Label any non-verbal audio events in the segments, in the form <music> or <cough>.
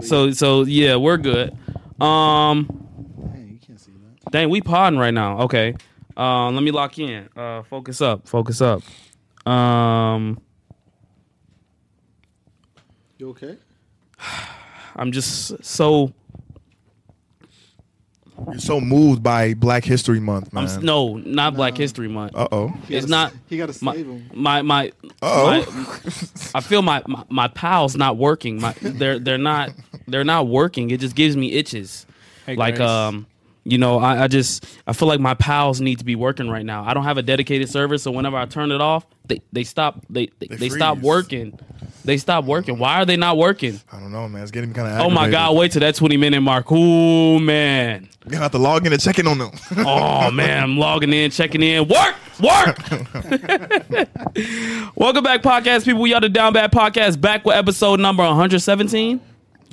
So so yeah, we're good. Um, Hey, you can't see that. dang, we podding right now. Okay. Uh, let me lock in. Uh, focus up. Focus up. Um, You okay? I'm just so You're so moved by Black History Month, I'm man. s- no, not Black History Month. Uh oh. He It's gotta- not- He got to save my him. my my, Uh my oh. I feel my, my my pals not working. My they're they're not they're not working. It just gives me itches. Hey, like Grace. um, you know, I, I just I feel like my pals need to be working right now. I don't have a dedicated service, so whenever I turn it off, they they stop they they, they, stop freeze. working. They stop working. Why are they not working? <laughs> I don't know, man. It's getting kind of. Oh my God! Wait till that twenty minute mark. Oh man! You're gonna have to log in and check in on them. <laughs> Oh man! I'm logging in, checking in. Work, work. Welcome back, podcast people. Y'all the Down Bad Podcast back with episode number 117.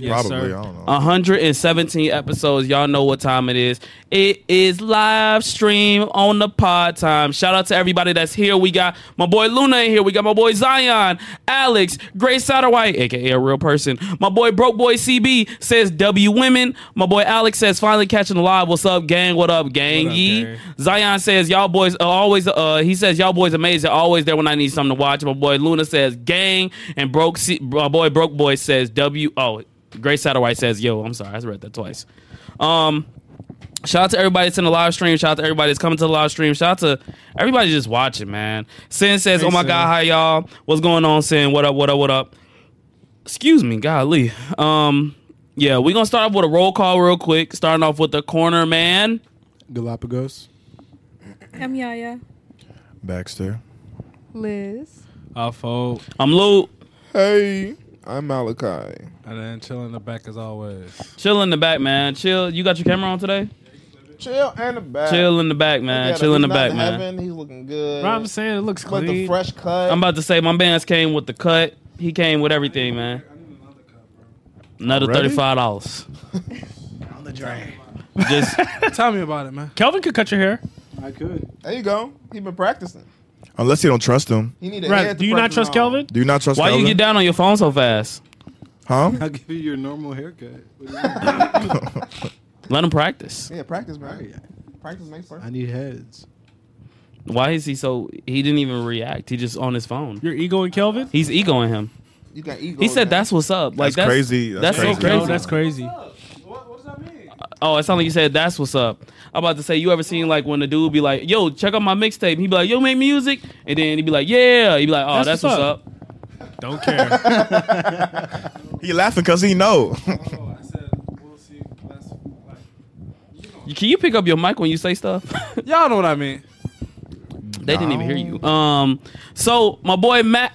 Yes, Probably. sir. I don't Uh, know. 117 episodes. Y'all know what time it is. It is live stream on the pod time. Shout out to everybody that's here. We got my boy Luna in here. We got my boy Zion, Alex, Grace Satterwhite, aka a real person. My boy Broke Boy CB says W Women. My boy Alex says finally catching the live. What's up, gang? What up, gang? What up, Yee. gang? Zion says y'all boys are always. Uh, he says y'all boys amazing. Always there when I need something to watch. My boy Luna says gang, and broke. C- my boy broke boy says W. Oh, Grace Satterwhite says yo. I'm sorry, I read that twice. Um, shout out to everybody that's in the live stream. Shout out to everybody that's coming to the live stream. Shout out to everybody just watching, man. Sin says, Hey, oh my Sin. god, hi y'all. What's going on, Sin? What up? What up? What up? Excuse me, golly. Um, yeah, we're gonna start off with a roll call real quick. Starting off with the corner man. Galapagos. I'm Yaya. Baxter. Liz. I'll fold. I'm Lou. Hey, I'm Malachi. And then chill in the back as always. Chill in the back, man. Chill. You got your camera on today? Chill and the back. Chill in the back, man. Yeah, Chill in he's the not back, man. heaven. He's looking good. But Uh, I'm saying it looks With the clean. fresh cut. I'm about to say my bands came with the cut. He came with everything, man. Another Already? thirty-five dollars. On the drain. Just <laughs> Tell me about it, man. Kelvin could cut your hair. I could. there you go. He been practicing. Unless you don't trust him. He need a Right. head to Do you not practice trust on. Kelvin? Do you not trust? why you Calvin? get down on your phone so fast? Huh? I'll give you your normal haircut. What do you mean? Let him practice. Yeah, practice, man. Right. Practice makes I perfect. need <laughs> heads. Why is he so? He didn't even react. He just on his phone. Your ego and Kelvin? He's egoing him. You got ego. He said, now. "That's what's up." Like That's crazy. That's, so That's crazy. crazy. No, that's crazy. Oh, it sounded like you said that's what's up. I'm about to say you ever seen like when the dude be like, "Yo, check out my mixtape." He be like, "Yo, make music," and then he be like, "Yeah," he be like, "Oh, that's, That's what's, what's up. Don't care. <laughs> <laughs> He laughing because he know. <laughs> Oh, Can you pick up your mic when you say stuff? <laughs> Y'all know what I mean. they didn't even hear you. Um, so my boy Matt,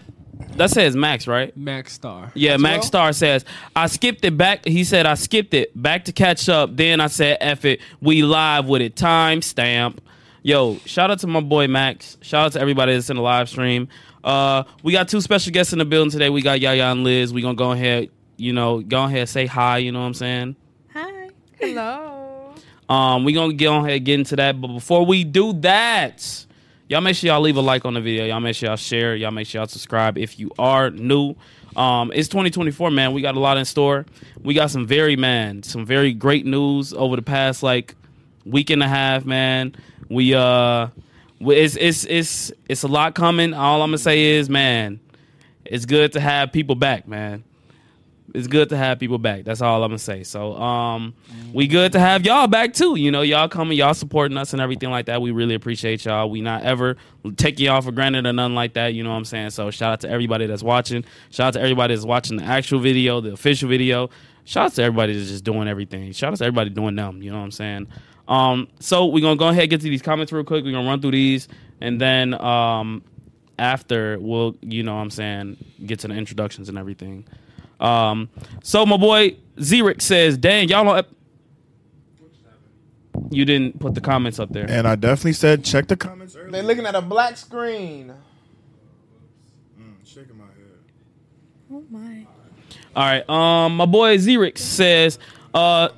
that says Max, right? Max Star. Yeah, Max well. Star says I skipped it back. He said I skipped it back to catch up. Then I said, "F it, we live with it." Time stamp. Yo, shout out to my boy Max. Shout out to everybody that's in the live stream. Uh, we got two special guests in the building today. We got Yaya and Liz. We gonna go ahead, you know, go ahead say hi. You know what I'm saying? Hi. Hello. Um, we gonna get on ahead and get into that, but before we do that, y'all make sure y'all leave a like on the video. Y'all make sure y'all share. Y'all make sure y'all subscribe if you are new. Um, it's 2024, man. We got a lot in store. We got some very man, some very great news over the past like week and a half, man. We uh, we, it's it's it's it's a lot coming. All I'm gonna say is, man, it's good to have people back, man it's good to have people back. That's all I'm gonna say. So, um, we good to have y'all back too. You know, y'all coming, y'all supporting us and everything like that. We really appreciate y'all. We not ever taking y'all for granted or nothing like that. You know what I'm saying? So, shout out to everybody that's watching. Shout out to everybody that's watching the actual video, the official video. Shout out to everybody that's just doing everything. Shout out to everybody doing them. You know what I'm saying? Um, so we're gonna go ahead and get to these comments real quick. We're gonna run through these and then um after we'll you know what I'm saying get to the introductions and everything. Um, so my boy Zerix says, "Dang, y'all don't." ep- you didn't put the comments up there. and I definitely said check the comments early. They're looking at a black screen. Mm, shaking my head. <laughs> Oh my. All right. Um, my boy Zerix says, uh,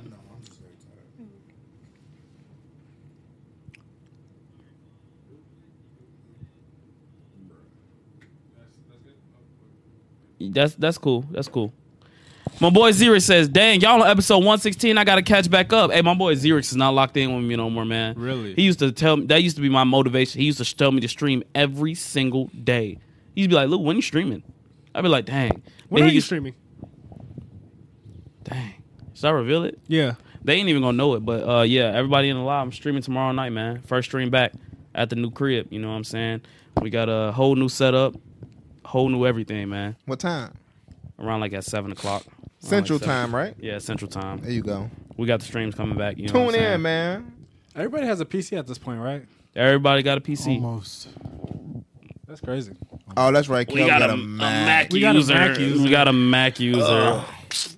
that's that's cool. That's cool. My boy Xerix says, "Dang, y'all on episode 116. I gotta catch back up." Hey, my boy Xerix is not locked in with me no more, man. Really? He used to tell me that used to be my motivation. He used to tell me to stream every single day. He'd be like, "Look, when you streaming?" I'd be like, "Dang." When Then are he you used- streaming? Dang. Should I reveal it? Yeah. They ain't even gonna know it, but uh, yeah, everybody in the live. I'm streaming tomorrow night, man. First stream back at the new crib. You know what I'm saying? We got a whole new setup, whole new everything, man. What time? Around like at seven o'clock. Around, like, Central seven. time, right? Yeah, Oh, Central time. There you go. We got the streams coming back. You know Tune what I'm saying? in, man. Everybody has a PC at this point, right? Everybody got a PC. Oh Almost. That's crazy. Oh, that's right. We Kel got, a, a Mac We user. got a Mac user. We got a Mac user.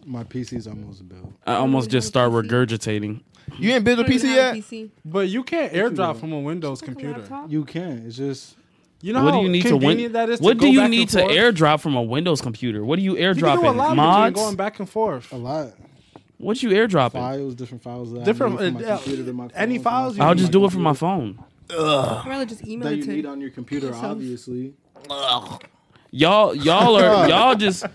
My PC's almost built. I almost just start regurgitating. You ain't build a Don't even PC have yet? a PC. But you can't airdrop from a Windows Like a computer. laptop? You can. It's just You know what do how you need to convenient win? that is. what to do go you back need and to forth? airdrop from a Windows computer? What are you You can airdropping? do a lot of between going Mods? back and forth. a lot. What you airdropping? Files, different files. That I Different- need from my uh, computer to my phone, any from my files you phone I'll to need. just my do it from my computer. phone. I'd rather just email That it you to need on your computer, yourself. obviously. Y'all, y'all are <laughs> y'all just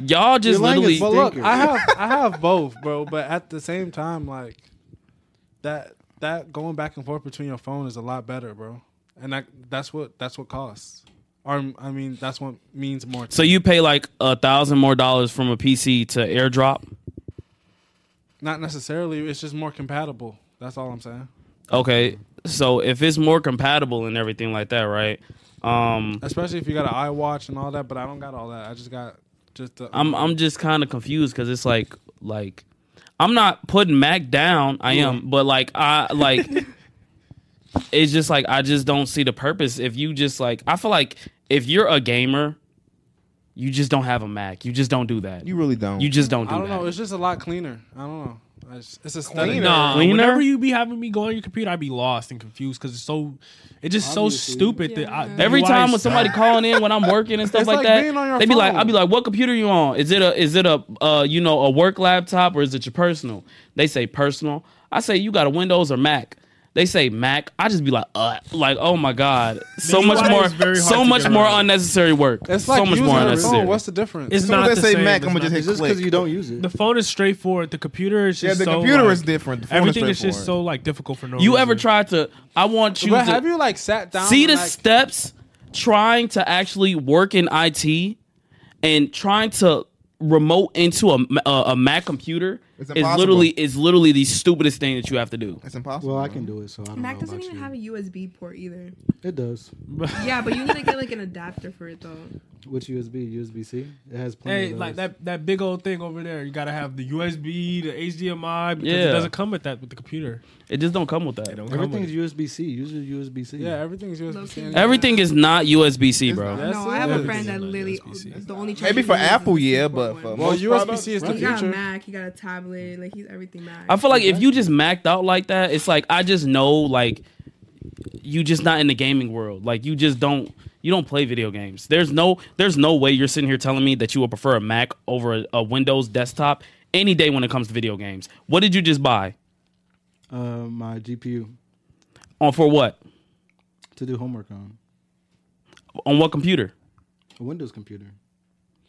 y'all just Your literally. language But look, Stinkers. I have I have both, bro. But at the same time, like that that going back and forth between your phone is a lot better, bro. And that that's what that's what costs. Or I mean, that's what means more. To So you pay like a thousand more dollars from a PC to airdrop. Not necessarily. It's just more compatible. That's all I'm saying. Okay, so if it's more compatible and everything like that, right? Um, Especially if you got an iWatch and all that. But I don't got all that. I just got just the. I'm I'm just kind of confused because it's like like I'm not putting Mac down. I am, but like I like it's just like I just don't see the purpose. If you just like, I feel like if you're a gamer, you just don't have a Mac. You just don't do that. You You, really don't. just don't do I don't that. know. It's just a lot cleaner. I don't know. I just- it's aesthetic. Cleaner? Nah, Cleaner? Whenever you be having me go on your computer, I'd be lost and confused because it's so, it's just so Obviously. stupid that I, Yeah. the Every UI time when is- somebody calling in when I'm working <laughs> and stuff It's like, like that, being on your they be like, phone. I'll be like, "What computer you on? Is it a is it a uh, you know a work laptop or is it your personal?" They say personal. I say you got a Windows or Mac. They say Mac. I just be like, uh, like oh my god, so The much UI more, is very hard so to much get more around. unnecessary work. It's like so much using more a unnecessary. phone. What's the difference? It's Soon not as the they say same. Mac, It's I'm gonna just not the hit It's just click. because you don't use it. The phone is straightforward. The computer is yeah, just the so, computer like, is different. The phone Everything is is just so straightforward. like difficult for no You reason. ever tried to? I want you But to have you like sat down? see and, the like, steps trying to actually work in IT and trying to remote into a a, a Mac computer It's is impossible. literally is literally the stupidest thing that you have to do. It's impossible. Well, I can do it, so I don't Mac know doesn't about even you. have a USB port either. It does. Yeah, but you need to get like an adapter <laughs> for it though. Which USB? USB C? It has plenty <laughs> Hey, of like those. that that big old thing over there. You gotta have the USB, the HDMI because Yeah. it doesn't come with that with the computer. It just don't come with that. Don't come with Everything's it. USB C. Use a USB C. Yeah, everything's USB. Low-key. standard. Everything is not USB C, bro. That's no, I have it. a friend that literally USB-C. the only charger Maybe for he uses is Apple, a yeah, port but one. for Well, most USB products, C is the he got a future. Mac, he got a tablet, like he's everything Mac. I feel like if you just macked out like that, it's like I just know like you just not in the gaming world. Like you just don't you don't play video games. There's no there's no way you're sitting here telling me that you would prefer a Mac over a, a Windows desktop any day when it comes to video games. What did you just buy? Uh, my GPU On for what? to do homework on On what computer? a Windows computer.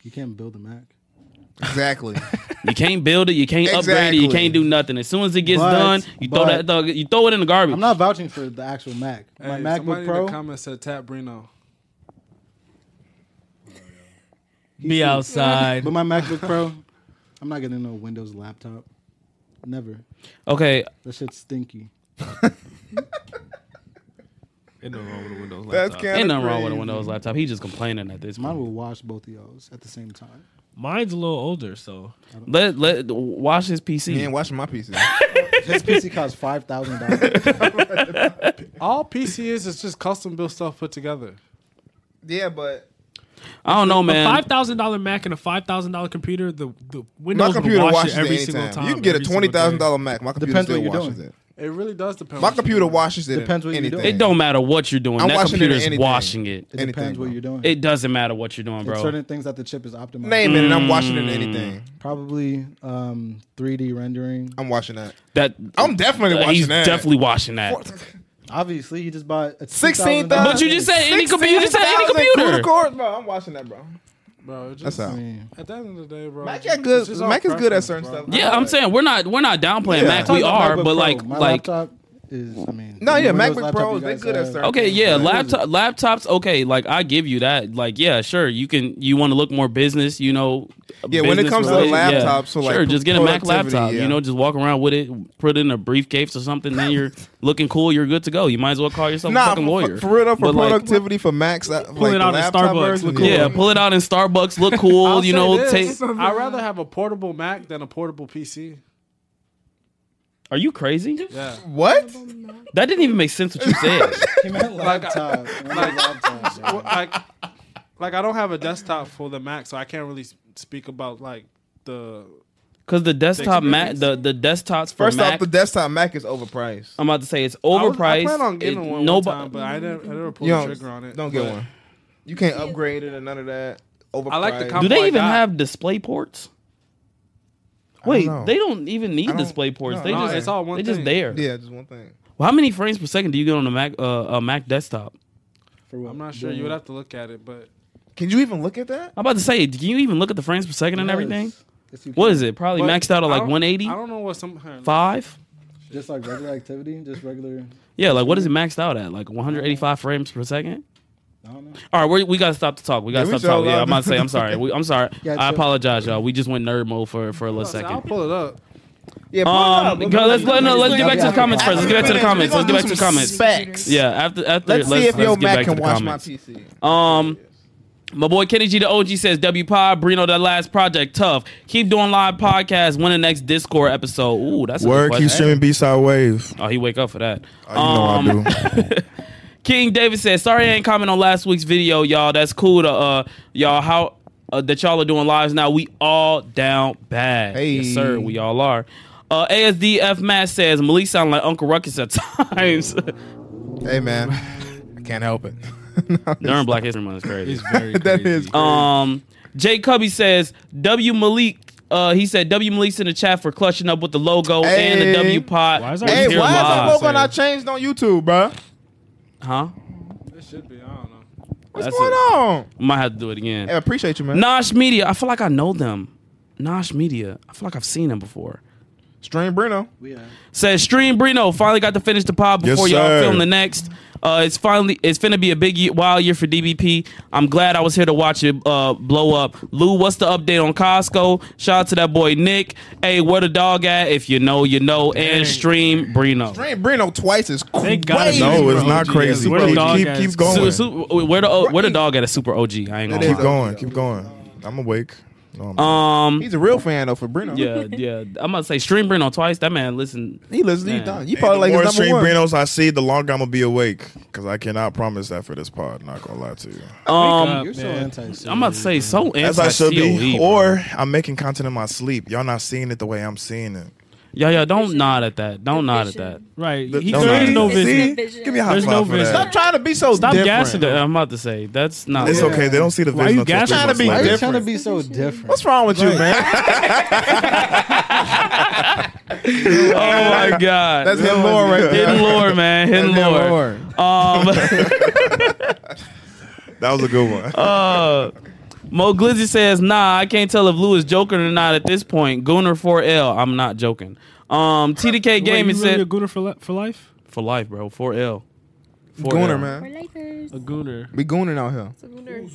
You can't build a Mac. <laughs> exactly. You can't build it. You can't upgrade it. You Exactly. can't do nothing. As soon as it gets But- done, you throw but- that dog. You throw it in the garbage. I'm not vouching for the actual Mac. Hey, my somebody MacBook in the Pro. comments said Tap Brino. Be outside. But my MacBook Pro, I'm not getting no Windows laptop. Never. okay. That shit's stinky. Ain't nothing wrong with a Windows That's laptop. kind Ain't of nothing wrong with a Windows laptop. He just complaining at this Mine point. will wash both of y'all's at the same time. Mine's a little older, so Let let wash his You PC. ain't watching my pieces. This PC costs five thousand dollars. All PC is is just custom built stuff put together. <laughs> yeah, but I don't know, a man. five thousand dollar Mac and a five thousand dollar computer, the the my Windows computer will wash washes it every it anytime. single time. You can get a every single twenty day. thousand dollar Mac. My computer Depends what still you're washes doing. it. It really does depend. My what you computer do. washes it. Depends what you're doing. anything. it don't matter what you're doing. I'm that washing it in computer's anything. washing it. It Anything, depends what bro. you're doing. It doesn't matter what you're doing, It's bro. certain things that the chip is optimized. Name it, and Mm. I'm watching it in anything. Probably um, 3D rendering. I'm watching that. that I'm definitely uh, watching he's that. definitely washing that. Obviously, he just bought a Sixteen $2,000 thousand. But you just said any computer. You just said any computer. Course, bro. I'm watching that, bro. bro. It just, That's how. I mean, At the end of the day, bro. Mac it's just- got good- it's just all Mac is good at preference, certain bro. stuff. Yeah, I'm saying we're not we're not downplaying Yeah. Mac. We are, but Pro, like my like laptop is. I mean, No, yeah, the Windows MacBook laptop Pros, you they guys good at have- certain- Okay, yeah, Yeah, it laptop laptops okay, like I give you that. Like yeah, sure, you can you want to look more business, you know. Yeah, when it comes to the business related, yeah. laptop, so, like, Sure, just get a Mac productivity, laptop, yeah. you know, just walk around with it, put it in a briefcase or something, then <laughs> you're looking cool, you're good to go. You might as well call yourself a Nah, fucking for- lawyer. for real though, for But, like, productivity for Macs, uh, like it the out at laptop Starbucks version, and cool. Yeah, pull it out in Starbucks, <laughs> look cool, I'll you say know, this, take I'd rather have a portable Mac than a portable PC. Are you crazy? <laughs> Yeah. What? That didn't even make sense what you <laughs> said. He meant laptop. I meant laptop, bro. Well, like, like I don't have a desktop for the Mac, so I can't really s- speak about like the. Cuz the desktop Mac experience? the, the desktops for First Mac off, the desktop Mac is overpriced. I'm about to say it's I was- overpriced. I plan on getting It- one, one nobody- time, but I never, I never pulled You the don't- trigger on it. Don't get But one. You can't upgrade it or none of that. Overpriced. I like the Do comp- they my even God. have display ports? don't Wait, know. they don't even need don't- display ports. no, they no, just it's all one they just thing. there. Yeah, just one thing. Well, how many frames per second do you get on a Mac uh, a Mac desktop? For what? I'm not sure. You would have to look at it, but Can you even look at that? I'm about to say, can you even look at the frames per second and everything? Yes, you What can. is it? Probably but maxed out at I like don't- 180, I don't know what some. here, five. Just like regular activity, just regular. Yeah, like what is it maxed out at? Like 185 frames per second. I don't know. All right, we, we gotta stop the talk. We gotta Yeah, we stop sure talking. Yeah, allowed I'm about to to- say I'm sorry. We, I'm <laughs> sorry. Yeah, I chill. apologize, y'all. We just went nerd mode for for a little look, Oh, I'll second. pull it up. Yeah, pull it up. Um, Look go- at let's that. let, no, let's get back to the Yeah, comments first. Let's get back to the comments. Let's get back to the comments. Specs. Yeah, after after Let's, see if your let's get Mac back to can the watch comments. my PC. Um, my boy Kenny G the OG says W Pod Brino that last project tough. Keep doing live podcasts. When the next Discord episode? Ooh, that's a good Word question. keep streaming B-side wave. Oh, he wake up for that. Oh, Um, You know I <laughs> do. King David says, "Sorry, I ain't comment on last week's video, y'all. That's cool to uh, y'all how uh, that y'all are doing lives now. We all down bad, Hey. yes sir. We all are." Uh, ASDF Matt says, "Malik sound like Uncle Ruckus at <laughs> times." Hey man, I can't help it. <laughs> During Black History Month is crazy. It's very that is. Um, Jay Cubby says W Malik. Uh, he said W Malik's in the chat for clutching up with the logo and the Hey. W pot. Why is that- Hey, Here why is that live. logo not changed on YouTube, bro? Huh? It should be. I don't know. What's That's going it. on? Might have to do it again. Hey, I appreciate you, man. Nosh Media. I feel like I know them. Nosh Media. I feel like I've seen them before. Stream Bruno. We uh, have. Says Stream Brino finally got to finish the pod Yes, before y'all sir. film the next. Uh, it's finally it's finna be a big ye- wild year for DBP. I'm glad I was here to watch it uh, blow up. Lou, what's the update on Costco? Shout out to that boy Nick. Hey, where the dog at? If you know, you know. And Stream Brino. Stream Bruno twice is crazy. gotta know. No, it's Bro, not yeah, crazy. we're Keep, dog keep, ass. keep Su- going. su- where the oh, where the dog at? A super OG. I ain't gonna is Keep lie. going. Keep going. I'm awake. No, I'm not. Um, He's a real fan though for Bruno. yeah, yeah. I'm gonna say Stream Brino twice. That man, listen. he listens. He Man. done. Hey, You the probably more like his stream number one. Brinos I see, the longer I'm gonna be awake. Cause I cannot promise that for this pod. Not gonna lie to you. Um, You're so man. anti. I'm about to say so E. As anti I should be. E, COE, bro. Or I'm making content in my sleep. Y'all not seeing it the way I'm seeing it. Yo, yo, don't nod at that. Don't nod at that. Right. The- He, don't there lie. is no See? vision. Give me a high There's five no for vision. that. Stop trying to be so. Stop different. gassing That- I'm about to say that's not. It's okay. They don't see the Why vision. you until guys three trying to months be Why later. are you different. trying to be so different? What's wrong with you, man? Oh my god, That's hidden lore right there. hidden lore, man, hidden That's lore. Um, <laughs> That was a good one. uh, Mo Glizzy says, "Nah, I can't tell if Lou is joking or not at this point." Gunner 4L, I'm not joking. Um, TDK Wait, Gaming you really said, a gooner for, li- for life? "For life, bro. 4L, 4L. Gooner, man. Uh, A gooner. We gooning out here.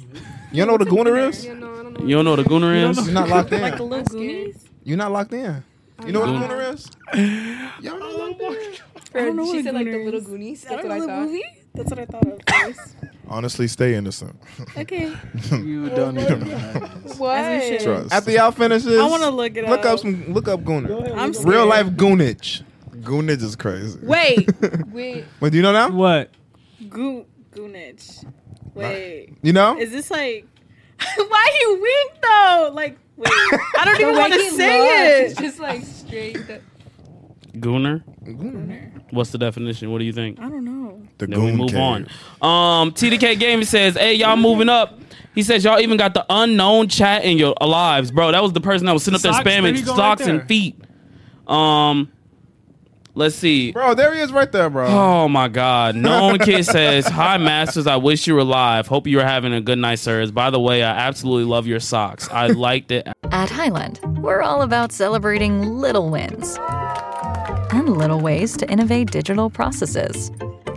You know what a gooner is? You don't know what a Gunner is? You're not locked in. the little Goonies? You're not locked in. You know what a Gooner. gooner is? Y'all not locked in. I don't know she what said a like the Gooner little is. Goonies. I That's don't what I know the thought. movie. That's what I thought of first. Honestly, stay innocent. okay. You don't even know. What? Trust. After y'all finish this, I want to look it look up. up some look up gooner. I'm scared. Real life goonage. Goonage is crazy. Wait. Wait. Wait, do you know now? What? Goo Goonage. Wait. You know? Is this like? <laughs> Why you wink though? Like wait. I don't even want to sing <laughs> It's it. just like straight. The, Gooner? Gooner. What's the definition? What do you think?" I don't know. The Then we goon move cave. on. Um, TDK Gaming says, "Hey, y'all moving up." He says, "Y'all even got the unknown chat in your lives, bro." That was the person that was sitting up there Socks, there spamming you go, socks right there. and feet. Um, Let's see. Bro, there he is right there, bro. Oh my God! Known <laughs> kid says, "Hi, masters. I wish you were live. Hope you are having a good night, sirs. By the way, I absolutely love your socks. I liked it. At Highland, we're all about celebrating little wins and little ways to innovate digital processes.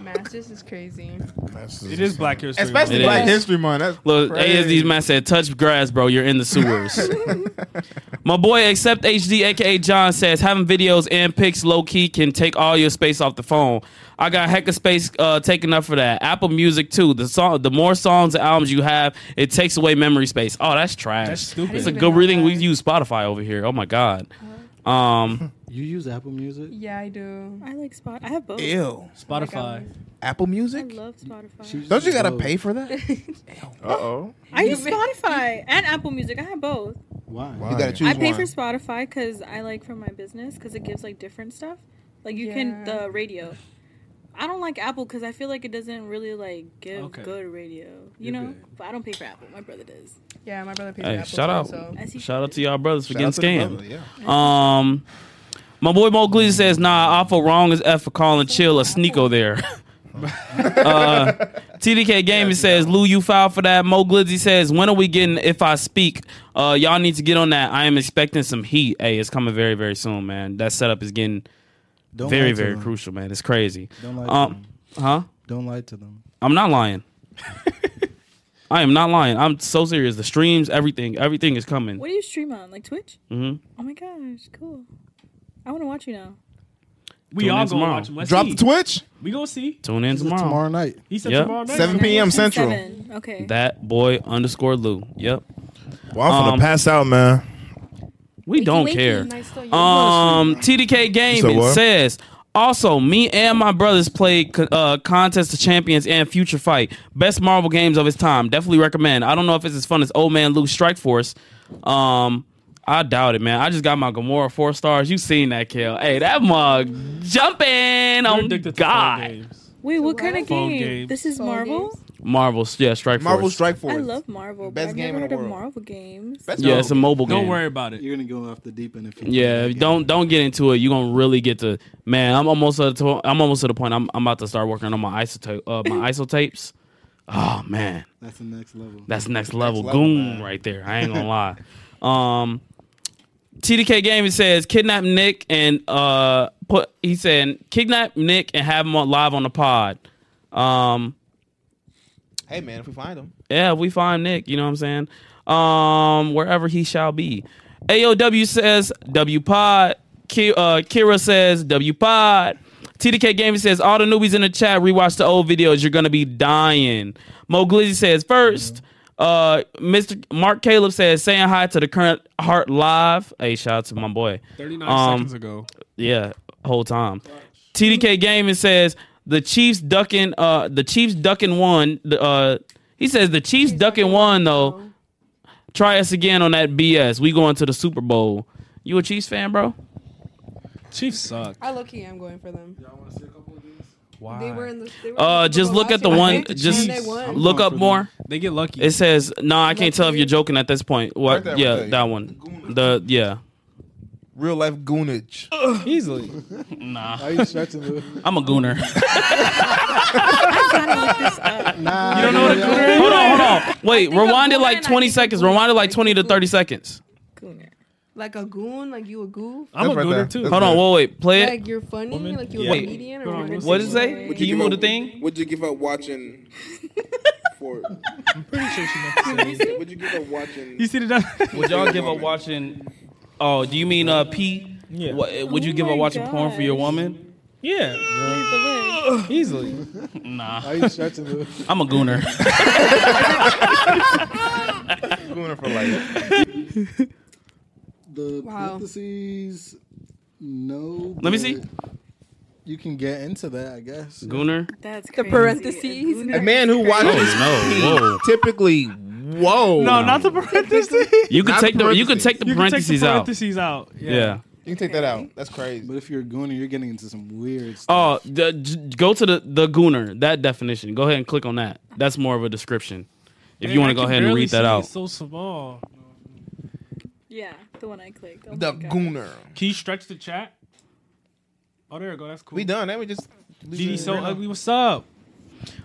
Masters is crazy. It is Black History. Especially It Black is. History Month. That's look, crazy. ASD's man said, "Touch grass, bro. You're in the <laughs> sewers." my boy, except HD, aka John, says having videos and pics low key can take all your space off the phone. I got heck of space uh, taken up for that. Apple Music too. The song, the more songs and albums you have, it takes away memory space. Oh, that's trash. That's stupid. It's I a didn't good even reading. know We that. use Spotify over here. Oh my god. Um, You use Apple Music? Yeah, I do. <laughs> I <laughs> like Spot. I have both. Ew. Spotify. Apple I Music? love Spotify. She Don't you uses gotta both. pay for that? <laughs> You Uh oh. I <laughs> use Spotify and Apple Music. I have both. Why? Why? gotta choose I pay one. for Spotify because I like for my business because it gives like different stuff. Like you can uh, Yeah. the radio. I don't like Apple because I feel like it doesn't really like give Okay. good radio. You know, but I don't pay for Apple. My brother does. Yeah, my brother pays hey, Apple shout too, out, So. I see- shout out to y'all brothers for Shout out to the getting brother, scammed. yeah. Um, my boy Mo Gleason says, "Nah, awful wrong as f for calling chill a sneako there." <laughs> uh, TDK Gaming says, "Lou, you filed for that." Mo Glizzy says, "When are we getting if I speak?" Uh, y'all need to get on that. I am expecting some heat. Hey, it's coming very very soon, man. That setup is getting Don't lie very to very them. crucial, man. It's crazy. Don't lie to Um, huh? Don't lie to them. I'm not <laughs> lying. I am not lying. I'm so serious. The streams, everything, everything is coming. What do you stream on? Like Twitch? Mhm. Oh my gosh, cool. I want to watch you now. We Tune all in gonna tomorrow. watch him. Let's Drop see. the Twitch? We gonna see. Tune in This is tomorrow. tomorrow night. He said Yep. tomorrow night. 7 p.m. Central. Seven. Okay. That boy underscore Lou. Yep. Well, I'm Um, gonna pass out, man. We don't care. Um, TDK You said Gaming what? says. Also, me and my brothers played co- uh, Contest of Champions and Future Fight, best Marvel games of its time. Definitely recommend. I don't know if it's as fun as Old Man Luke Strike Force. Um, I doubt it, man. I just got my Gamora four stars. You seen that, Kale? Hey, that mug jumping You're on addicted to phone God. games. Wait, what kind of Phone game? games. This is Phone Marvel. games. Marvel, yeah, Strike Marvel Force. Strike Force. I love Marvel. Best but I've game never in the heard of world. Marvel games. Best- yeah, it's a mobile game. Don't worry about it. You're gonna go off the deep end if you Yeah, don't don't get into it. You're gonna really get to man. I'm almost at the to, I'm almost to the point. I'm I'm about to start working on my isotope uh, <laughs> my isotapes. Oh man, That's the next level. that's next level, level, goon man. right there. I ain't gonna lie. Um, TDK Gaming says kidnap Nick and uh put he said kidnap Nick and have him on- live on the pod. Um, Hey, man, if we find him. yeah, we find Nick, you know what I'm saying? Um, wherever he shall be. AOW says W Pod. Ki- uh, Kira says W Pod. TDK Gaming says all the newbies in the chat rewatch the old videos. You're gonna be dying. Mo Glizzy says 1st Uh, Mr. Mark Caleb says saying hi to the current Heart Live. Hey, shout out to my boy. 39 Um, seconds ago. Yeah, whole time. TDK Gaming says the Chiefs ducking. Uh, the Chiefs ducking one. The, uh, he says the Chiefs ducking one though. Try us again on that BS. We going to the Super Bowl. You a Chiefs fan, bro? Chiefs suck. I look am going for them. Why? They were in the. They were Uh, in the just Super Bowl look at last the year, one. right? Just And they won. look going up for more. they get lucky. It says no. I can't tell if you're joking at this point. What? there, yeah, right there. that one. The yeah. Real life goonage. Easily. Are you stretching? Lou? I'm a gooner. <laughs> nah, You don't know what a gooner is? <laughs> Hold on, hold on. Wait, think a rewind it gooner like and I 20 think a seconds. gooner. Rewind it like 20 to 30 seconds. Gooner. Like a goon, like you a goof. I'm a That's right gooner there. too. That's Hold on, wait, wait. Play it. Like you're funny, like you a Wait. comedian or Hold on, what? What did it say? Would Can you you move the thing? Would you give up <laughs> watching? For <laughs> would you give up watching? You see the <laughs> def- Would y'all give up watching? Oh, do you mean uh P? Yeah. would you Oh give up my watching porn for your gosh. woman? Yeah. The lid. Easily. Are you stretching? Lou? I'm <laughs> a gooner. Gooner for life. The Wow. parentheses. No. Let me see. but you can get into that, I guess. <laughs> Gooner? That's the parentheses. A man who watches Oh, no. TV typically. Whoa. No, not the parentheses. You could Not take the you could take the You can take parentheses out. parentheses out. Yeah. You can take that out. That's crazy. But if you're a gooner, you're getting into some weird stuff. Oh, the, j- go to the the Gooner that definition. Go ahead and click on that. That's more of a description. If you want to go ahead and read that out. so small. Yeah, the one I clicked. Oh The my God. gooner. Can you stretch the chat? Oh, there we go. That's cool. We done. That we just. DD so ugly. What's up?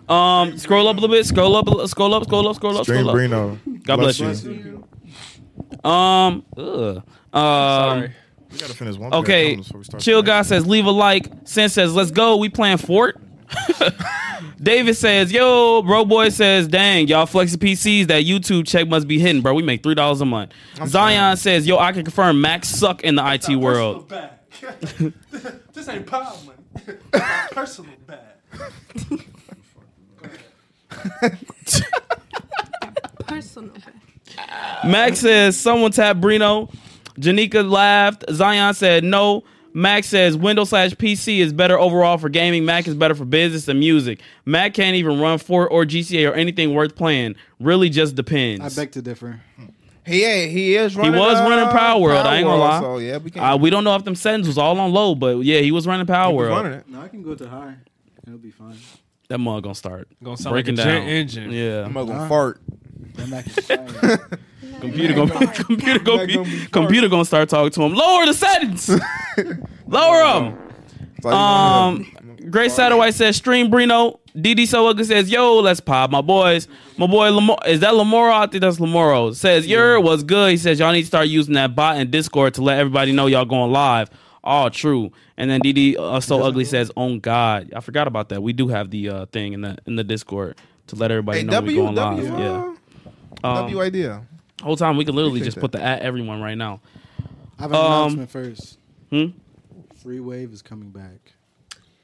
Um, scroll up a little bit. Scroll up. Scroll up. Scroll up. Scroll up. Dream Scroll up. Brino. God bless you. Um. Ugh. Um. Sorry. We gotta finish one. pair of Okay. comments before we start Chill the guy next says leave a like. Sin says let's go. We playing Fort. <laughs> David says yo. Bro boy says dang y'all flexing PCs. That YouTube check must be hidden, bro. We make three dollars a month. Zion says yo. I can confirm Max suck in the IT world. this ain't problem. Personal bad. Personal. Max says, someone tap Brino. Janika laughed. Zion said, no. Max says, Windows slash PC is better overall for gaming. Mac is better for business and music. Mac can't even run Fort or GCA or anything worth playing. Really just depends. I beg to differ. He ain't. He is he running. was uh, running Power World. I ain't gonna World, lie. So yeah, we can. Uh, we don't know if them settings was all on low, but yeah, he was running Power World. running it. No, I can go to high. It'll be fine. That mug gonna start Gonna sound breaking like a jet down. engine. Yeah, I'm not gonna fart. I'm back to fire. computer gonna computer gonna Mac be, gonna be smart. computer gonna start talking to him. Lower the settings. Lower them. It's like, Um, Grace Satterwhite says, "Stream Brino." DD Soaga says, "Yo, let's pop my boys." My boy Lamor is that Lamoro? I think that's Lamoro. Says, "Your was good." He says, "Y'all need to start using that bot in Discord to let everybody know y'all going live." All true. And then DD uh, So Ugly says, "On God, I forgot about that. We do have the uh, thing in the in the Discord to let everybody hey, know W, we're going W, live." Yeah. Um, uh, W idea. Whole time we can literally just Appreciate put the at everyone right now. I have an Um, announcement first. Hmm? Free Wave is coming back.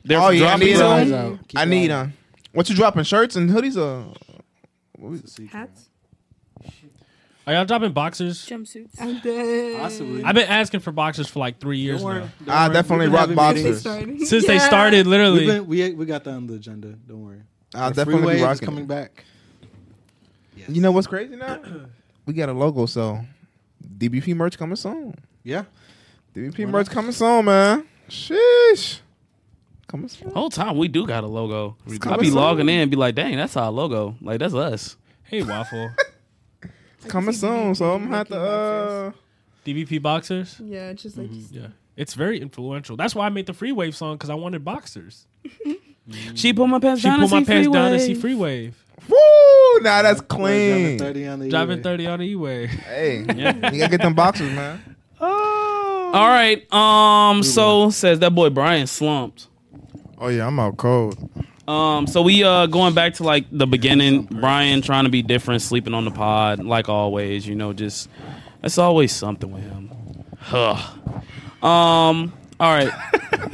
They're Oh, yeah, I dropping need your some- eyes um, out. Keep I your need eyes uh, what you dropping shirts and hoodies uh It's a secret. Hats. Are y'all dropping boxers? Jumpsuits. I'm dead. Possibly. I've been asking for boxers for like three years now. I We've definitely been rock having They boxers. meetings. started. Since they Yeah. started, We've literally. been, we we got that on the agenda. Don't worry. I'll The Free definitely Wave be is rocking. coming it. back. You know what's <clears throat> crazy now? we got a logo, so DBP merch coming soon. Yeah. DBP merch coming soon, man. Sheesh. Coming soon. Whole time we do got a logo. do. I be logging Awesome. in and be like, dang, that's our logo. Like that's us. Hey, Waffle. It's coming soon, so I'm gonna have to uh DVP boxers. Yeah, it's just like Mm-hmm. Yeah. It's very influential. That's why I made the free wave song because I wanted boxers. She pulled my pants She down. pulled my and see pants down and freeway. see free wave. Woo! Um, Now that's Driving clean. 30 on the Driving E-way. 30 on the E way. <laughs> Hey, you gotta get them boxes, man. All right. Um. So says that boy Brian slumped. one. Oh yeah, I'm out cold. Um. So we uh going back to like the beginning. Brian trying to be different, sleeping on the pod like always. You know, just it's always something with him. Ugh. Um. All right.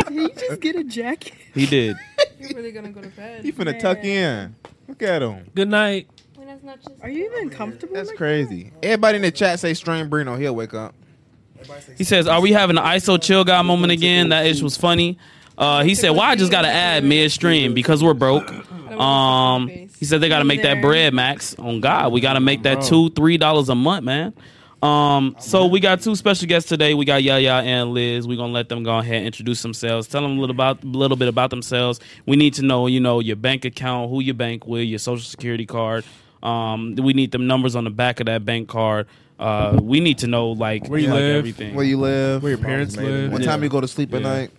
Did you just get a jacket? He did. you're really gonna go to bed. He finna tuck in. Look at him. Good night. When that's not just. Are you even comfortable? That's like crazy. Everybody in the chat say strain Brino. He'll wake up. He says, "Are we having an ISO chill guy moment again?" That ish was funny. Uh, he said, "Why I just got to add midstream because we're broke." Um, he said they got to make that bread, Max. On God, we got to make that two, three dollars a month, man. Um, so we got two special guests today. We got Yaya and Liz. We're gonna let them go ahead and introduce themselves. Tell them a little about, little bit about themselves. We need to know, you know, your bank account, who you bank with, your social security card. Um, we need them numbers on the back of that bank card. Uh, we need to know like Where you like, live. everything. Where you live? Where your parents live. What Yeah. time you go to sleep at Yeah. night?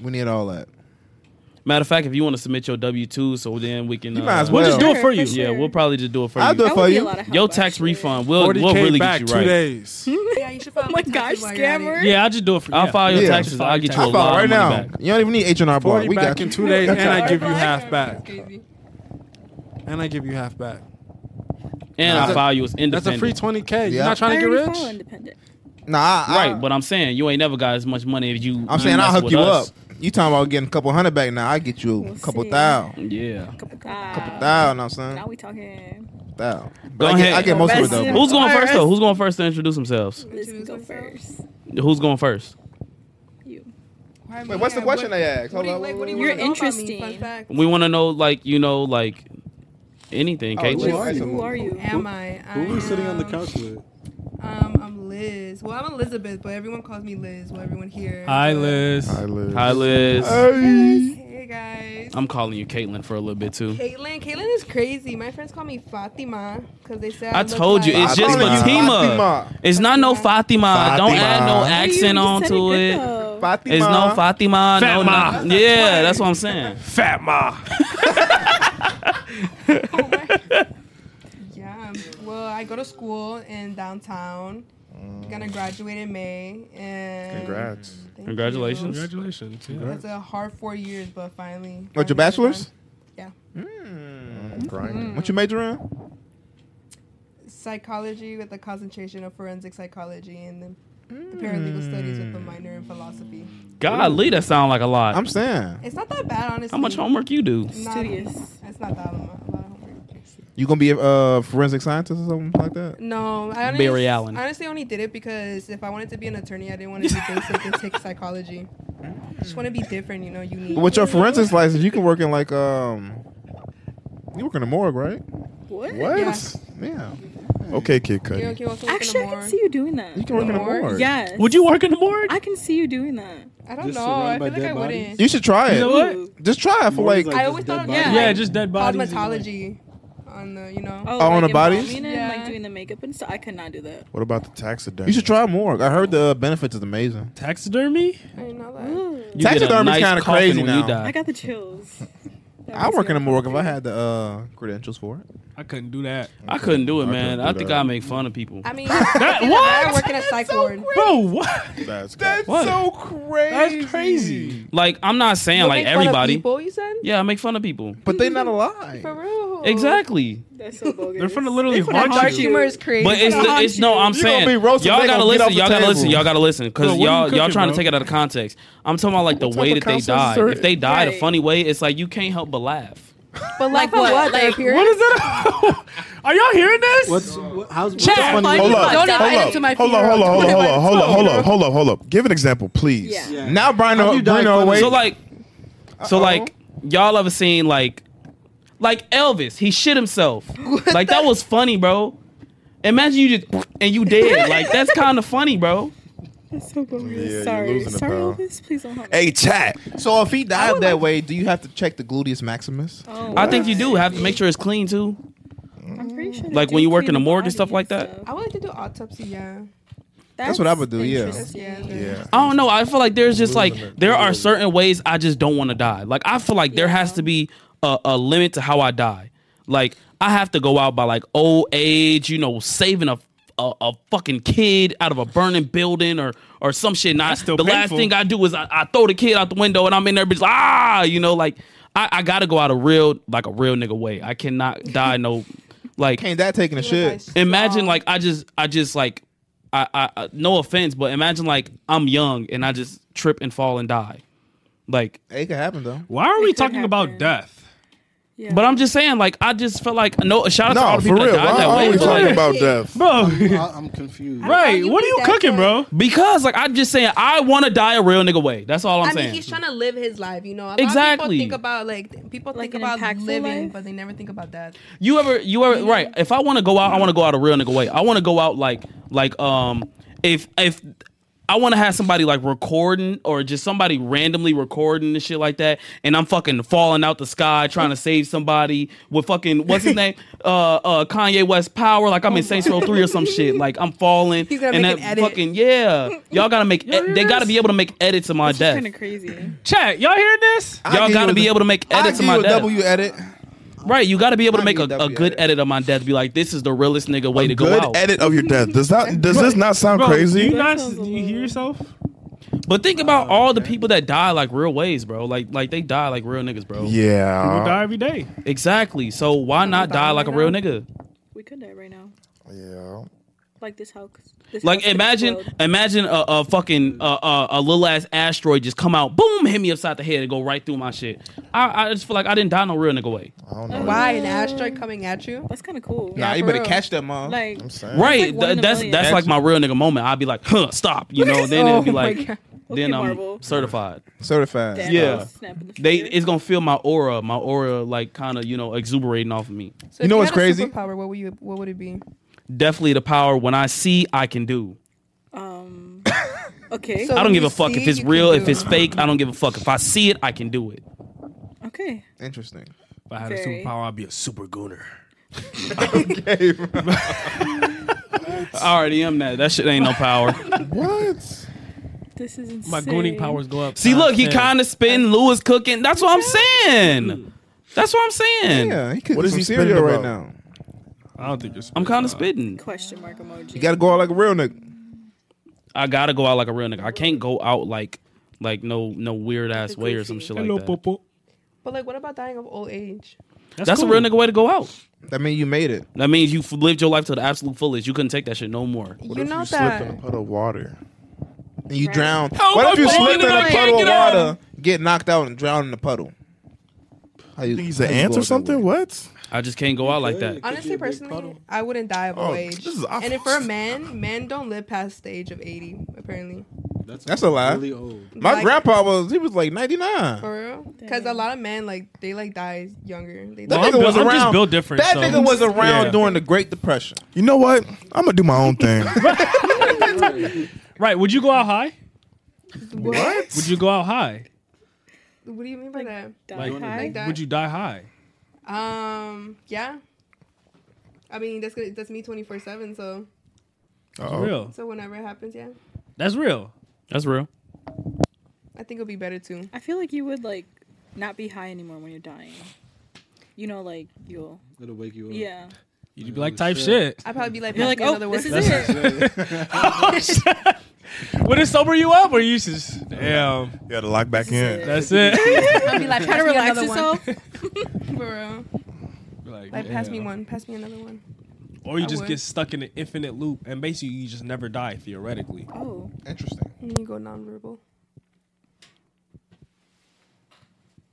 We need all that. Matter of fact, if you want to submit your W two, so then we can. You uh, might as We'll well. just do it for you. Yeah, we'll probably just do it for I'll you. do it That for would be a you. lot of help. Your tax actually. refund. We'll 40K we'll really back get you two right. <laughs> days. Hmm? Yeah, you should file Oh my the gosh, taxes while you're at it. scammer. Yeah, I'll just do it for you. I'll file your Yeah. taxes. I'll get you a I lot found right of money now. back. You don't even need H&R Block. 40 We back got in you. two <laughs> days, and I give you Black half Mirror is back. crazy. And I give you half back. And That's I'll a- file you as That's a independent. free 20K. You're Yeah. not I trying to get already follow rich? independent. Nah, I, I, Right, but I'm saying you ain't never got as much money if you. I'm saying mess I'll hook with you us. up. You talking about getting a couple hundred back now. I get you a We'll couple see. thousand. Yeah. Wow. Thousand, know what I'm Now saying? we talking. Thousand. Go But I get, ahead. I get most of it, Best though. in- bro. Who's going Virus. first though? Who's going first to introduce themselves? Let's go first. Who's going first? You. Why Wait, me? what's the Yeah, question what- I asked? what Hold do you- on, like, what do you You're wanna know about me? Fun interesting. fact. We want to know, like you know, like anything. Oh, Can't who you? are you? Who are you? Am I? Who are I you sitting on the am- couch with? Um, I'm Liz. Well, I'm Elizabeth, but everyone calls me Liz. Well, everyone here. Hi, but- Liz. Hi, Liz. Hi, Liz. Hey guys. I'm calling you Caitlin for a little bit too. Caitlin. Caitlin is crazy. My friends call me Fatima because they said I look told you, like- it's just Fatima. Fatima. It's not no Fatima. Don't add no Fatima. accent onto it. Fatima. It's no Fatima. No, Fatma. no. Yeah, that's what I'm saying. Fat Ma. <laughs> Yeah. Well, I go to school in downtown. Mm. Gonna graduate in May. And Congrats. Thank you. Congratulations. Congratulations. Yeah. It's a hard four years, but finally. What, Oh, finally your bachelor's? Yeah. Mm, grinding. What you major in? done. Psychology with a concentration of forensic psychology and then the paralegal studies with a Mm. minor in philosophy. Golly, that sound like a lot. I'm saying It's not that bad, honestly. How much homework you do? Not- Studious. It's not that mu- a lot of homework. you gonna be a uh, forensic scientist or something like that. No, I honestly, Barry Allen. honestly only did it because if I wanted to be an attorney, I didn't want to do basic <laughs> and take psychology. Just want to be different, you know, unique. But with your forensics license, you can work in like um, you work in the morgue, right? What? What? Yeah. Yeah, Okay, Kid You know, Cudi. can you also work in the Actually, I can morgue? see you doing that. you can work in the Morgue? morgue. Yes. Would you work in the morgue? I can see you doing that. I don't Just know. I surrounded feel by like dead I bodies? wouldn't. You should try You know it. what? Ooh. Just try it for Morgue's like, like I just always dead thought- bodies. yeah. yeah, just dead bodies. and, like- Cosmetology on the, you know. Oh, Oh, on the bodies? embalming And, Yeah. Like doing the makeup and stuff. I could not do that. What about the taxidermy? you should try morgue. I heard the benefits is amazing. Taxidermy? I didn't know that. You get a Taxidermy's kinda coffin crazy when you now. die. I got the chills. I work in the morgue if I had the uh, credentials for it. I couldn't do that. I couldn't do it, man. couldn't I do think that. I make fun of people. I <laughs> mean, <laughs> I work in a psych ward. Bro, what? <laughs> That's What? so crazy. That's crazy. Like I'm not saying You like make fun of everybody. People, you said? Yeah, I make fun of people. But they're not alive. For real. Exactly. That's so bogus. They're from the literally haunt Dark you. humor is crazy. But it's the, it's no. I'm You saying gonna be roasted, y'all they gotta gonna get listen. off the Y'all gotta table. listen. Y'all gotta listen Bro, because what are you y'all y'all cooking, trying to bro? take it out of context. I'm talking about like the What way that type of they concept is died. there? If they died a Right. funny way, it's like you can't help but laugh. But like, what? what? what? Like, Their appearance? What is that? Are y'all hearing this? What's what, how's what's Chad, the funny? funny Hold Hold up. up. Don't invite hold him up. to my hold up. Hold funeral. up. Hold Don't up. invite him Hold up. to Hold my up. Hold up. Hold up. Give an example, please. Yeah. Yeah. Now Brian, How do you die Bruno, funny? wait. So like, so Uh-oh. like, y'all ever seen like, like Elvis? He shit himself. like that was funny, bro. Imagine you just and you dead. like that's kind of funny, bro. That's so bogus. Yeah, you're Sorry. losing it, Sorry, pal. Elvis. Please don't help me. Hey, chat. so if he died that way, do you have to check the gluteus maximus? Oh, I think you wow. do have to make sure it's clean too. I'm pretty sure. they Like, do when you work clean in the morgue and body stuff like that? stuff. I would like to do autopsy, yeah. That's what I would do, yeah. interesting. Yeah. Yeah. I don't know. I feel like there's just like there are certain ways I just don't want to die. Like I feel like there has to be a, a limit to how I die. Like I have to go out by like old age, you know, saving a a, a fucking kid out of a burning building or or some shit. Not the still last painful. thing I do is I, I throw the kid out the window and I'm in there, bitch. Ah, you know, like I, I gotta go out a real like a real nigga way. I cannot die no like Ain't that taking a shit? imagine Strong. like I just I just like I, I I- no offense, but imagine like I'm young and I just trip and fall and die. Like It could happen though. Why are we could talking about happen. death? Yeah. but I'm just saying, like I just felt like no shout out to all No, the for people real. that died Why that are way. we but, talking like, about death? <laughs> Bro, I, am confused. right. you What are be you dead cooking, for- bro? because like I'm just saying I wanna die a real nigga way. That's all I'm I saying. mean, he's trying to live his life, you know. A lot of Exactly. people think about like th- people Like think an about impactful living, life? but they never think about death. You ever you ever right? If I want to go out, I want to go out a real nigga way. I want to go out like like um if if I want to have somebody like recording or just somebody randomly recording and shit like that, and I'm fucking falling out the sky trying to save somebody with fucking what's his <laughs> name uh uh Kanye West power like I'm in Saints Row three or some shit like I'm falling He's gonna and make that an edit. fucking yeah y'all gotta <laughs> make ed- they gotta be able to make edits of my That's death kind of crazy. Chat, y'all hearing this? I y'all give gotta you be a- able to make I edits give of my you a death W edit. Right, you got to be able to I make a, need a W good edit. edit of my death. Be like, this is the realest nigga way to go Good out. edit of your death. Does that does this not sound Bro, Do crazy? you, not, That sounds do a you hear little- yourself? But think about all the people that die like real ways, bro. Like like they die like real niggas, bro. People Yeah. die every day. Exactly. So why not die like a real nigga? We could die right now. Yeah. Like this house. This Like house could imagine explode. imagine a, a fucking uh, uh, a little ass asteroid just come out, boom, hit me upside the head and go right through my shit. I, I just feel like I didn't die no real nigga way. I don't know. Why an asteroid coming at you? That's kind of cool. Nah, you for better real. catch that mom. Like I'm saying. Right. one in Th- a that's million. <laughs> that's like my real nigga moment. I'd be like, huh, stop. You know. Then it'd be <laughs> Oh my like, God. Okay, then I'm Marvel. certified. Certified. Thanos yeah. snap in the They it's gonna feel my aura, my aura like kind of you know exuberating off of me. So if had a Superpower. What would you? What would it be? Definitely the power when I see, I can do. Um. Okay. I don't give a fuck if it's real, if it's fake. I don't give a fuck if I see it, I can do it. Okay. Interesting. If I had a Very. superpower, I'd be a super gooner. okay, I already am that. That shit ain't no power. what? This is insane. My gooning powers go <laughs> up. See, look, he times kind of spin. Lewis cooking. That's what I'm saying. That's what I'm saying. Yeah, he cooking What is some he spitting cereal right about? now. ten. I don't think it's. I'm kind of spitting. Question mark emoji. You gotta go out like a real nigga. I gotta go out like a real nigga. I can't go out like like no no weird ass way or some shit like Hello, that. Popo. But like, what about dying of old age? That's a real nigga way to go out. That mean you made it. That means you f- lived your life to the absolute fullest. You couldn't take that shit no more. you know you that. slip in a puddle of water. And you Right. drown. Oh, what if my you phone slipped in and a I puddle of can't get water, get knocked out and drown in the puddle? How you, He's how an you ant go or out that something? way? What? I just can't go out like that. Could be Honestly, a big personally, puddle. I wouldn't die of Oh, old age. this is awful. and if for a man, men don't live past the age of eighty. Apparently, That's a lie. Really old. My Like- grandpa was he was like ninety nine. for real. Because a Dang. lot of men like they like die younger. They That Well, I'm nigga was built- I'm around. just built different, That so- nigga was around Yeah. during the Great Depression. You know what? I'm gonna do my own thing. Right? Would you go out high? what? Would you go out high? <laughs> What do you mean by that? Die Like- high. Like that? Would you die high? Um. Yeah. I mean, that's gonna, that's me twenty four seven. So Uh-oh. Real. so whenever it happens, yeah, That's real. That's real. I think it'll be better too. I feel like you would like not be high anymore when you're dying. You know, like you'll. It'll wake you up. Yeah. You'd be like type shit. I'd probably be like, <laughs> You're "Pass like, me oh, another this one." is it. <laughs> Would it sober you up or you just damn? You gotta lock back in. That's <laughs> it. I'd be like, Try pass to me relax another one. yourself. <laughs> For real. Like, pass me one. Pass me another one. Or you I just would. get stuck in an infinite loop, and basically you just never die theoretically. Oh, Interesting. And then you go nonverbal.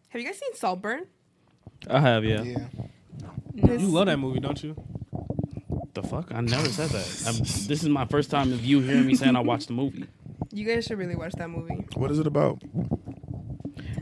Have you guys seen Saltburn? I have, yeah. Yeah. no. You love that movie, don't you? The fuck? I never said that. I'm, this is my first time of you hearing me saying I watched the movie. You guys should really watch that movie. What is it about?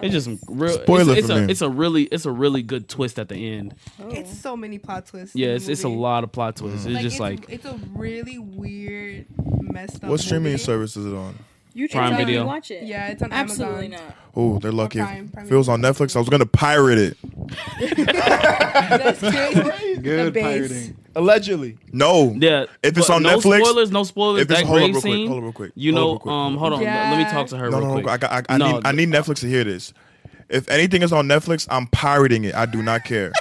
It's just real. Spoiler it's, it's for a, me. it's a really it's a really good twist at the end. Oh. It's so many plot twists. in Yeah, the it's it's a movie. lot of plot twists. It's just like it's a really weird, messed up. What streaming movie. service is it on? you should Prime tell me Video. You watch it. Yeah, it's on Absolutely Amazon. not. Oh, they're lucky. Prime, If Prime it was on Video. Netflix, I was gonna pirate it. <laughs> <laughs> That's crazy. Good base. pirating. Allegedly. No. yeah. If it's but on no Netflix- spoilers, no spoilers. If it's that hold up grave real quick, scene. hold up real quick. You hold up know, real quick, um, hold on. Let me talk to her No, real no, quick. no. I, got- I, I, No, need, I need Netflix to hear this. If anything is on Netflix, I'm pirating it. I do not care.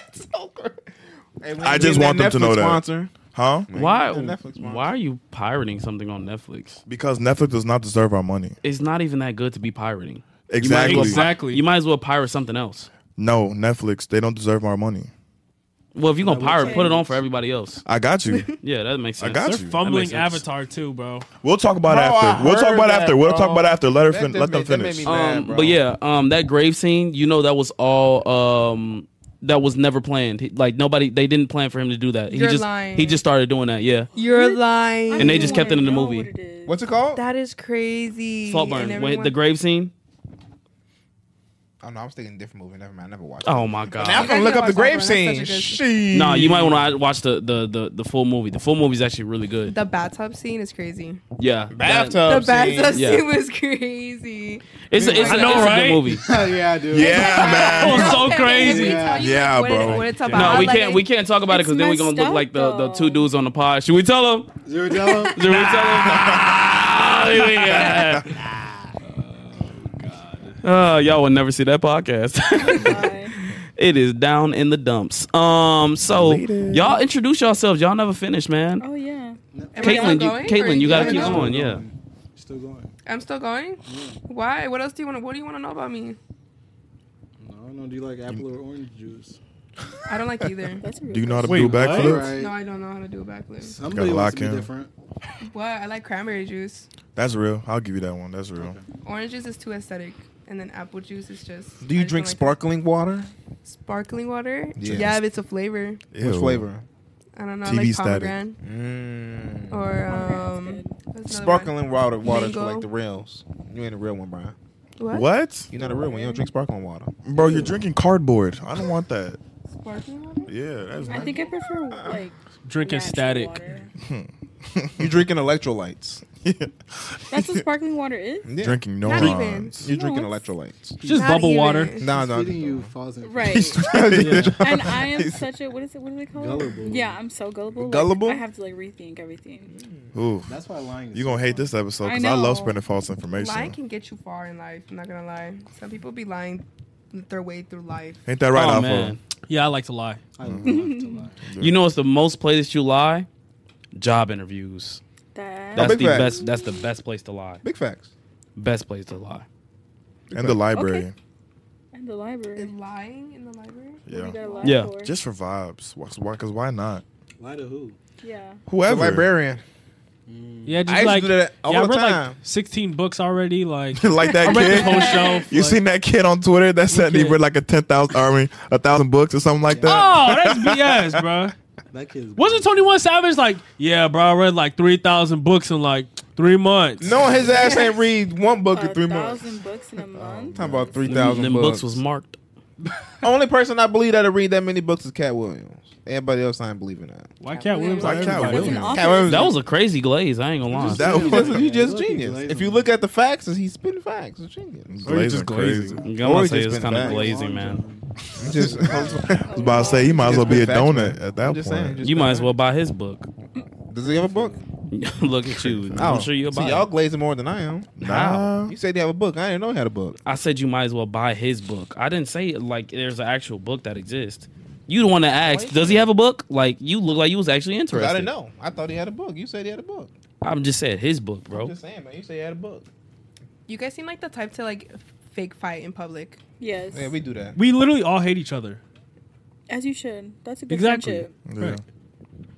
I just want them to know that. Huh? Why? The Netflix one. Why are you pirating something on Netflix? Because Netflix does not deserve our money. It's not even that good to be pirating. Exactly. Exactly. You might as well pirate something else. No, Netflix, they don't deserve our money. Well, if you're gonna pirate, put it on for everybody else. I got you. Yeah, that makes I sense. got They're you. That makes fumbling sense. Avatar too, bro. We'll talk about Bro, it I after. We'll talk heard about it that, after. We'll bro. talk about it after. Let her That fin- just let them made- that made finish. me mad. Um, bro. but yeah, um, that grave scene, you know, that was all um, that was never planned. He- Like nobody, they didn't plan for him to do that. He You're just lying. he just started doing that. Yeah, You're lying. And they just kept it in the movie. What's it called? That is crazy. And Saltburn, when everyone- the grave scene. oh no, I was thinking a different movie. Never mind. I never watched. it. Oh my Now I'm god. Okay. gonna look up the grave That's such a scene. good- She. No, you might want to watch the, the the the full movie. The full movie is actually really good. The bathtub scene is crazy. Yeah, that- bathtub the <laughs> bathtub Yeah. scene was <laughs> crazy. It's a, it's, a- I know, it's a right? good movie. <laughs> yeah, dude. Yeah, man. That was so Okay, crazy. let me tell you, Yeah, like, what it- bro. what it's about. No, we Like, can't. We can't talk about it It's because then we're gonna messed look up, like the, the though. two dudes on the pod. Should we tell them? Zero Should we tell <laughs> them? Oh, y'all would never see that podcast. <laughs> <laughs> it is down in the dumps. Um, so y'all introduce yourselves. Y'all never finished, man. oh yeah. Am I still Caitlin, you, going, or Caitlin, you gotta guys keep done? going. Yeah. Still going. I'm still going. Why? What else do you want? to What do you want to know about me? No, I don't know. Do you like apple or orange juice? I don't <laughs> like either. That's a real Do you know how to Wait, do a what? All backflip? right. No, I don't know how to do a backflip. Somebody wants Gotta lock to be in. different. What? I like cranberry juice. That's real. I'll give you that one. That's real. Orange juice is too aesthetic, and then apple juice is just. Do I you just drink don't like sparkling water? it. sparkling water? Yeah. Yeah. if it's a flavor. Ew. Which flavor? Oh, I don't know. I TV like static. pomegranate Mm. or Pomegranate is um, good. That's another Sparkling one. water, water's for Mango. like the reals. You ain't a real one, Brian. What? What? You're not a real one. You don't drink sparkling water. Bro, you're drinking cardboard. I don't want that. Sparkling water? Yeah, that's I not. think I prefer like Drinking natural static. water. You're drinking <laughs> electrolytes. That's what sparkling water is. Yeah. Drinking no Not even. You're No, drinking it's- electrolytes. Just Not bubble even. <laughs> water. Nah, nah. Feeding you falls in. Right. Yeah. and I am such a what is it? What do they call Gullible. it? Yeah, I'm so gullible. like, Gullible? I have to like rethink everything. Ooh, That's why lying. Is you gonna hate this episode because I I, know. love spreading false information. Lying can get you far in life. I'm not gonna lie. Some people be lying their way through life. Ain't that right, oh, Alpha? man. Yeah, I like to lie. I love Mm-hmm. to lie. You know what's the most place that you lie? Job interviews. That That's big the facts. best. That's the best place to lie. Big facts. Best place to lie. And the library. and the library. And lying in the library? You Yeah. gotta lie Yeah. for it. Just for vibes. Why- Why? Because why not? <laughs> Lie to who? yeah. The Whoever. librarian. Yeah, I just used to like do that all yeah, I the read like time. 16 books already. <laughs> Like like that read this kid. whole shelf. You like, seen that kid on Twitter that said he kid? read like a ten thousand, I mean, a thousand books or something like that. Oh, that's BS, bro. That kid's. Wasn't Twenty One Savage like, yeah, bro? I read like three thousand books in like three months. No, his ass ain't read one book A in three months. Uh, thousand books in a month. Talking about three Them thousand books books. was marked. Only person I believe that'll read that many books is Cat Williams. Everybody else I ain't believing that. why Cat Williams? Why like Cat everybody? What's an Williams? author? Cat Williams. That was a crazy glaze. I ain't gonna lie. that Yeah. was you just Look, he genius. glazing. If you look at the facts, as he's spitting facts, it's genius. Glazing crazy. I'm Or gonna he say it's just been kind of back. glazy, man. It's Just, I was about to say he might as well be a Facts, man. donut at that <laughs> I'm point. just saying, just You might as facts. well buy his book. <laughs> Does he have a book? Look at you. Oh, I'm sure you'll see, buy. y'all it. glazing more than I am. Nah. You said they have a book. I didn't know he had a book. I said you might as well buy his book. I didn't say like there's an actual book that exists. You the one that asked, does he have a book? Like you look like you was actually 'Cause interested. I didn't know. I thought he had a book. You said he had a book. I'm just saying his book, I'm bro. just saying, man. You said he had a book. You guys seem like the type to like fake fight in public. Yes. Yeah, we do that. We literally all hate each other. As you should. That's a good Exactly. friendship. Yeah.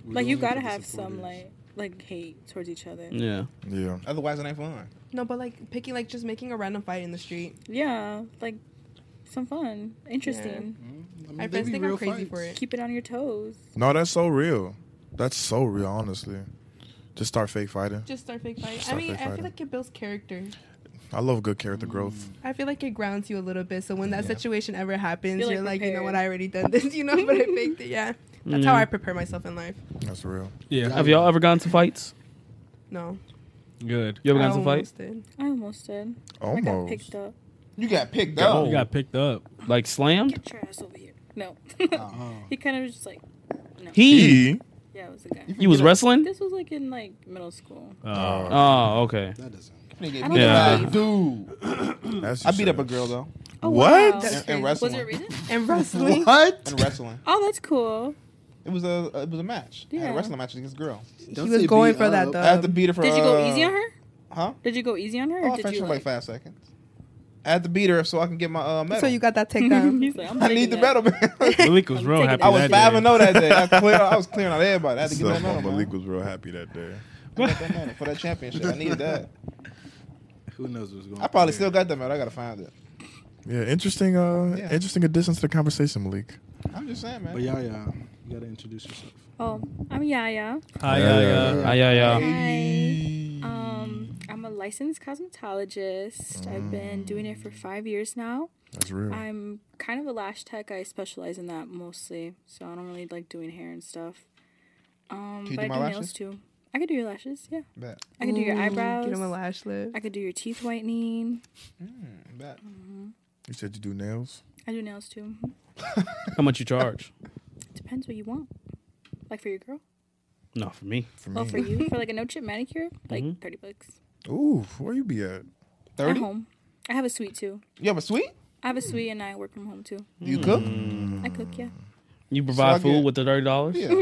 Like you gotta have some like like hate towards each other. Yeah. Yeah. Otherwise, it ain't fun. No, but like picking like just making a random fight in the street. Yeah, like some fun, interesting. My friends think I'm crazy for it. Keep it on your toes. No, that's so real. That's so real, honestly. Just start fake fighting. Just start fake fighting. I Start mean, fake I fighting. feel like it builds character. I love good character growth. I feel like it grounds you a little bit. So when that situation ever happens, You're, you're, like, like, you know prepared. what, I already done this, <laughs> you know, but <laughs> I faked it. Yeah. That's Mm-hmm. how I prepare myself in life. That's real. Yeah, Have y'all ever gotten to fights? No. good. You ever I gotten to fights? almost did. I almost did. I got Almost. picked up. You got picked up. up. You got picked up. Like slammed? Get your ass over here. No. Uh-uh. <laughs> he kind of was just like, no. He E. yeah, it was a guy. you was wrestling? This was like in like middle school. Uh, Oh, okay. That doesn't. I Nigga, don't Yeah. believe. Dude, That's I just beat up a it. girl though. Uh, Oh, What? wow. That's And, and crazy. Was wrestling. there a reason? <laughs> And wrestling. <laughs> And wrestling. Oh, that's cool. It was a it was a match. I had Yeah. a wrestling match against this girl. He was going for uh, that, I had to Um, beat her for. Did you go uh, easy on her? Huh? Did you go easy on her? Or Oh, I did finished you her in like like, five seconds. I had to beat her so I can get my uh, medal. So you got <laughs> that takedown. <laughs> Um, <laughs> He's like, I'm I taking need the that. medal, <laughs> man. Malik was real taking happy. it. I was that five day. and zero that day. I cleared. I was clearing out everybody. I had to get So, that medal. Malik man. was real happy that day. I got that medal for that championship. I needed that. Who knows what's going on? I probably there. still got that medal. I gotta find it. Yeah, interesting. Uh, Yeah. interesting addition to the conversation, Malik. I'm just saying, man. But yeah, yeah. You gotta introduce yourself. Oh, I'm Yaya. Hi, yeah, yeah. Ah, yeah, yeah. Hi. Um, I'm a licensed cosmetologist. I've been doing it for five years now. That's real. I'm kind of a lash tech. I specialize in that mostly, so I don't really like doing hair and stuff. Um, Can you but do I my do lashes? nails too. I could do your lashes, yeah. Bet. I could do your eyebrows. Get him a lash lift. I could do your teeth whitening. Bet. You said you do nails. I do nails too. Mhm. How much you <laughs> charge? Depends what you want. Like for your girl. Not for me. Mm-hmm. For Well, me. for you, for <laughs> like a no chip manicure, like thirty bucks Ooh, where you be at? at Thirty. home. I have a suite too. You have a suite? I have a suite and I work from home too. Do you cook? I cook, yeah. You I provide get- food with the thirty dollars? Yeah.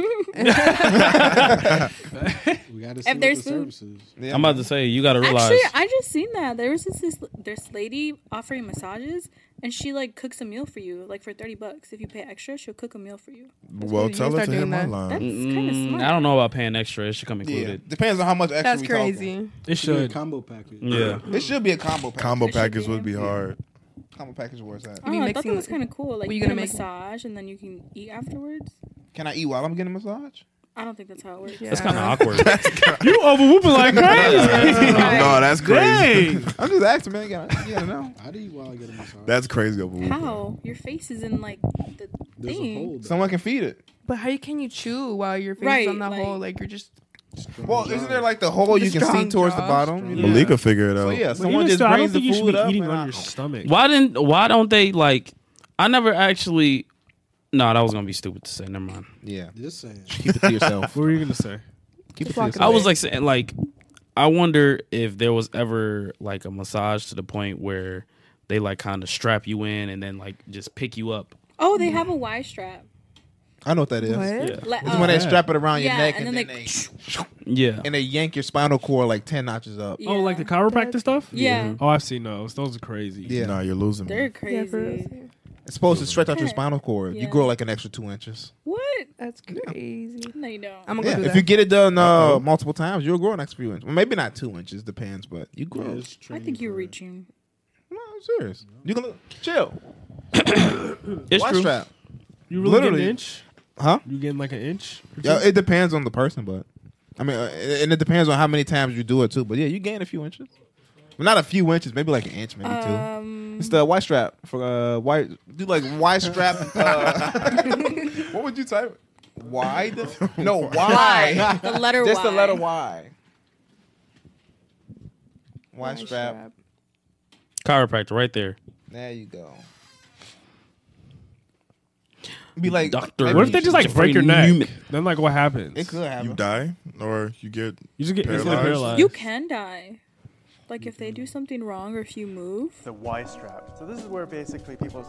We gotta see what there's the food. services. Yeah, I'm about to say you gotta realize. Actually, I just seen that there was this, this this lady offering massages, and she like cooks a meal for you, like for thirty bucks. If you pay extra, she'll cook a meal for you. Well, You tell her start to hit doing my that. That's line. kind of Mm, smart. I don't know about paying extra. It should come Yeah. included. Depends on how much extra That's we crazy. Oh, It Should be a should. combo package. Yeah. Talking. It should be a combo package. Combo It should package be. would be <laughs> hard. combo package where it's at. I, be don't know, I thought mixing that was with- kind of cool. Like Were you you get a gonna make- massage and then you can eat afterwards. Can I eat while I'm getting a massage? I don't think that's how it works. That's kind of <laughs> awkward. you over whooping like crazy. <laughs> no, that's crazy. <laughs> Dang. I'm just asking, man. You gotta, you gotta know. How do you want to get a massage? That's crazy. Over How? Your face is in like the There's a thing. hole. <laughs> there. Someone can feed it. But how can you chew while your face Right, is on the like- hole? Like you're just Strong Well, jaw. isn't there like the hole The you can see strong towards the jaw. bottom? Yeah. Malika figured it out. So yeah, someone Even just still, I don't brings the think you should food be up. eating and on I- your stomach. Why didn't? Why don't they like? I never actually. No, that was gonna be stupid to say. Never mind. Yeah, Just saying. keep it to yourself. What were you gonna say? keep it to walk yourself. I was like saying like, I wonder if there was ever like a massage to the point where they like kind of strap you in and then like just pick you up. Oh, they have a Y strap. I know what that is. what? Yeah. Like, It's uh, when they strap it around your yeah, neck and, and then, then they, they- Yeah. and they yank your spinal cord like ten notches up. yeah. Oh, like the chiropractor stuff? Yeah. Oh, I've seen those. Those are crazy. Yeah, Nah, you're losing me. They're Yeah, for real. crazy. it's supposed to stretch out your Okay. spinal cord. You Yeah. grow like an extra two inches. What? That's crazy. No, you don't. I'm gonna Yeah, go do if that. you get it done uh, multiple times, you'll grow an extra few inches. Well, maybe not two inches, depends, but you grow. Yeah, No, it's I training think you're for it. reaching. I'm serious. You can look, chill. It's Watch true. that. You really getting Literally. an inch? Huh? You getting like an inch? Yeah, it depends on the person, but I mean, uh, and it depends on how many times you do it too. But yeah, you gain a few inches. Well, not a few inches, maybe like an inch, maybe two. Um, It's the Y strap for uh, Y. Do like Y strap. Uh, what would you type? <laughs> Wide? No, Y. why? The letter Just Y. the letter Y. Y Nice strap. Chiropractor right there. There you go. Be like Doctor. maybe- What if they just like Jeffrey break your neck? Newman. Then like what happens? It could happen. You die or you get. You just get instantly Paralyzed? paralyzed. You can die. Like if they do something wrong or if you move. the Y strap. So this is where basically people's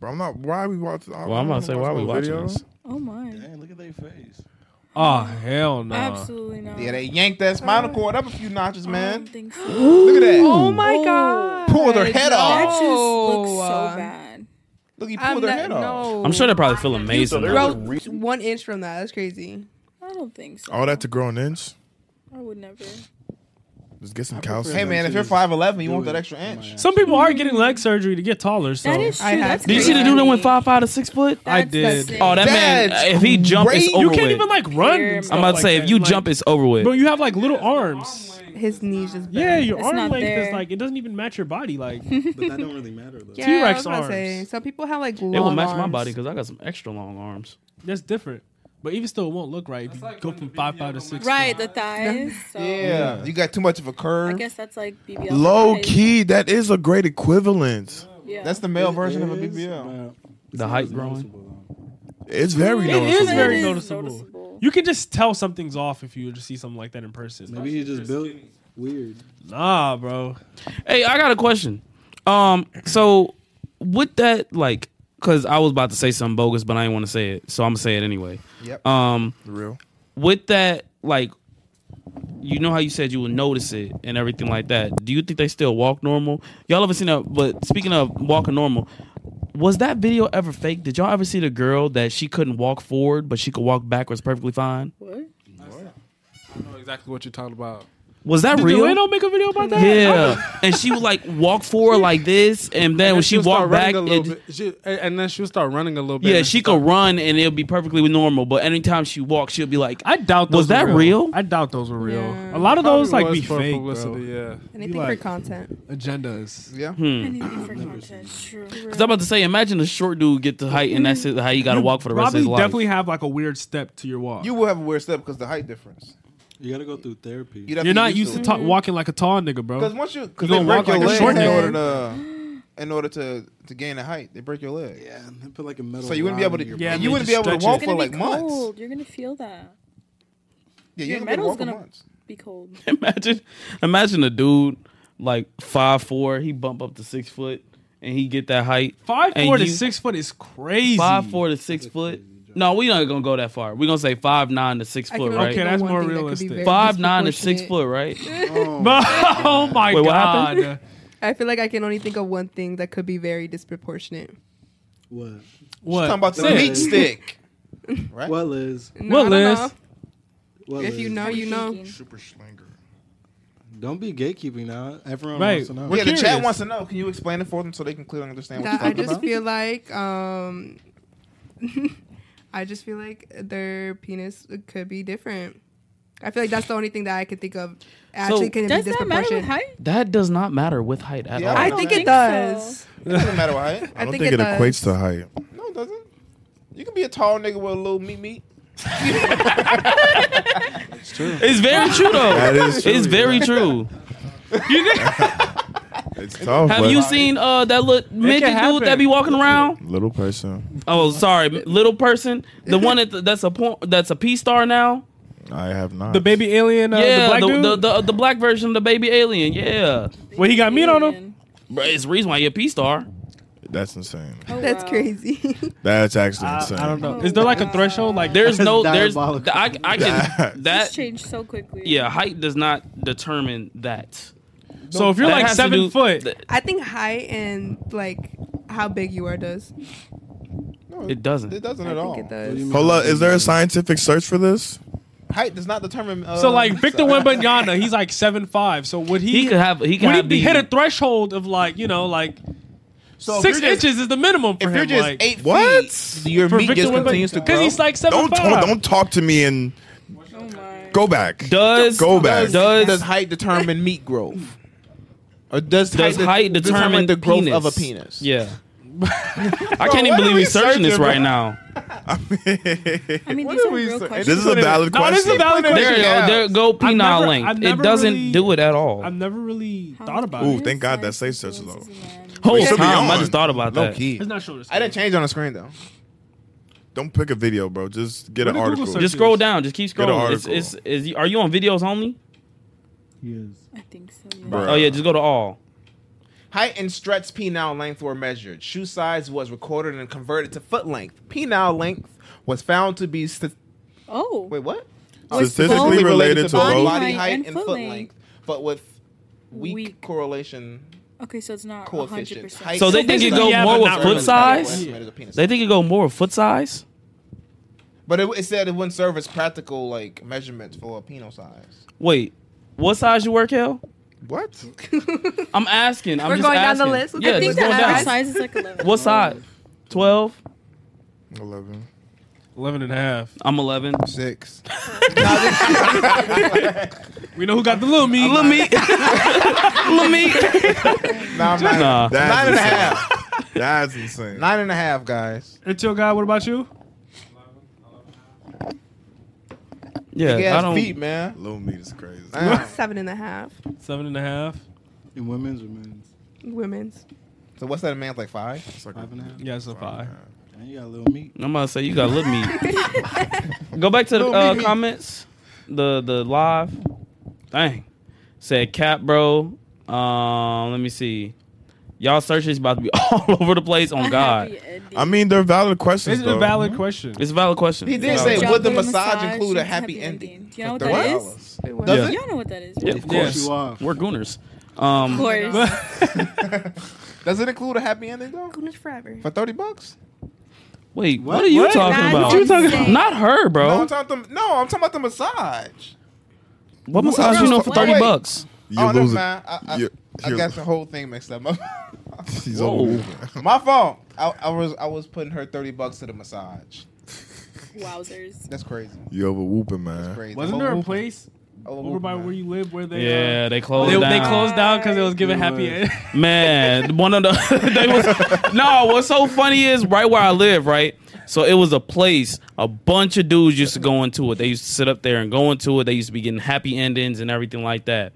Bro, I'm not. Why are we watching? I Well, I'm about don't to say wanna why are watch we no watching videos. this? Oh my. Dang, look at their face. Oh hell no! Absolutely not. Yeah, they yanked that spinal cord up a few notches, I don't man. think so. Look at that. Oh my Oh. god! Pulled her head off. That just looks No. so bad. Look, he I'm pulled her not, head off. no. I'm sure they probably feel amazing. Bro, though. one inch from that. That's crazy. I don't think so. All that to grow an inch? I would never. Just get some prefer calcium. Hey, man, if you're Dude, 5'11, you do want that it. extra inch. Some people are getting leg surgery to get taller. So That is true. I had That's to. Did you see the crazy. dude that went five five to six foot? I That's did. disgusting. Oh, that That's man! If he jump, it's crazy. over you with. can't even like run. Weird. and I'm stuff about to like say that. if you Like, jump, it's over with. bro, you have like little arms. His knees just bent. Yeah, your It's arm not length is there. like it doesn't even match your <laughs> body. Like But that don't really matter though. Yeah, T-Rex I was gonna say, arms. Some people have like long it will match my arms. body because I got some extra long arms. that's different. But even still, it won't look right if you go from five five to six. Right, <laughs> the thighs. So Yeah. You got too much of a I curve. guess that's like BBL. Low thighs. key, that is a great equivalent. Yeah. That's the male version of a It is, BBL. but it's The not height as growing. noticeable, though. It's very It It is noticeable. very It is noticeable. noticeable. You can just tell something's off if you just see something like that in person. Maybe he just built weird. Nah, bro. Hey, I got a question. Um, so with that, like, cause I was about to say something bogus, but I didn't want to say it, so I'm gonna say it anyway. Yep. Um, real. with that, like, you know how you said you would notice it and everything like that. Do you think they still walk normal? Y'all ever seen that? But speaking of walking normal, was that video ever fake? Did y'all ever see the girl that she couldn't walk forward, but she could walk backwards perfectly fine? What? I know exactly what you're talking about. Was that Did real? Dwayne don't make a video about <laughs> <laughs> that? Yeah, and she would like walk forward like this, and then when she she'll start walked running back, a it, little bit. She- and- and then she'll start running a little bit. yeah, and she could run and it'll be perfectly normal. But anytime she walks, she'll be like, I doubt those Was that were real? I doubt those were real. Yeah. A lot of Probably those like was be for fake, bro. publicity, Yeah. Anything like- for content. Agendas. Yeah. Anything for content. True. "Cause I'm about to say, imagine a short dude get to height and that's it, how you got to walk for the rest of Probably his life." definitely have like a weird step to your walk. You will have a weird step because the height difference. You gotta go through therapy. You'd have You're be not used to ta- walking like a tall nigga, Because bro. once you, because You they gonna break walk your like a leg short in nigga. order to, in order to to gain the height, they break your leg. yeah, and they put like a metal. So you wouldn't be rod in able to, your Yeah, yeah, body. man, you wouldn't just be able to stretch walk It's it. Oh, for gonna like be months. cold. You're gonna feel that. Yeah, Your you wouldn't be able to metal's walk for gonna- months. Be cold. <laughs> imagine, imagine a dude like five four, he bump up to six foot and he get that height Five And four to you- six foot is crazy. five four to six foot. No, we not gonna go that far. We're gonna say five nine to six I foot, can right? only think that's of one more thing that could be realistic. very Five nine to six disproportionate. foot, <laughs> right? <laughs> oh my Wait, what god. happened? I feel like I can only think of one thing that could be very disproportionate. What? What? Talking about the Say it. meat stick. Right? What, Liz? No, Well, I don't Liz. What, know. If Liz? you know, you know. Thinking. Super slinger. don't be gatekeeping now. Everyone Right. wants to know. We're yeah, the curious. chat wants to know. Can you explain it for them so they can clearly understand what That you're I talking just about? feel like um, <laughs> I just feel like their penis could be different. I feel like that's the only thing that I can think of actually can be disproportionate. That does not matter with height at Yeah, all. I I don't think it think does. so. It doesn't matter what height. I I don't think think it it does. equates to height. No, it doesn't. You can be a tall nigga with a little meat meat. <laughs> It's true. It's <laughs> very true though. That is true, It's yeah. very <laughs> true. It's tough. Have but- you seen uh that little midget dude that happen. be walking around? <laughs> little person? Oh, sorry, little person. The one that that's a porn, that's a P star now. I have not. The baby alien, uh, yeah, the black the, dude. The, the the black version of the baby alien. Yeah. Well, he got meat on him. Bro, it's the reason why you're a P star. That's insane. Oh, That's crazy. That's actually I- insane. I don't know. Is there like a threshold? Like <laughs> There's no there's I, I can That that changed so quickly. yeah height does not determine that. So if you're That like has to seven do- foot, I think height and like how big you are does. It doesn't. It doesn't I think at all. it does. Hold up. Is there a scientific search for this? Height does not determine. Uh, so <laughs> like Victor Wembanyama, he's like seven five. So would he? He could have- he could would have be the- hit a threshold of like you know like So if six you're just- inches is the minimum for if him. you're just like, eight What? feet, your meat just continues to because grow. he's like seven Don't talk, don't talk to me and Oh go back. Does go back? Does, does height determine meat growth? Or does, Does de- height determine the growth penis? of a penis? <laughs> Yeah. I can't even believe he's searching this right now. I mean, What these are are we real ser- questions. <laughs> This is a valid No, this is a question. valid There question. you go. There go I've never- penile I've length. It never doesn't really- do it at all. I've never really thought about Ooh, it. thank God that safe search is over. Whole It should be time, I on. just thought about Low that. key. It's not short. as- I didn't change on the screen though. Don't pick a video, bro. Just get What an did Google article. search? Just scroll down. Just keep Get an scrolling. It's, article. it's, is, are you on videos only? Yes. I think so. Bruh. Oh yeah, just go to all. Height and stretch penile length were measured. Shoe size was recorded and converted to foot length. Penile length was found to be st- Oh. wait what? Was Statistically both- related to body, both. body height and, foot length, but with weak, correlation Okay, so it's not hundred coefficient. percent. So they think it go more with foot size. They They think it go more with foot size. But it, it said it wouldn't serve as practical like measurements for a penile size. Wait, what size you work, Hell? What? I'm asking. I'm We're just going down the asking. list? Yeah, I think just the going average down. size is like eleven. What size? Twelve. Eleven. 11 and a half. I'm <laughs> eleven. Six. We know who got the little meat. Little <laughs> me. Little me. <laughs> No, I'm not. Nah. Nine That's and a insane. half. That's insane. Nine and a half, guys. It's your guy. What about you? Yeah, Big I ass don't. feet, man. Little meat is crazy. Damn. Seven and a half. Seven and a half. In women's or men's? <laughs> Women's. so what's that? A man's like five. It's like a- Five and a half? Yeah, it's a five. And you got a little meat. I'm gonna say you got <laughs> little me. Go back to the Little uh, me, me. comments. The the live. Dang. Said cap, bro. Um, let me see. Y'all searches about to be <laughs> all over the place. On God, I mean, they're valid questions. It's a though. valid question. it's a valid question. He did It's a say, valid "Would the Job, massage massage, include a and happy ending?" Do you know what For that $30. is? It was. Does it? Y'all know what that is. Yeah, right? of course. Yes. You off. We're gooners. Um, Of <laughs> course. Does it include a happy ending though? Goodness forever. For thirty bucks? wait, what, What? are you What? talking Nah, about? what you talking about? Not her, bro. No, I'm talking. about The, no, I'm talking about the massage. what Who massage else? you know for Wait, thirty wait. bucks? You oh, never lose it. mind. I, I, You're- I you're- got the whole thing mixed up. <laughs> <laughs> He's Whoa. old. My fault. I, I was I was putting her thirty bucks to the massage. Wowzers. That's crazy. You over whooping, man. That's crazy. Wasn't I'm there a whooping. place I'm over whooping, by man. where you live where they Yeah, uh, they closed they, down. they closed down because it was giving happy end. <laughs> Man, one of the <laughs> they was no. What's so funny is right where I live, right. So it was a place a bunch of dudes used to go into it. They used to sit up there and go into it. They used to be getting happy endings and everything like that.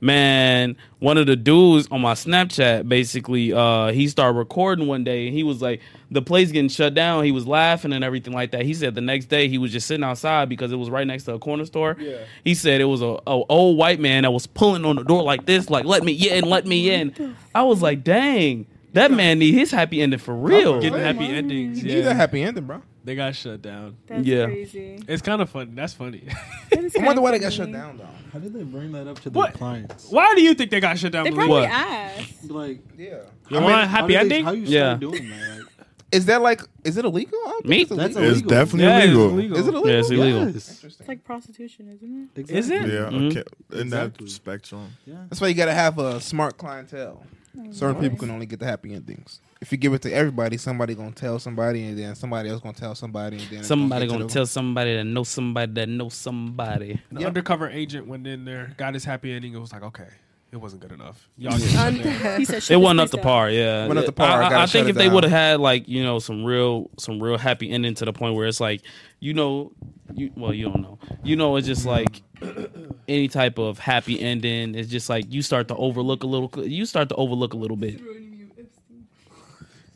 Man, one of the dudes on my Snapchat basically uh he started recording one day and he was like the place getting shut down. He was laughing and everything like that. He said the next day he was just sitting outside because it was right next to a corner store. He said it was a, a old white man that was pulling on the door like this, like let me in, let me in. I was like, dang, that man need his happy ending for real. Getting happy endings. You need a Yeah. happy ending, bro. They got shut down. That's Yeah. crazy. It's kind of funny. <laughs> That's funny. That is I wonder kinda why they got shut funny. down though. How did they bring that up to the What? clients? Why do you think they got shut down? They Blue? probably What? asked. Like, Yeah. You want a how happy did they- ending? How you Yeah. start doing that? Like, Is that like? Is it illegal? I don't Me? think That's illegal. It's Illegal. definitely Yeah, it's illegal. illegal. Is it illegal? Yeah, it's illegal. Yes. It's like prostitution, isn't Exactly. Is it? Yeah, Mhm. okay. In that Exactly. spectrum. That's why you gotta have a smart clientele. Mm, Certain people can only get the happy endings. If you give it to everybody, somebody gonna tell somebody, and then somebody else gonna tell somebody, and then it's Somebody get gonna to tell somebody that knows somebody that knows somebody. An undercover agent went in there, got his happy ending. It was like, okay, it wasn't good enough. Y'all Yeah. just shut <laughs> Under- down. He said, It wasn't up to par, yeah. Went up to Yeah. par, I- I, gotta I think shut if it they down. would have had like you know some real some real happy ending to the point where it's like you know you well you don't know you know it's just like <clears throat> any type of happy ending it's just like you start to overlook a little you start to overlook a little bit.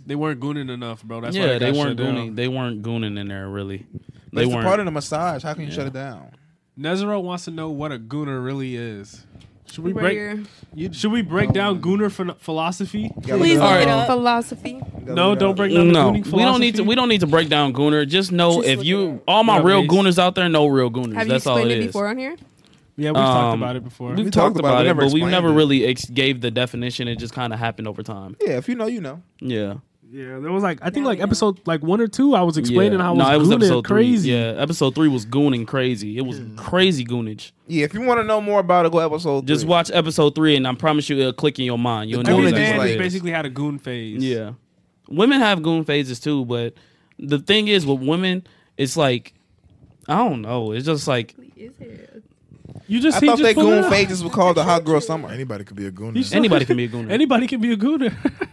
They weren't gooning enough, bro. That's why yeah, they got weren't shut down. gooning. They weren't gooning in there really. But They it's a weren't. part of the massage. How can you Yeah. shut it down? Nezero wants to know what a gooner really is. Should we Where- break? should we break down gooner ph- philosophy? Please look it up. Philosophy. No, don't break down. no, the we don't need gooning to. philosophy? We don't need to break down Gooner. Just know Just if look it you up. all my Yeah, real please. Gooners out there know real Gooners. Have you That's all explained it it is. before on here? Yeah, we've talked about it before. Um, We've, talked, about, it, but we never really ex- gave the definition. It just kind of happened over time. Yeah, if you know, you know. Yeah. Yeah, there was like I think like episode like one or two. I was explaining Yeah. how I was, No, it was gooning episode three. crazy. Yeah, episode three was gooning crazy. It was crazy goonage. Yeah, if you want to know more about it, go episode. Just watch episode three, and I promise you, it'll click in your mind. You'll know Every exactly man what has it is. basically had a goon phase. Yeah. Women have goon phases too, but the thing is with women, it's like I don't know. It's just <laughs> like You I thought they goon phases were called the hot girl summer. Oh Anybody could be a gooner. Anybody can be a gooner. Anybody can be a gooner. <laughs>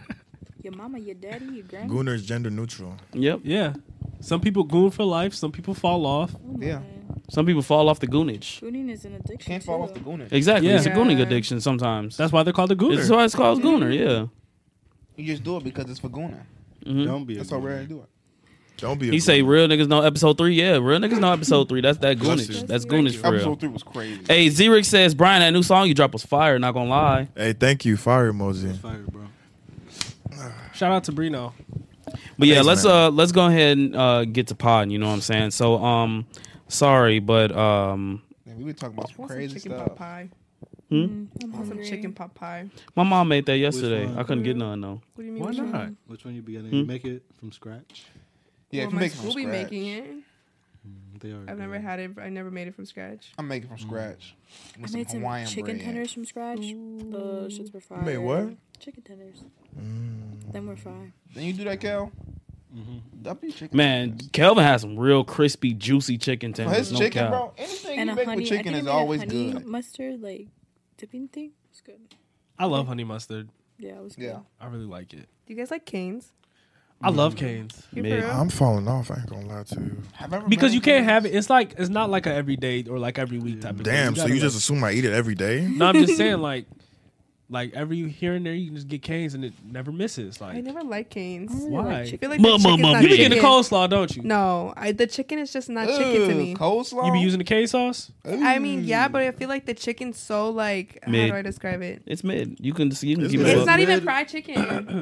Your mama, your daddy, your grandma. Gooner is gender neutral. Yep. Yeah. Some people goon for life. Some people fall off. Yeah. Some people fall off the goonage. Gooning is an addiction. Can't fall off the gooning. Exactly. It's a Yeah. gooning addiction sometimes. That's why they're called a gooner. That's why it's called gooner, yeah. You just do it because it's for gooning. Don't be. That's why we're already doing. it. Don't be. He say real niggas know episode three. Yeah, real niggas <laughs> know episode three. That's that Bless goonage. you. That's goonage for real. Episode three was crazy. Hey, Xeric says Brian, that new song you dropped was fire. Not gonna lie. Hey, thank you, fire emoji. Fire, bro. Shout out to Brino. But yeah, Thanks, let's man. uh let's go ahead and uh get to pod. You know what I'm saying? So um, sorry, but um, Man, we were talking about some want some crazy chicken stuff. pot pie. hmm? I'm I want some hungry. chicken pot pie. my mom made that yesterday. one? I couldn't get none though. What do you mean? Why we should- not? Which one you be getting? You make it from scratch? Yeah, well, if you my make it school from be scratch, making it. They are. I've never had it. I never made it from scratch. I'm making from scratch. With Mm. I made some some Hawaiian chicken bread. tenders from scratch. The shits were fire. made what? Chicken tenders. Mm. Them were fire. Then you do that, Cal. That'd be chicken. Man, Kelvin has some real crispy, juicy chicken Well, tenders. his no chicken, cap. bro. Anything and you a make honey. with I chicken think I is made a always honey good. Mustard, like dipping thing. It's good. I love honey mustard. Yeah, it was good. Yeah. I really like it. Do you guys like canes? I Mm. love canes You Maybe. for real? I'm falling off. I ain't gonna lie to you. Have I ever because made you can't canes? have it. It's like it's not like a everyday or like every week type of thing. Damn. So gotta you like- just assume I eat it every day? <laughs> no. I'm just saying like like every here and there you can just get canes and it never misses. Like I never like canes. why? I chicken. feel like Mum, the mum, chicken's mum, you not you be chicken. getting coleslaw, don't you? No, I, the chicken is just not chicken to Ew, me. Coleslaw. You be using the K sauce. I mean, yeah, but I feel like the chicken's so like. Mid. How do I describe it? It's mid. You can you can It's keep it. mid. It's up. not even mid. fried chicken.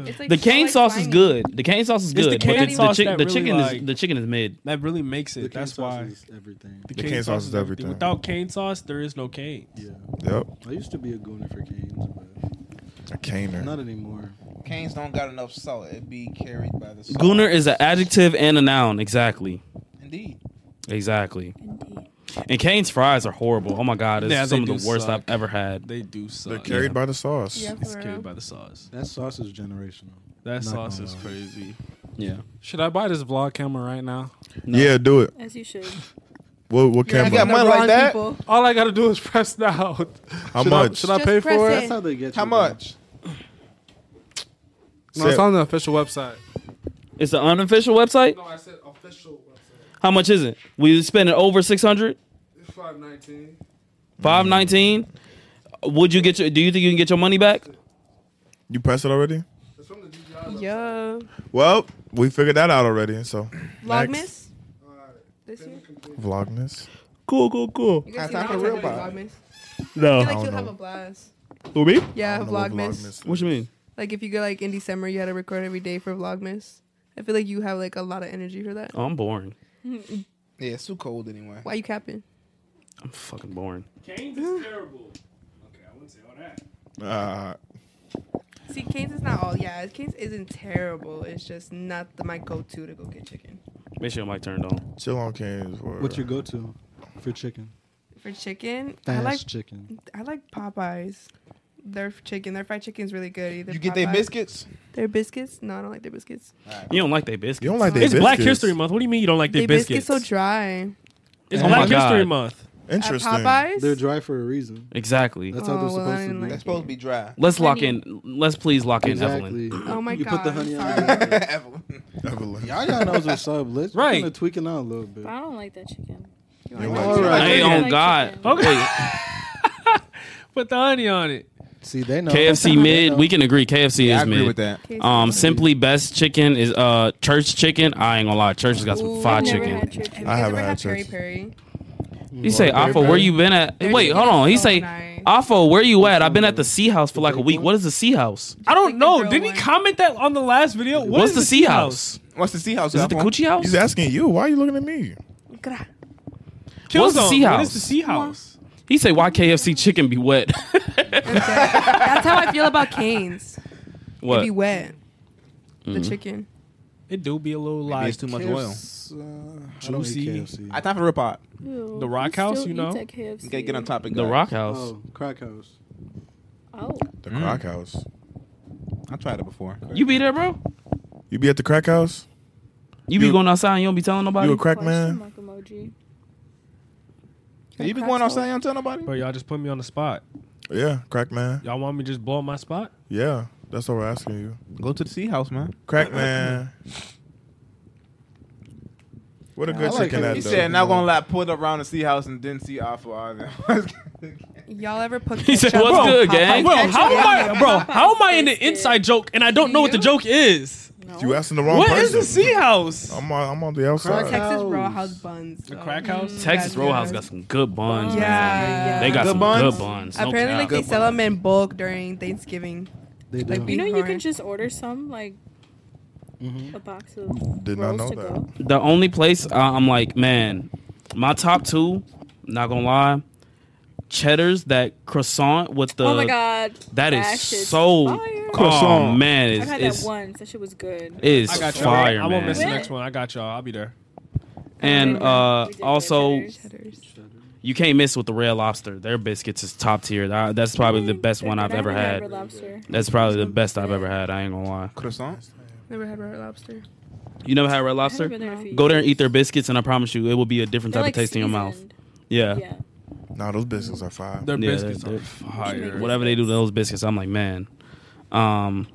It's like the so, cane like, sauce is slimy. good. The cane sauce is It's the good. but cane the, sauce chi- that the really, chicken like- is the chicken is mid. That really makes it. The cane That's sauce why is everything. the, cane sauce is everything. Without cane sauce, there is no cane. Yeah. Yep. I used to be a gooner for canes, but A caner. not anymore. Canes don't got enough salt. It be carried by the salt. Gooner is an adjective and a noun. Exactly. Indeed. Exactly. Indeed. And Kane's fries are horrible. Oh my god, it's Yeah, they some of the do worst suck. I've ever had. They do suck. They're carried by the sauce. Yeah, It's for carried real. by the sauce. That sauce is generational. Not That sauce gonna is lie. crazy. Yeah. Should I buy this vlog camera right now? Yeah, do it. As you should. What, what I got camera? money like that. All I gotta do is <laughs> press now. How Should I, much? should I Just pay press for it? it. That's how they get How you, bro. much? No, it's on the official website. It's an unofficial website. I said official website. How much is it? We spending over six hundred. It's five nineteen. Five nineteen. Would you get your? Do you think you can get your money back? You pressed it already? It's from the DJI. Yo, Well, we figured that out already. So next. Vlogmas this year. Vlogmas. Cool, cool, cool. You guys Time see for the real Vlogmas? pod. Vlogmas. I No. feel like don't you'll have know. a blast. Who me? Yeah, I don't know what Vlogmas. What you mean? Like if you go like in December, you had to record every day for Vlogmas. I feel like you have like a lot of energy for that. Oh, I'm boring. Yeah, it's too cold anyway. Why you capping? I'm fucking boring. Canes is terrible. Okay, I wouldn't say all that. Uh, See, Canes is not all. Yeah, Canes isn't terrible. It's just not the, my go-to to go get chicken Make sure my mic turned on. chill on canes. Or, What's your go-to for chicken? for chicken. I Fast like chicken. I like Popeyes. their chicken. Their fried chicken is really good. Either You get they Popeyes- biscuits? Their biscuits? No, I don't like their biscuits. You don't like they biscuits. You don't like they It's Black biscuits. History Month. What do you mean you don't like They their biscuits? so dry. It's Oh my Black History God. Month. Interesting. At Popeyes? They're dry for a reason. Exactly. That's how Oh, they're well, I supposed to didn't be. like That's supposed to be <laughs> dry. Let's lock Honey. in. Let's please lock in Evelyn. Exactly. Oh my you god. put the honey on. sorry. <laughs> Evelyn. Y'all got knows what's up. Let's Right. right. kind of tweaking out a little bit. But I don't like that chicken. You're like all it. right. Hey, I on like God. chicken. Wait, Put the honey on it. See, <laughs> they know. KFC mid. We can agree. KFC Yeah, I is agree mid. with that. Okay, so- Um, simply best chicken is uh church chicken. I ain't gonna lie, church has got some Ooh, fire I've never chicken. had chicken. Have you guys haven't ever had had church. peri-peri? He say, Blackberry Afo, where patty. you been at? Their Wait, chicken hold is on. He so say, nice. Afo, where you at? I've been at the Sea House for like a week. What is the Sea House? I don't like the know. grilled Didn't he one. comment that on the last video? What What's is the Sea House? What's the sea house? Is it the Coochie House? He's asking you. Why are you looking at me? Gra- Chill What's the zone. Sea What House? is the Sea House? He say, why KFC chicken be wet? <laughs> <laughs> Okay. That's how I feel about canes. It'd what? Mm-hmm. be wet. The chicken. It do be a little Maybe like it's too much oil. KFC, uh, I don't Juicy. eat KFC. I time for the rip pot. Ew, The Rock you still House, you eat know? that KFC. You gotta get on topic. The guys. Rock House. oh, crack house. Oh, The Mm. crack house. I tried it before. You be there, bro? You be at the crack house? You be You- going outside and you don't be telling nobody? You a crack man? question mark emoji. You be going outside? You don't tell nobody. Bro, y'all just put me on the spot. Yeah, crack man. Y'all want me to just blow up my spot? Yeah, that's what we're asking you. Go to the sea house, man. Crack man. What a Yeah, good I like chicken it. that He though. said, "Not gonna lie, pulled around the sea house and didn't see Alpha." <laughs> either." Y'all ever <laughs> put He said, ketchup "What's on good, Popeyes gang?" Bro, ketchup? how am I, Popeyes bro? How am I in the tasted. inside joke and I don't Do know what the you? joke is? No. You asking the wrong What is person. the Sea House? I'm on, I'm on the Or outside. Crack Texas house. Roadhouse buns. The crack house? Texas Roadhouse got some good buns, Yeah, man. yeah. Mm-hmm. They got Good some buns? good buns. No Apparently, like cap. they sell them in bulk during Thanksgiving. They do. Like, You beef know, you can corn. just order some like a box of Did not rolls know to that. go. the only place uh, I'm like, man, my top two, not gonna lie, cheddars, that croissant with the oh my god, that is shit's so fire. Oh Croissant. man, I've it's had that it's, once. That shit was good. it's I got y'all. fire, I won't man. miss the Really? next one. I got y'all. I'll be there. And uh, Oh, We did good also, dinners. Cheddars. you can't miss with the Red Lobster. Their biscuits is top tier. That- That's probably the best one I've Never ever had Red had. Lobster. That's probably the best I've ever had. I ain't gonna lie. Croissant. Never had red lobster. You never had Red I haven't Lobster? been there in a few Go there and years. eat their biscuits, and I promise you, it will be a different They're, type like, of taste in your mouth. seasoned. Yeah. Yeah. Nah, those biscuits are fine. Their Yeah, biscuits they're- are they're- fire. Whatever they do to those biscuits, I'm like, man. Um,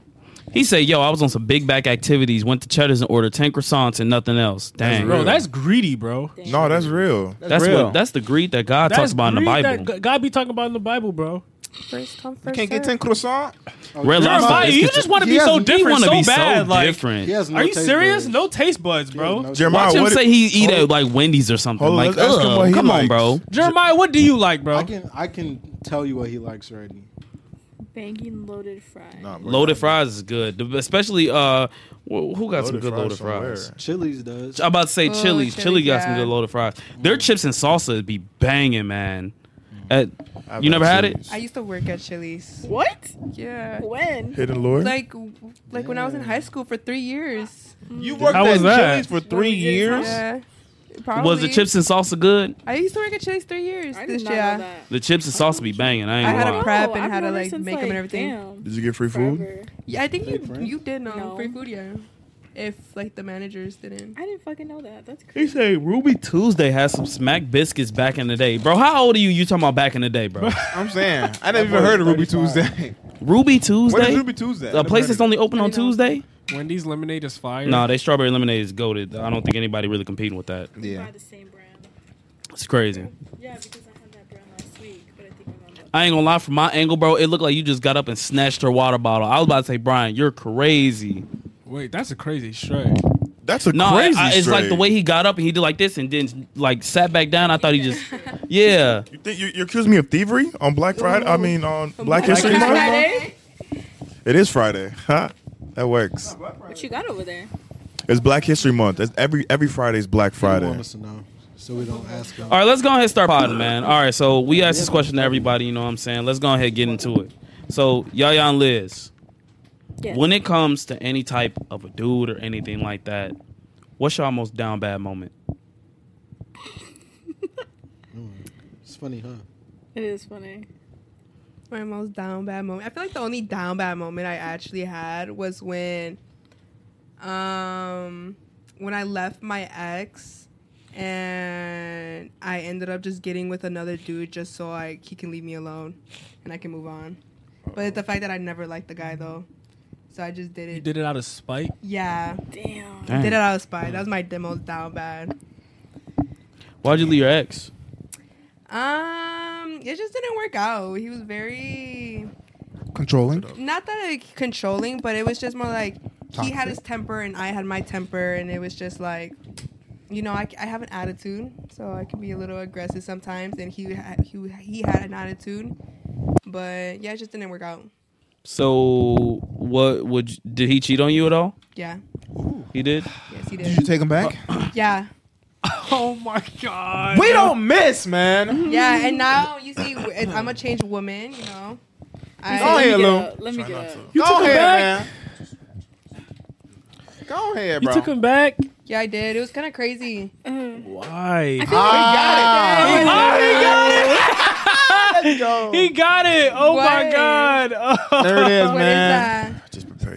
he said, "Yo, I was on some big back activities. Went to Cheddar's and ordered ten croissants and nothing else. Dang, Bro, real. that's greedy, bro. Damn. No, that's real. that's what that's the greed that God That's talks about in the greed Bible. That G- God be talking about in the Bible, bro. First come, first You can't get ten served. croissant. Red Lobster Jeremiah, you biscuits- just want to He be has- so he he different, want to so be bad. so like, different. He has no are you taste serious? buds. No taste buds, He has bro. no taste Jeremiah, Watch him what say did- he eat Hold- at like Wendy's or something. Hold on, like, let's ask him "Ugh, what he come on, likes." bro. Jeremiah, what do you like, bro? I can I can tell you what he likes already. Banging loaded fries. Nah, bro. Loaded fries is good, The- especially uh, wh- who got some Loaded good loaded from fries? where? Chili's does. I'm about to say Oh, Chili's. Chili's, Chili got some yeah. good loaded fries. Their chips and salsa be banging, man. At, I've you never had it? Chili's. I used to work at Chili's. What? Yeah. When? Hidden Lord? Like, w- like when I was in high school for three years. You Mm. worked How was at that? Chili's for three years. Yeah. Was the Probably. chips and salsa good? I used to work at Chili's three years. I this did not year. know that. The chips and salsa be banging. I ain't I gonna had a lie. prep No, and I've how to, known her like, since, make 'em and everything. damn, Did you get free food? forever. Yeah, I think Free you food? you did know No. free food, yeah. If like the managers didn't. I didn't fucking know that. That's He crazy. say Ruby Tuesday had some smack biscuits back in the day, bro. How old are you? You talking about back in the day, <laughs> bro? I'm saying I never even heard of Ruby <laughs> Tuesday. Ruby Tuesday, What is Ruby Tuesday? a place that's only open on I don't know. Tuesday. Wendy's lemonade is fire. Nah, they strawberry lemonade is goaded. I don't think anybody really competing with that. yeah. Buy the same brand. It's crazy. Yeah, because I had that brand last week, but I think I'm on I ain't gonna lie, from my angle, bro, it looked like you just got up and snatched her water bottle. I was about to say, Brian, you're crazy. Wait, that's a crazy stray. That's a No, I- crazy I- it's like the stray. way he got up and he did like this and then like sat back down. I thought he <laughs> just, yeah. You think you, you accuse me of thievery on Black Friday? I mean, on Black History Friday. Month? Friday? It is Friday. Huh? That works. What you got over there? It's Black History Month. It's every every Friday is Black He want Friday. us to know, so we don't ask him. All right, let's go ahead and start podding, man. All right, so we asked this question to everybody, you know what I'm saying? Let's go ahead and get into it. So, Yaya and Liz, Yes. when it comes to any type of a dude or anything like that, what's your most down bad moment? It's funny, huh? It is funny. My most down bad moment. I feel like the only down bad moment I actually had was when, um, when I left my ex, and I ended up just getting with another dude just so like he can leave me alone, and I can move on. But it's the fact that I never liked the guy though, so I just did it. You did it out of spite. Yeah. Damn. Dang. Did it out of spite. That was my most down bad. Why'd you leave your ex? Um, it just didn't work out. He was very Controlling. not that like controlling, but it was just more like he had Toxic. his temper and I had my temper, and it was just like, you know, I, I have an attitude, so I can be a little aggressive sometimes, and he ha- he he had an attitude, but yeah, it just didn't work out. So what would you- did he cheat on you at all? Yeah, He did. yes, he did. Did you take him back? Yeah, Oh my god. we don't miss, man. yeah, and now you see, it's, I'm a changed woman, you know. Oh, Go ahead, Lou. Let me get up. Go took him ahead, back? man. Go ahead, You bro. took him back. Yeah, I did. It was kind of crazy. Why? Ah, Oh, Let's go. He got it. Oh my What? god. <laughs> There it is, What is man. that?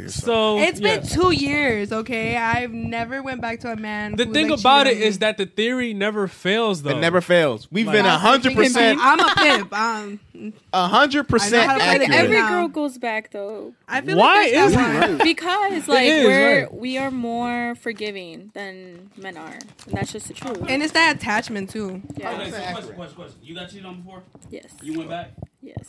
So It's yeah. been two years, okay? I've never went back to a man. The who, thing like, about it cheated on is that the theory never fails, though. It never fails. We've Like- been That's hundred me. percent, I'm a pimp. Um, hundred I know percent how to play the accurate. Every Yeah. girl goes back though. I feel Why like there's is that one. Because like is, we're right. we are more forgiving than men are. And that's just the truth. And it's that attachment too. yeah. question, question, question. You got cheated on before? Yes. You went back? Yes.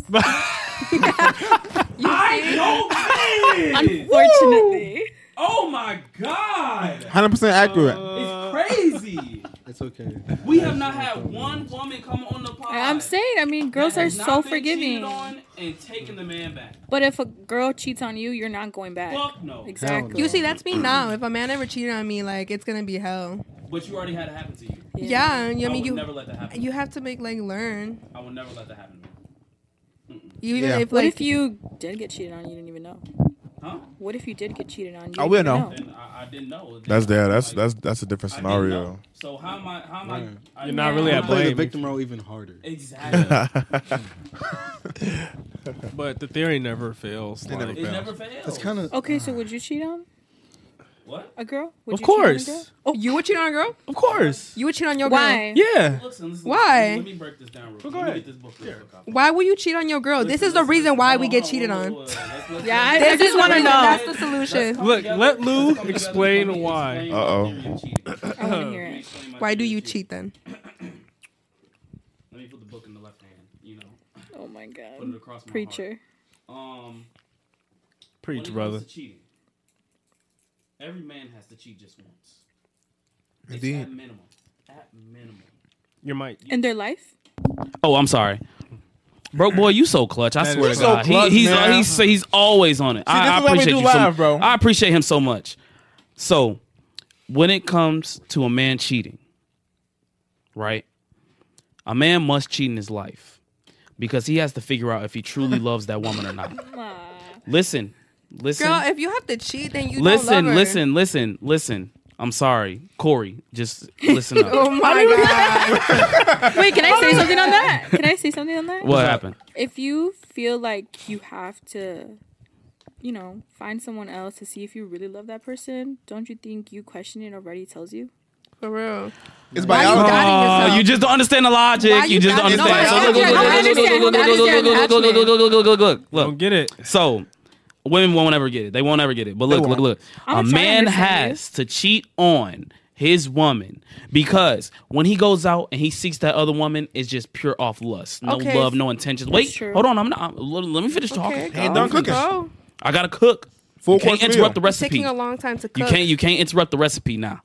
I Fortunately. Oh my god! Hundred percent accurate. Uh, It's <laughs> crazy. It's okay. We have not had one woman come on the pod. I- I'm saying, I mean, that girls are has not so been forgiving. cheated on and taking the man back. But if a girl cheats on you, you're not going back. Fuck no. Exactly. You see, that's me now. If a man ever cheated on me, like it's gonna be hell. But you already had it happen to you. Yeah, and I I mean would you never let that happen. you have to make like learn. I would never let that happen. to me. Even Yeah. if What like if you did get cheated on? You didn't even know. Huh? What if you did get cheated on? You I will didn't Oh. know. Then I, I didn't know. That's Then I- yeah. That's like, that's that's a different I didn't know. scenario. So how am I? How am Right. I? I You're not really how am at I- Play the blame. victim role even harder. <laughs> Exactly. <laughs> But the theory never fails. Like, it never fails. It's kind of Okay, so would you cheat on what? a girl? Would Of you cheat on a course. girl? you would cheat on a girl, Of course. you would cheat on your girl. Why? Yeah. Listen, listen, Why? Let me break this down real quick. go Let me ahead. get this book real quick. Why would you cheat on your girl? Oh, this Listen, is the listen, reason why hold we on, get hold cheated hold on. Let's- let's- let's- Yeah, I, This I just is want to the- know. That's the solution. come Look, together. let Lou Let's come together. explain Let me why. explain my Uh-oh. theory of cheating. I want to hear Let me it. explain my Why do theory you of cheating. cheat then? Let me put the book in the left hand. You know, Oh my god. put it across my Preacher. Heart. Um, Preach, when it comes brother. to cheating, every man has to cheat just once. It's Indeed. At minimum. At minimum. Your mic. In their life? Oh, I'm sorry. Bro, boy, you so clutch. I Man, swear you to so God, clutch, he, he's, man. he's he's always on it. I, this I is why we appreciate do you, so- live, bro. I appreciate him so much. So, when it comes to a man cheating, right? A man must cheat in his life because he has to figure out if he <laughs> truly loves that woman or not. Aw. Listen, listen, Girl, if you have to cheat, then you don't love listen, her. listen, listen, listen. I'm sorry, Corey. Just <laughs> listen up. Oh my god. <laughs> Wait, can I say something on that? Can I say something on that? what happened? If you feel like you have to, you know, find someone else to see if you really love that person, don't you think you questioning already tells you? For real. It's Why you biology. doubting Oh, yourself? you just don't understand the logic. Why you you just don't got- understand. no, So look, I understand. look, look, I understand. look, look, look, look, look, look, look, look, look, look, look, Don't look. get it. So women won't ever get it. They won't ever get it. But look, look, won't. look. I'm A trying to man understand has to cheat on his woman because when he goes out and he seeks that other woman, it's just pure off lust, no Okay. love, no intentions. Wait, true. hold on. I'm not. I'm- let let me finish talking. go. done cooking. Go. I gotta cook. Full You can't course interrupt the meal. It's recipe. taking a long time to cook. You can't you can't interrupt the recipe now.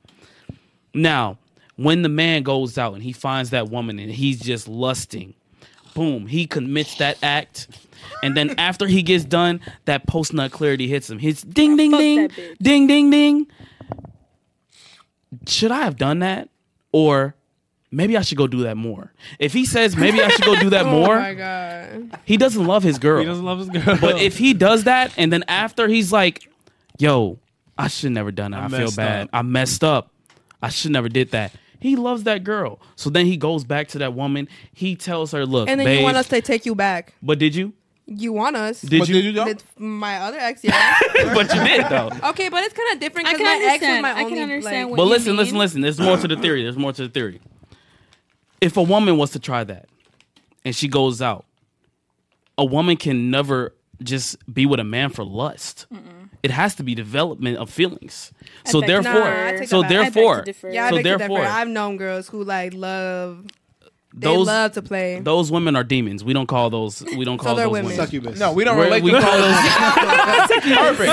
Now, when the man goes out and he finds that woman and he's just lusting, boom, he commits that act. And then after he gets done, that post nut clarity hits him. His ding ding Fuck ding that bitch. ding ding ding. Should I have done that? Or maybe I should go do that more. If he says maybe I should go do that Oh my more, god. he doesn't love his girl. He doesn't love his girl. But if he does that and then after he's like, yo, I should never done that. I, feel messed bad. up." I messed up. I should never did that. He loves that girl. So then he goes back to that woman. He tells her, look, And then babe, you want us to take you back. but did you? You want us? Did But you- did you though? With my other <laughs> ex, yeah. but you did <laughs> though. okay, but it's kind of different I because can my ex was understand. my I can only. understand like, But listen, listen, listen. There's more to the theory. There's more to the theory. If a woman was to try that and she goes out, a woman can never just be with a man for lust. It has to be development of feelings. I so beg to differ. therefore, so therefore, yeah, I so beg to differ. therefore, I've known girls who like love. They Those- love to play. <laughs> those women are demons. We don't call those. We don't call they're those women. women. Succubus. No, we don't We're- relate We to call <laughs> those. Succubus.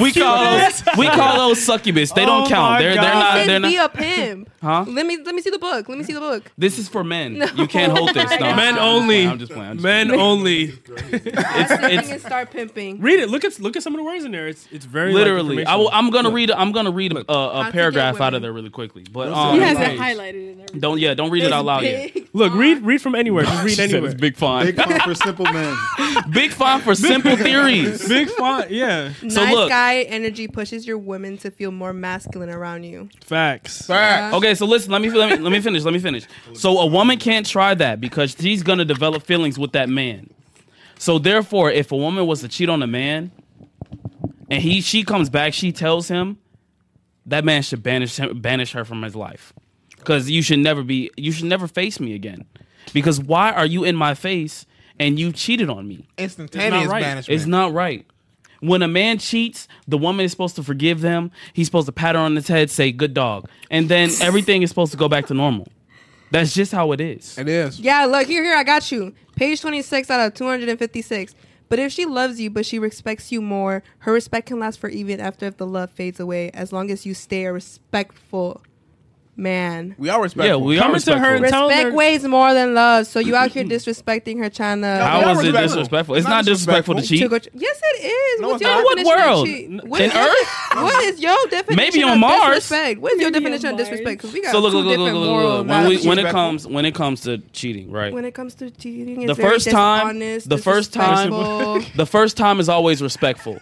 <laughs> we call those. <laughs> We call those succubus. They don't Oh count. my They're they're God. not. Says They're not. Be a pimp. Huh? Let me let me see the book. Let me see the book. <laughs> This is for men. No. You can't hold this. No, I'm Men just only. playing, I'm just playing. I'm just <laughs> Men playing. only. That's the thing <laughs> is start pimping. Read it. Look at look at some of the words in there. It's it's very like, Literally, I will, informational. I'm gonna read. I'm gonna read a, How a, to a get paragraph out women. of there really quickly. But What's um, the <laughs> He has it page? highlighted in Don't yeah. Don't read it out loud yet. Look, read read from anywhere. Just <laughs> read She said anywhere. it's big font. Big font for simple men. <laughs> Big font for simple theories. Big font. Yeah. So nice look. guy energy pushes your women to feel more masculine around you. Facts. Facts. Okay, so listen. Let me let me let me finish. Let me finish. So a woman can't try that because she's gonna develop feelings with that man. So therefore, if a woman was to cheat on a man, and he she comes back, she tells him that man should banish him, banish her from his life because you should never be you should never face me again because why are you in my face and you cheated on me? Instantaneous right. banishment. It's not right. When a man cheats, the woman is supposed to forgive them. He's supposed to pat her on his head, say "good dog," and then everything is supposed to go back to normal. That's just how it is. It is. Yeah, look here, here I got you. Page twenty six out of two hundred and fifty six. But if she loves you, but she respects you more, her respect can last for even after if the love fades away, as long as you stay a respectful man. We are respectful. Yeah, we are Coming to her respectful. and telling Respect her- weighs more than love. So <clears throat> you out here disrespecting her, trying to. How is it disrespectful? It's not disrespectful to To cheat. go ch- yes, it is. What's it's your not. In what definition of world? cheat? N- What in is- Earth? <laughs> What is your definition on of Mars. disrespect? What is your definition of disrespect? Because we got So look, two look, look, look, different look, moral look. When, we, when it values. comes when it comes to cheating, right? When it comes to cheating, it's the very first time, dishonest, the first time, <laughs> disrespectful. the first time is always respectful.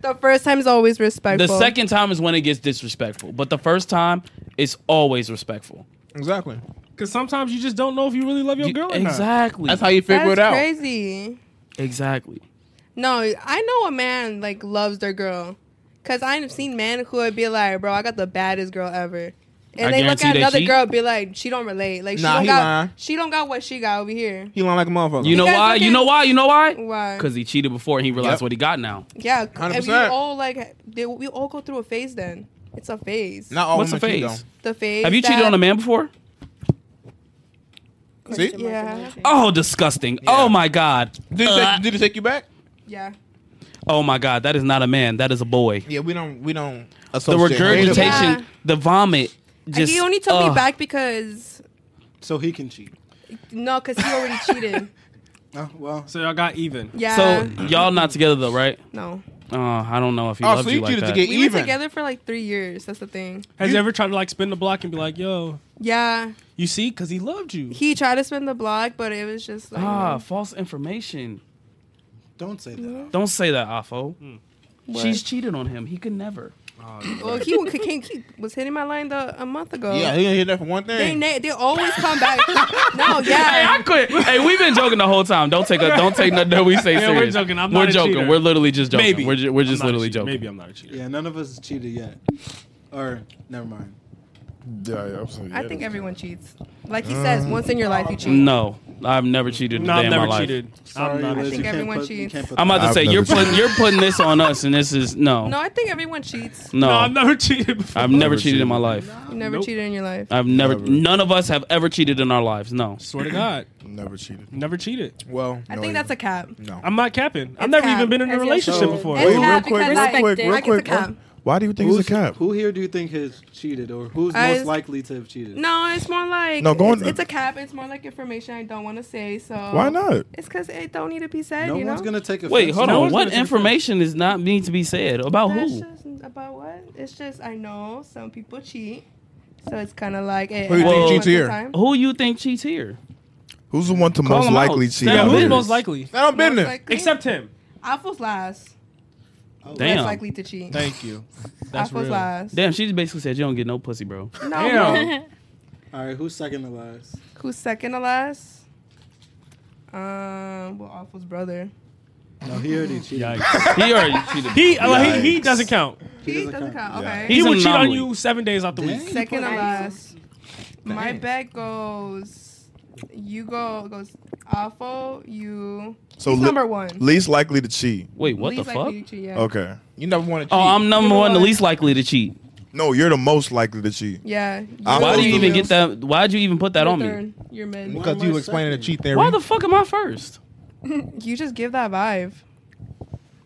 the first time is always respectful. The second time is when it gets disrespectful, but the first time is always respectful. Exactly. Because sometimes you just don't know if you really love your girl or not. exactly. That's how you That's Crazy. Exactly. No, I know a man like loves their girl, cause I've seen men who would be like, "Bro, I got the baddest girl ever," and I they look guarantee at they another cheat. girl, be like, "She don't relate. Like Nah, she don't he got lying. she don't got what she got over here." He lying like a motherfucker. You know guys why? look You at- know why? You know why? Why? Because he cheated before and he realized what he got now. Yeah, and we 100%. all like they, we all go through a phase. Then it's a phase. Not all What's a women cheat, phase? The phase. Have you cheated that- on a man before? See? Yeah. Uh, Oh, disgusting. Oh my god. Did he, Ugh. take, did he take you back? Yeah. oh my god, that is not a man. That is a boy. Yeah, we don't. We don't. The associate. regurgitation, Yeah. the vomit. Just, uh, he only took ugh. me back because So he can cheat. no, cause he <laughs> already cheated. Oh, well. So y'all got even. Yeah. So y'all not together though, right? No. Oh, I don't know if he Oh, so loves you you like cheated to that. get we were together for like three years. That's the thing. Has you ever tried to like spin the block and be like, yo, Yeah, you see, because he loved you. he tried to spin the block, but it was just like Ah, false information. Don't say that. Don't say that, Afo. Hmm. What? She's cheated on him. He could never. Well, he, wa- he, he was hitting my line the, a month ago. Yeah, he hit that for one They, na- they always come back. no, yeah. Hey, I could. Hey, we've been joking the whole time. Don't take a, don't take nothing that we say Yeah, we're serious. joking. I'm we're not a joking. cheater. We're literally just joking. Maybe. We're, ju- we're I'm just not a literally cheater. joking. Maybe I'm not a cheater. Yeah, none of us has cheated yet. Or never mind. Yeah, yeah, I'm sorry. I think everyone cheats. Like he says, once in your life you cheat. No, I've never cheated. a No, I've day in never my life. cheated. Sorry, I Liz, think you can't everyone put- you cheats. can't put I'm about to I've say never you're putting cheated. you're putting this on us, and this is no, No, I think everyone cheats. no. I've never cheated before. I've never cheated in my life. You never cheated in your life. I've never, None of us have ever cheated in our lives. No. <laughs> Swear to God. Never cheated. Never cheated. Well, I think that's a cap. No. I'm not capping. I've never even been in a relationship before. Wait, real quick, real quick, real quick. Why, why do you think who's, it's a cap? Who here do you think has cheated, or who's I- most likely to have cheated? No, it's more like No, go it's, on. it's a cap. It's more like information I don't want to say. So Why not? It's because it don't need to be said. No you know? one's gonna take offense. Wait, hold No on. one's What gonna take information is not need to be said about That's who? just about what? It's just I know some people cheat, so it's kind of like hey, Who you think everyone cheats one here? time. Who you think cheats here? Who's the one to Call most him out. likely cheat? Stand out up. here? Who's Most likely. That don't been there. likely. Except him. Alpha's last. Oh. Damn. Less likely to cheat. Thank you. That's Alpha's real. lies. Damn, she just basically said you don't get no pussy, bro. No. All right, who's second to last? Who's second to last? Um, well, Awful's brother. No, he already cheated. he already cheated. He, uh, he, he doesn't count. He, doesn't count. Okay. He would cheat on you seven days out the week. Second to last. My bet goes. You go goes awful. You. So He's le- number one. least likely to cheat. Wait, Least likely to cheat, yeah. Okay. You never want to Oh, I'm number one, the least likely to cheat. No, you're the most likely to cheat. Yeah. I'm Why do you also- even get that? Why'd you even put that on me? Third. You're mid. Because you explaining the cheat theory. Why the fuck am I first? you just give that vibe.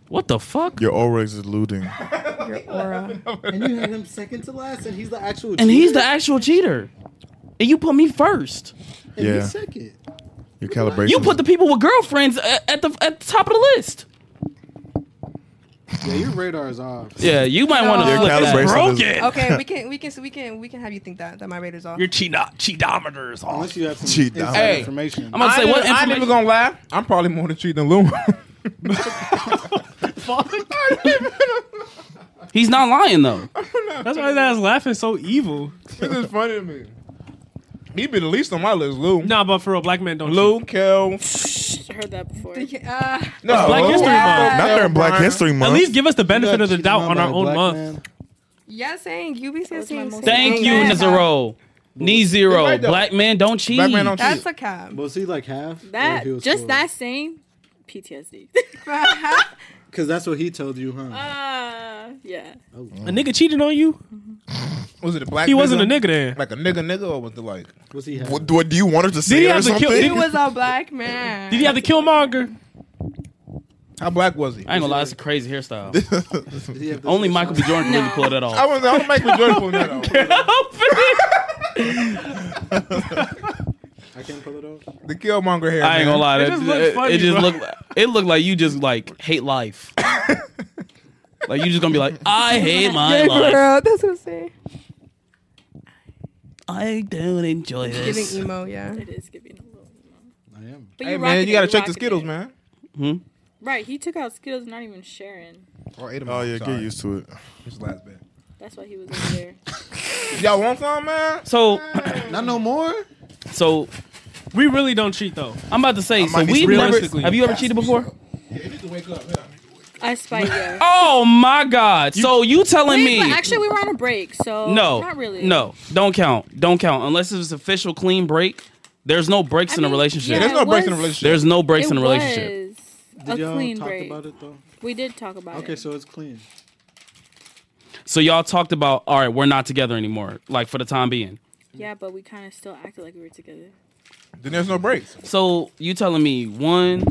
What the fuck? Your aura is eluding. <laughs> Your aura. and you had him second to last, and he's the actual. And he's the cheater? actual cheater. And you put me first. And you Yeah. second. Your calibration. You put the people with girlfriends a- at the at the top of the list. Yeah, your radar is off. Yeah, you might want Your to flip that. calibration is- Broken. Okay, we can we can we can we can have you think that that my radar's off. <laughs> Your cheat cheatometer is off. Unless you have some Cheat inside down. Hey. information. I'm gonna say what I ain't even information- gonna lie. I'm probably more to cheat than Lou. <laughs> He's not lying though. That's why that's laughing so evil. this is funny to me. He be the least on my list, Lou. Nah, but for real, black men don't Lou, Kel. I heard that before. They can- uh, No, Black History Month. Not during Black History cheat. At Month. least give us the benefit You of the cheated doubt on on by our a own black month. man. yeah, saying you be saying was my most- saying Thank you, that. Nazaro. Knee zero. Black man don't cheat. Black man don't cheat. That's a cap. Was he like half? That just that same <laughs> PTSD. Because that's what he told you, huh? <laughs> uh, yeah. A nigga cheated on you? Was it a black? He wasn't a nigga? nigga then. Like a nigga, nigga, or was it like? Was he half? What, what do you want her to say he or have to kill- something? did He was a black man. Did he have the Killmonger? How black was he? I ain't gonna lie, it's a crazy hairstyle. Did he have the- Only Michael B. Jordan can really No. pull that I off. was. I was Michael Jordan pulling that off. <laughs> I can't pull it off. The Killmonger hair. I ain't man. gonna lie. It That, it, just looked funny, it just bro. looked. It looked like you just like hate life. like you just gonna be like, I hate my Yeah, life. girl, that's what I'm saying. I don't enjoy Giving this. emo, yeah. It is giving a little. I am. But Hey you man, you rocking it, gotta check the rocking Skittles, it. man. Hmm? Right, he took out Skittles, not even sharing. Or ate 'em Oh all. yeah, Sorry. get used to it. His last bit. That's why he was over there. <laughs> Y'all want some, man? So, <clears throat> Not no more. so We really don't cheat though. I'm about to say. I So might be we've never. realistically- Have you ever cheated before? I spied you. Oh my god! So you telling Wait, but me? actually, we were on a break, so No, not really. no, don't count, don't count. Unless it's official clean break. There's no breaks I in a mean, relationship. yeah, There's no it breaks in a was- relationship. There's no breaks it in a relationship. was Did a y'all clean talk break. about it though? We did talk about it. Okay, so it's clean. So y'all talked about, all right, we're not together anymore, like for the time being. yeah, but we kind of still acted like we were together. Then there's no breaks. So you telling me one?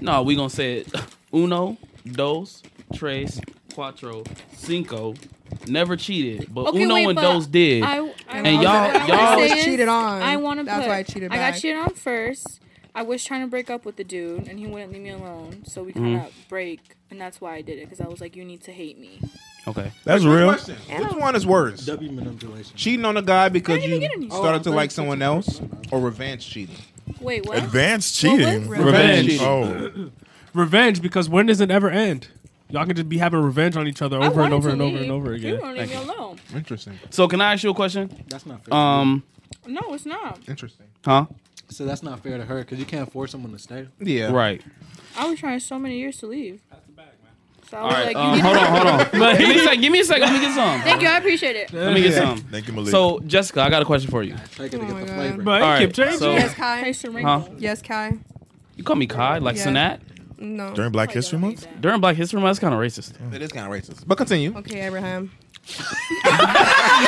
No, we gonna say it. <laughs> Uno, dos, tres, cuatro, cinco. Never cheated, but Okay, Uno wait, and but dos did. I, I And y'all- what I wanna y'all- say I was is, cheated on. I want to. That's put, why I cheated I got back. cheated on first. I was trying to break up with the dude, and he wouldn't leave me alone. So we kind of Mm-hmm. break, and that's why I did it because I was like, "You need to hate me." okay. That's Quick real. question. Which one is worse? W manipulation. Cheating on a guy I because didn't you even get any. started to Oh, like thanks. someone else, or revenge cheating? Wait, what? Advanced cheating. What was- Revenge. cheating. Oh, Revenge because when does it ever end? Y'all can just be having revenge on each other I over and wanted over to and over leave. and over You again. won't leave me alone. Oh, Interesting. So can I ask you a question? That's not fair. Um, No, it's not. Interesting. huh? so that's not fair to her because you can't force someone to stay. Yeah. Right. I was trying so many years to leave. So I All was right. like, um, you hold need on, to- hold <laughs> on. give me a second. Give me a second. Let me get some. Thank you, I appreciate it. Let me get some. thank you, Malik. So Jessica, I got a question for you. Try to Oh get my the God. flavor. But All keep right, changing. so- Yes, Kai. Thanks to Huh? Ringo. Yes, Kai. You call me Kai, like Yeah. Sanat. No. during Black History Month. During Black History Month, that's kind of racist. That is kind of racist. But continue. Okay, Abraham.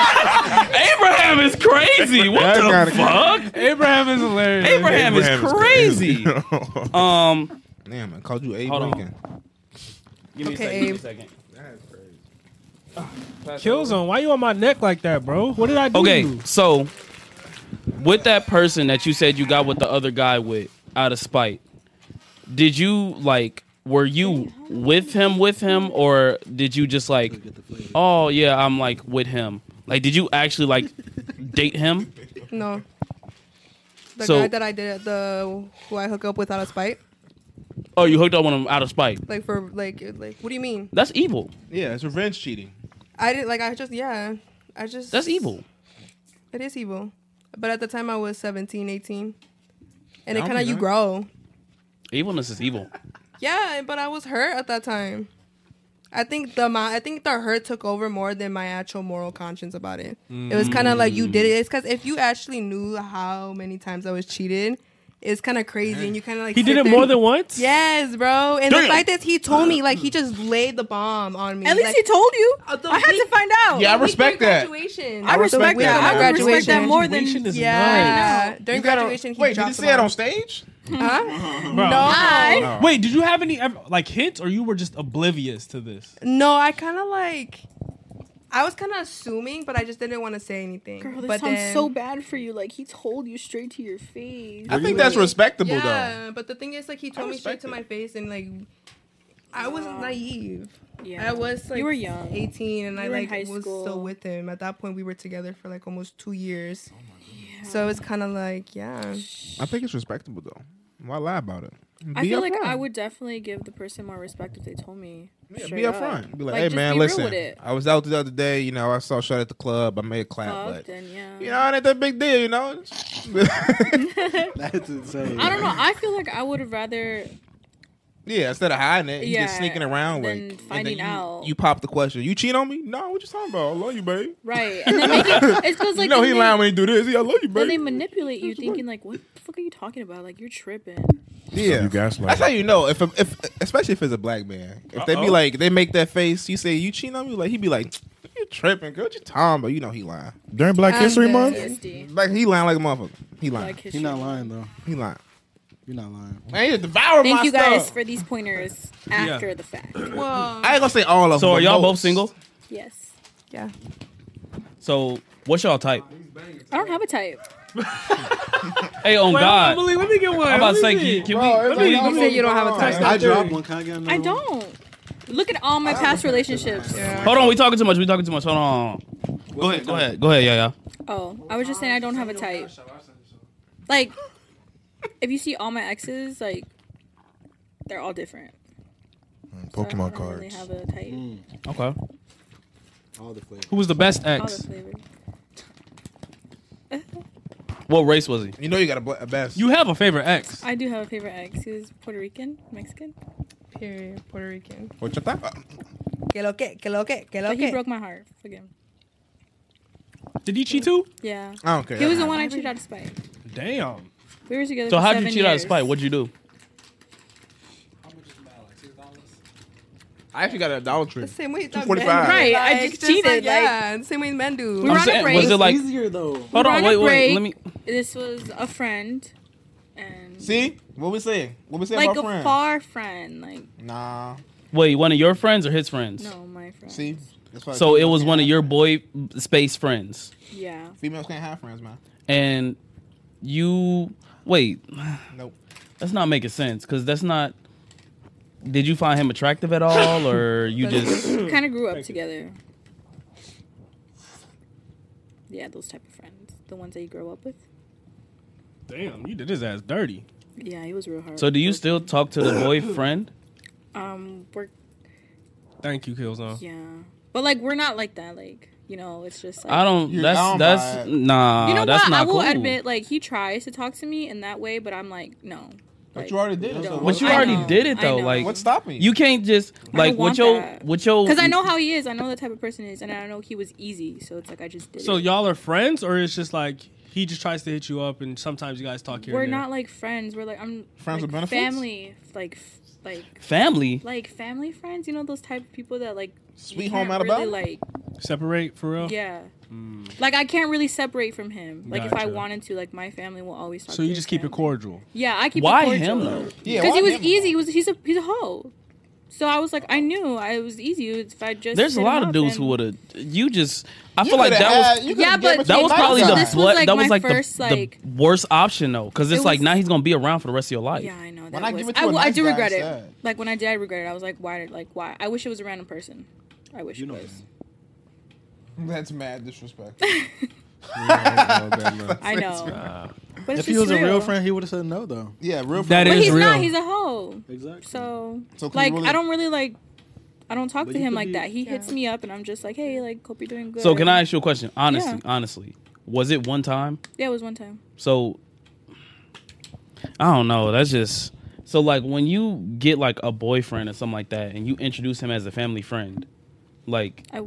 Abraham is crazy. What That's the kinda fuck? Abraham is hilarious. Abraham, is <laughs> crazy. um, Damn, I called you Abe Hold on. Lincoln. give me Okay, a Abe. second. Kills him. Why you on my neck like that, bro? What did I do? to Okay, you? so with that person that you said you got with the other guy with out of spite, did you like? Were you with him, with him, or did you just like? Oh yeah, I'm like with him. Like, did you actually like date him? No. The So- guy that I did the who I hook up with out of spite, Oh, you hooked up with him out of spite. like for like like what do you mean? That's evil. Yeah, it's revenge cheating. I didn't like I just yeah. I just That's evil. It is evil. But at the time I was 17, 18. And I it don't kind of think you that- grow. Evilness is evil. Yeah, but I was hurt at that time. I think the my I think the hurt took over more than my actual moral conscience about it. It was kind of like you did it. It's because if you actually knew how many times I was cheated, it's kind of crazy. And you kind of like He did sit it there- more than once? Yes, bro. And the Damn. fact that he told me, like he just laid the bomb on me. At least Like, he told you. Uh, the I had week- to find out. Yeah, I The week respect during that. graduation. I respect that. I respect that more than- Graduation is Yeah. nice. During You gotta- graduation, he wait, did dropped Uh, he say the it bomb. on stage? Huh? Bro. No. Wait, did you have any ev- like hints, or you were just oblivious to this? No, I kind of like. I was kind of assuming, but I just didn't want to say anything. Girl, this but sounds then, so bad for you. Like he told you straight to your face. I think that's respectable yeah, but the thing is, like, he I told me straight respect to it. my face, and like, I was naive. Yeah. I was like You were young. eighteen, and You I were in like high was still school. with him. At that point, we were together for like almost two Oh years. So it's kind of like, yeah. I think it's respectable though. Why lie about it? I Be feel like upfront. I would definitely give the person more respect if they told me. Yeah, straight be upfront. Be like, hey just man, be real with listen. it. I was out the other day. You know, I saw shot at the club. I made a clap, Fucked but and yeah. you know, it ain't that big deal. You <laughs> know, that's insane. I don't know. I feel like I would have rather Yeah, instead of hiding it, you just Yeah, sneaking around with. than it. And then finding you- out. You pop the question. You cheat on me? No, what you talking about? I love you, babe. right, <laughs> and then make it. It feels like you know then he they- lying when he do this. Yeah, I love you, Then babe. they manipulate you, thinking like, "What the fuck are you talking about? Like you're tripping." Yeah, you gaslight. That's how you know if if especially if it's a black man. If they be Uh-oh. like they make that face, you say you cheating on me. Like he be like, you tripping, girl. What you talking about? You know he lying. During Black I'm History dead. uh, Month? like he lying like a motherfucker. He lying. Black History He not lying though. He lying. You're not lying. Man, you devour Thank my you guys stuff. for these pointers Yeah. after the fact. Whoa. I ain't gonna say all of So them. are but y'all both most. single? Yes, Yeah. So what's y'all type? I don't have a type. Hey, on Wait, God. Emily, let me get one. I'm about to say, Let me- can, can Bro, we? it's like- can we- You said you don't have a type. I dropped one. Can I get another I one? don't. Look at all my past relationships. Hold on, we talking too much. We talking too much. Hold on. Go ahead. Go ahead. Go ahead. Yeah, yeah. Oh, I was just saying I don't have a type. Like, if you see all my exes, like, they're all different. So I Pokemon don't really cards. have a type. Okay. All the flavors. Who was the best All the ex? flavors. What race was he? You know you got a, bl- a best. You have a favorite ex. I do have a favorite ex. He was Puerto Rican, Mexican. Period. Puerto Rican. What you think? Que lo que, que lo que, que lo But he que. broke my heart. Fuck him. Did he cheat too? Yeah. I don't care. He was the one I cheated out of spite. Damn. We were together. So for how'd you seven cheat out of years. spite? What'd you do? I actually got an adultery. The same way that men 245. do, Right, I like, just cheated, Like, like- yeah, the same way men do. We were I'm on saying, a break. was it like- easier though. Hold on, wait, wait, let This was a friend, and See what we saying? What we saying like about a friends? far friend, like nah. Wait, one of your friends or his friends? no, my friend. See, That's why So it was one of your boy space friends, Yeah. females can't have friends, man. and you wait. Nope. That's not making sense because that's not. Did you find him attractive at all, or you just? kind of grew up together. Yeah, those type of friends, the ones that you grow up with. Damn, you did his ass dirty. Yeah, he was real hard. So do you still talk to the boyfriend? Um, we're Thank you, Killzone. yeah, but like we're not like that. Like you know, it's just like, I don't. That's that's nah. you know that's what? not I will cool. admit, like he tries to talk to me in that way, but I'm like, no. But you already did it. so But you I already know, did it I though. know. Like What's stopping you? You can't just I like don't with want your that. with your Because I know <laughs> how he is. I know the type of person he is, and I know he was easy. So it's like I just did. So it. y'all are friends, or it's just like he just tries to hit you up, and sometimes you guys talk here. we're and there? not like friends. We're like I'm Friends like, with benefits? Family, like f- like Family? like family friends. You know those type of people that like you Sweet home can't Alabama? really, like separate for real. yeah. Mm. Like I can't really separate from him. Like if I Gotcha. wanted to, like my family will always. Talk So to you his just keep it cordial. Yeah, I keep. Why it cordial. him, though? Yeah, because he why was easy. He was he's a he's a hoe. So I was like, I knew I was easy if I just. There's a hit him lot up of dudes and- who would have. You just. I You feel like coulda that had- you was. coulda Yeah, given but that him was a probably shot. the This was, blood- like, that was my like the, first, the like- worst option though, because it's It like was- now he's gonna be around for the rest of your life. Yeah, I know. Why That not was, give it to I, a well, I nice do guy regret instead? it. Like when I did, I regret it. I was like, why? did- Like why? I wish it was a random person. I wish it was. That's mad disrespectful. I know. But it's if he just was a real real. friend, he would have said no, though. Yeah, <laughs> real But friend. he's not. He's a hoe. Exactly. So, So can like, you really- I don't really like. I don't talk But to you him could like be- that. He hits me up, and I'm just like, hey, like, hope you're doing good. So can I ask you a question? Honestly, Yeah. honestly, was it one time? Yeah, it was one time. So I don't know. That's just So like when you get like a boyfriend or something like that, and you introduce him as a family friend, like I,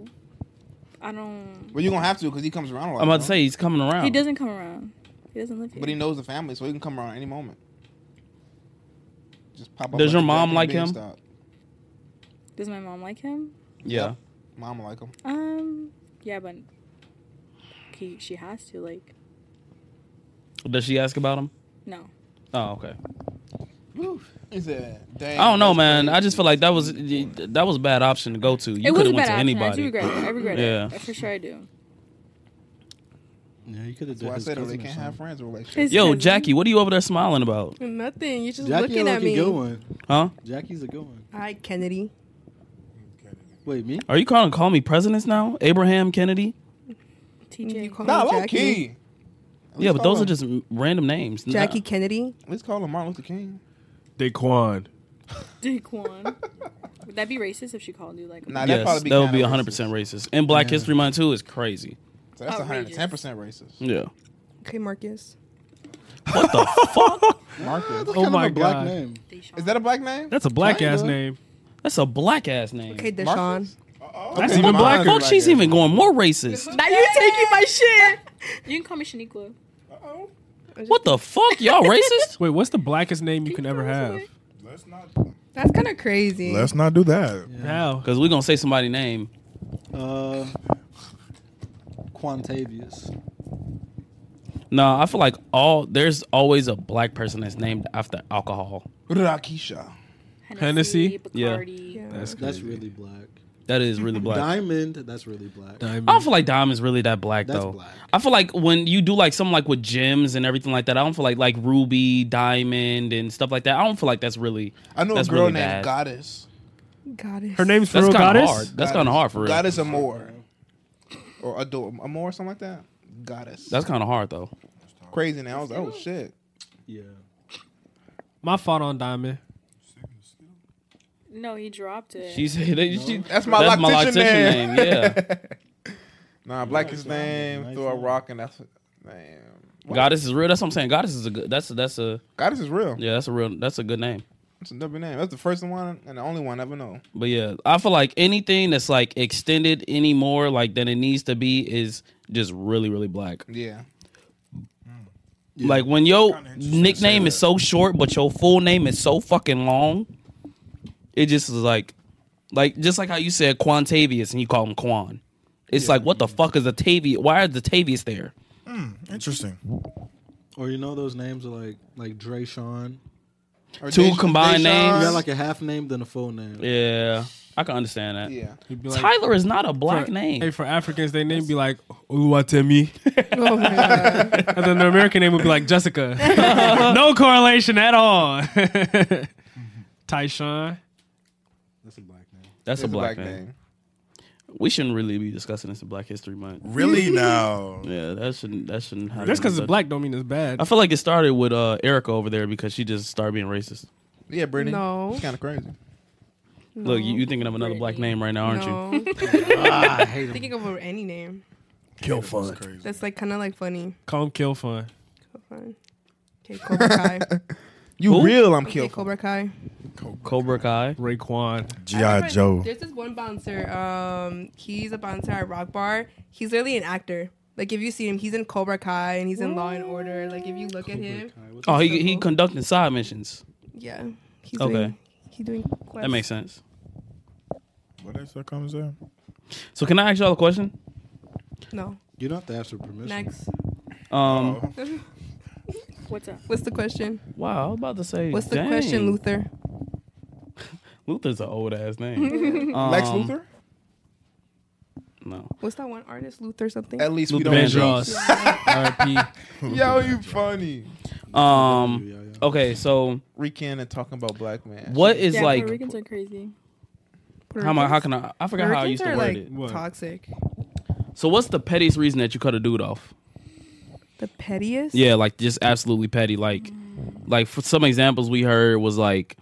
I don't. Well, you're gonna have to because he comes around a lot. I'm about to you know? say, he's coming around. He doesn't come around. He doesn't live here. but he knows the family, so he can come around any moment. Just pop up. Does like your a mom Jack and like him? Beanstalk. Does my mom like him? Yeah. Yep. Mom like him. Um, yeah, but he, she has to like Does she ask about him? no. Oh, okay. He said, I "Dang." don't know, man. I just feel like that was that was a bad option to go to. You it was could a have bad went to option. I do anybody. regret it. I regret yeah. it for sure. I do. Yeah, you could have That's why done I his said oh, they cousin or can't have something. friends with relationships. His Yo, cousin. Jackie, what are you over there smiling about? Nothing. You're just Jackie looking a at me. good one. Huh? Jackie's a good one. Hi, Kennedy. Wait, me? Are you calling call me presidents now? Abraham Kennedy? TJ. You call Nah, me low Jackie. key. Let's yeah, but call those him- are just m- random names. Nah. Jackie Kennedy. Let's call him Martin Luther King. Daquan. Daquan. Would that be racist if she called you like? a- Nah, that'd yes, probably be that would be kinda 100 percent racist. And Black Yeah. History Month too is crazy. So that's Outrageous. 110 percent racist. Yeah. Okay, Marcus. What the fuck? Marcus. That's Oh kind of my a black God. name. Is that a black name? That's a black ass Kinda. name. That's a black ass name. Okay, Deshaun. Marcus? That's Okay, even mine's blacker. Fuck, black she's ass. even going more <laughs> racist. Now you taking my shit. You can call me Shaniqua. What the fuck? Y'all racist? <laughs> Wait, what's the blackest name you can ever have? Let's not. <laughs> That's kind of crazy. Let's not do that. How? Because we're going to say somebody's name. Uh, Quantavius. No, I feel like all there's always a black person that's named after alcohol. Rakisha. Hennessy? Yeah. Bacardi. Yeah. That's That's crazy. really black. That is really black. Diamond. That's really black. Diamond. I don't feel like diamonds really that black That's though. black. I feel like when you do like something like with gems and everything like that, I don't feel like like ruby, diamond, and stuff like that. I don't feel like that's really. I know that's a girl really named bad. Goddess. Goddess. Her name's for That's real kind of goddess. hard. That's kind of hard for real. Goddess Amore. Or Adore. Amore or something like that. Goddess. That's kind of hard though. crazy now. I was like, oh shit. Yeah. My fault on Diamond. No, he dropped it. She said that she, That's my that's my lactation lactation name. name. Yeah, <laughs> Nah, black is name, Nice throw a one. rock and that's man. goddess is real. That's what I'm saying. Goddess is a good. That's a, that's a Goddess is real. yeah. That's a real. That's a good name. That's a W name. That's the first one and the only one I ever know. But yeah, I feel like anything that's like extended any more like than it needs to be is just really really black. Yeah. Like when your Kinda interesting to nickname say is that. so short, but your full name is so fucking long, it just is like, like just like how you said Quantavius and you call him Quan. It's like what the fuck is a Tavius? Why is the Tavius there? Interesting. Or you know those names are like like Dre Sean. Or Two Desha- combined Deshaun. You names. got like a half name than a full name. Yeah, I can understand that. Yeah. He'd be like- Tyler is not a black for- name. Hey, for Africans, their name be like <laughs> Uluwatemi. Oh my god. and then the American name would be <laughs> like Jessica. no correlation at all. <laughs> Tyshawn. That's a black name. That's It's a black, name. We shouldn't really be discussing this in Black History Month. <laughs> Really now. Yeah, that shouldn't that shouldn't happen. That's because it's But- black don't mean it's bad. I feel like it started with uh, Erica over there because she just started being racist. <laughs> Yeah, Brittany. No. It's kind of crazy. Look, you, you thinking of another black name right now, aren't you? <laughs> no. I hate him. Thinking of any name. Kill fun. Crazy. That's like kind of like funny. Call him Kill Fun. Fun. Okay, Cobra <laughs> Kai. You Who? real? I'm okay, killed. Cobra Kai. Cobra Kai. Raekwon. G.I. Joe. There's this one bouncer. Um, he's a bouncer at Rock Bar. He's literally an actor. Like if you see him, he's in Cobra Kai and he's in Law and Order. Like if you look at him, Oh, he he conducting side missions. yeah, he's Okay. doing. He's doing. Quests. That makes sense. What is that comes there? So can I ask y'all a question? No. You don't have to ask for permission. Next. Um, What's up? What's the question? wow, I was about to say. What's the dang, question, Luther? <laughs> Luther's an old ass name. Lex Um, Luthor. No, What's that one artist, Luther something? At least we Luther don't. Vandross. know. <laughs> R.I.P. Yo, you funny. Um. Yeah, yeah. Okay, so Rican and talking about black man. what is yeah, like? Puerto Ricans are crazy. How am I? How can I? I forgot how I used to are word like it. What? toxic. So what's the pettiest reason that you cut a dude off? The pettiest. Yeah, like just absolutely petty. Like, like for some examples we heard was like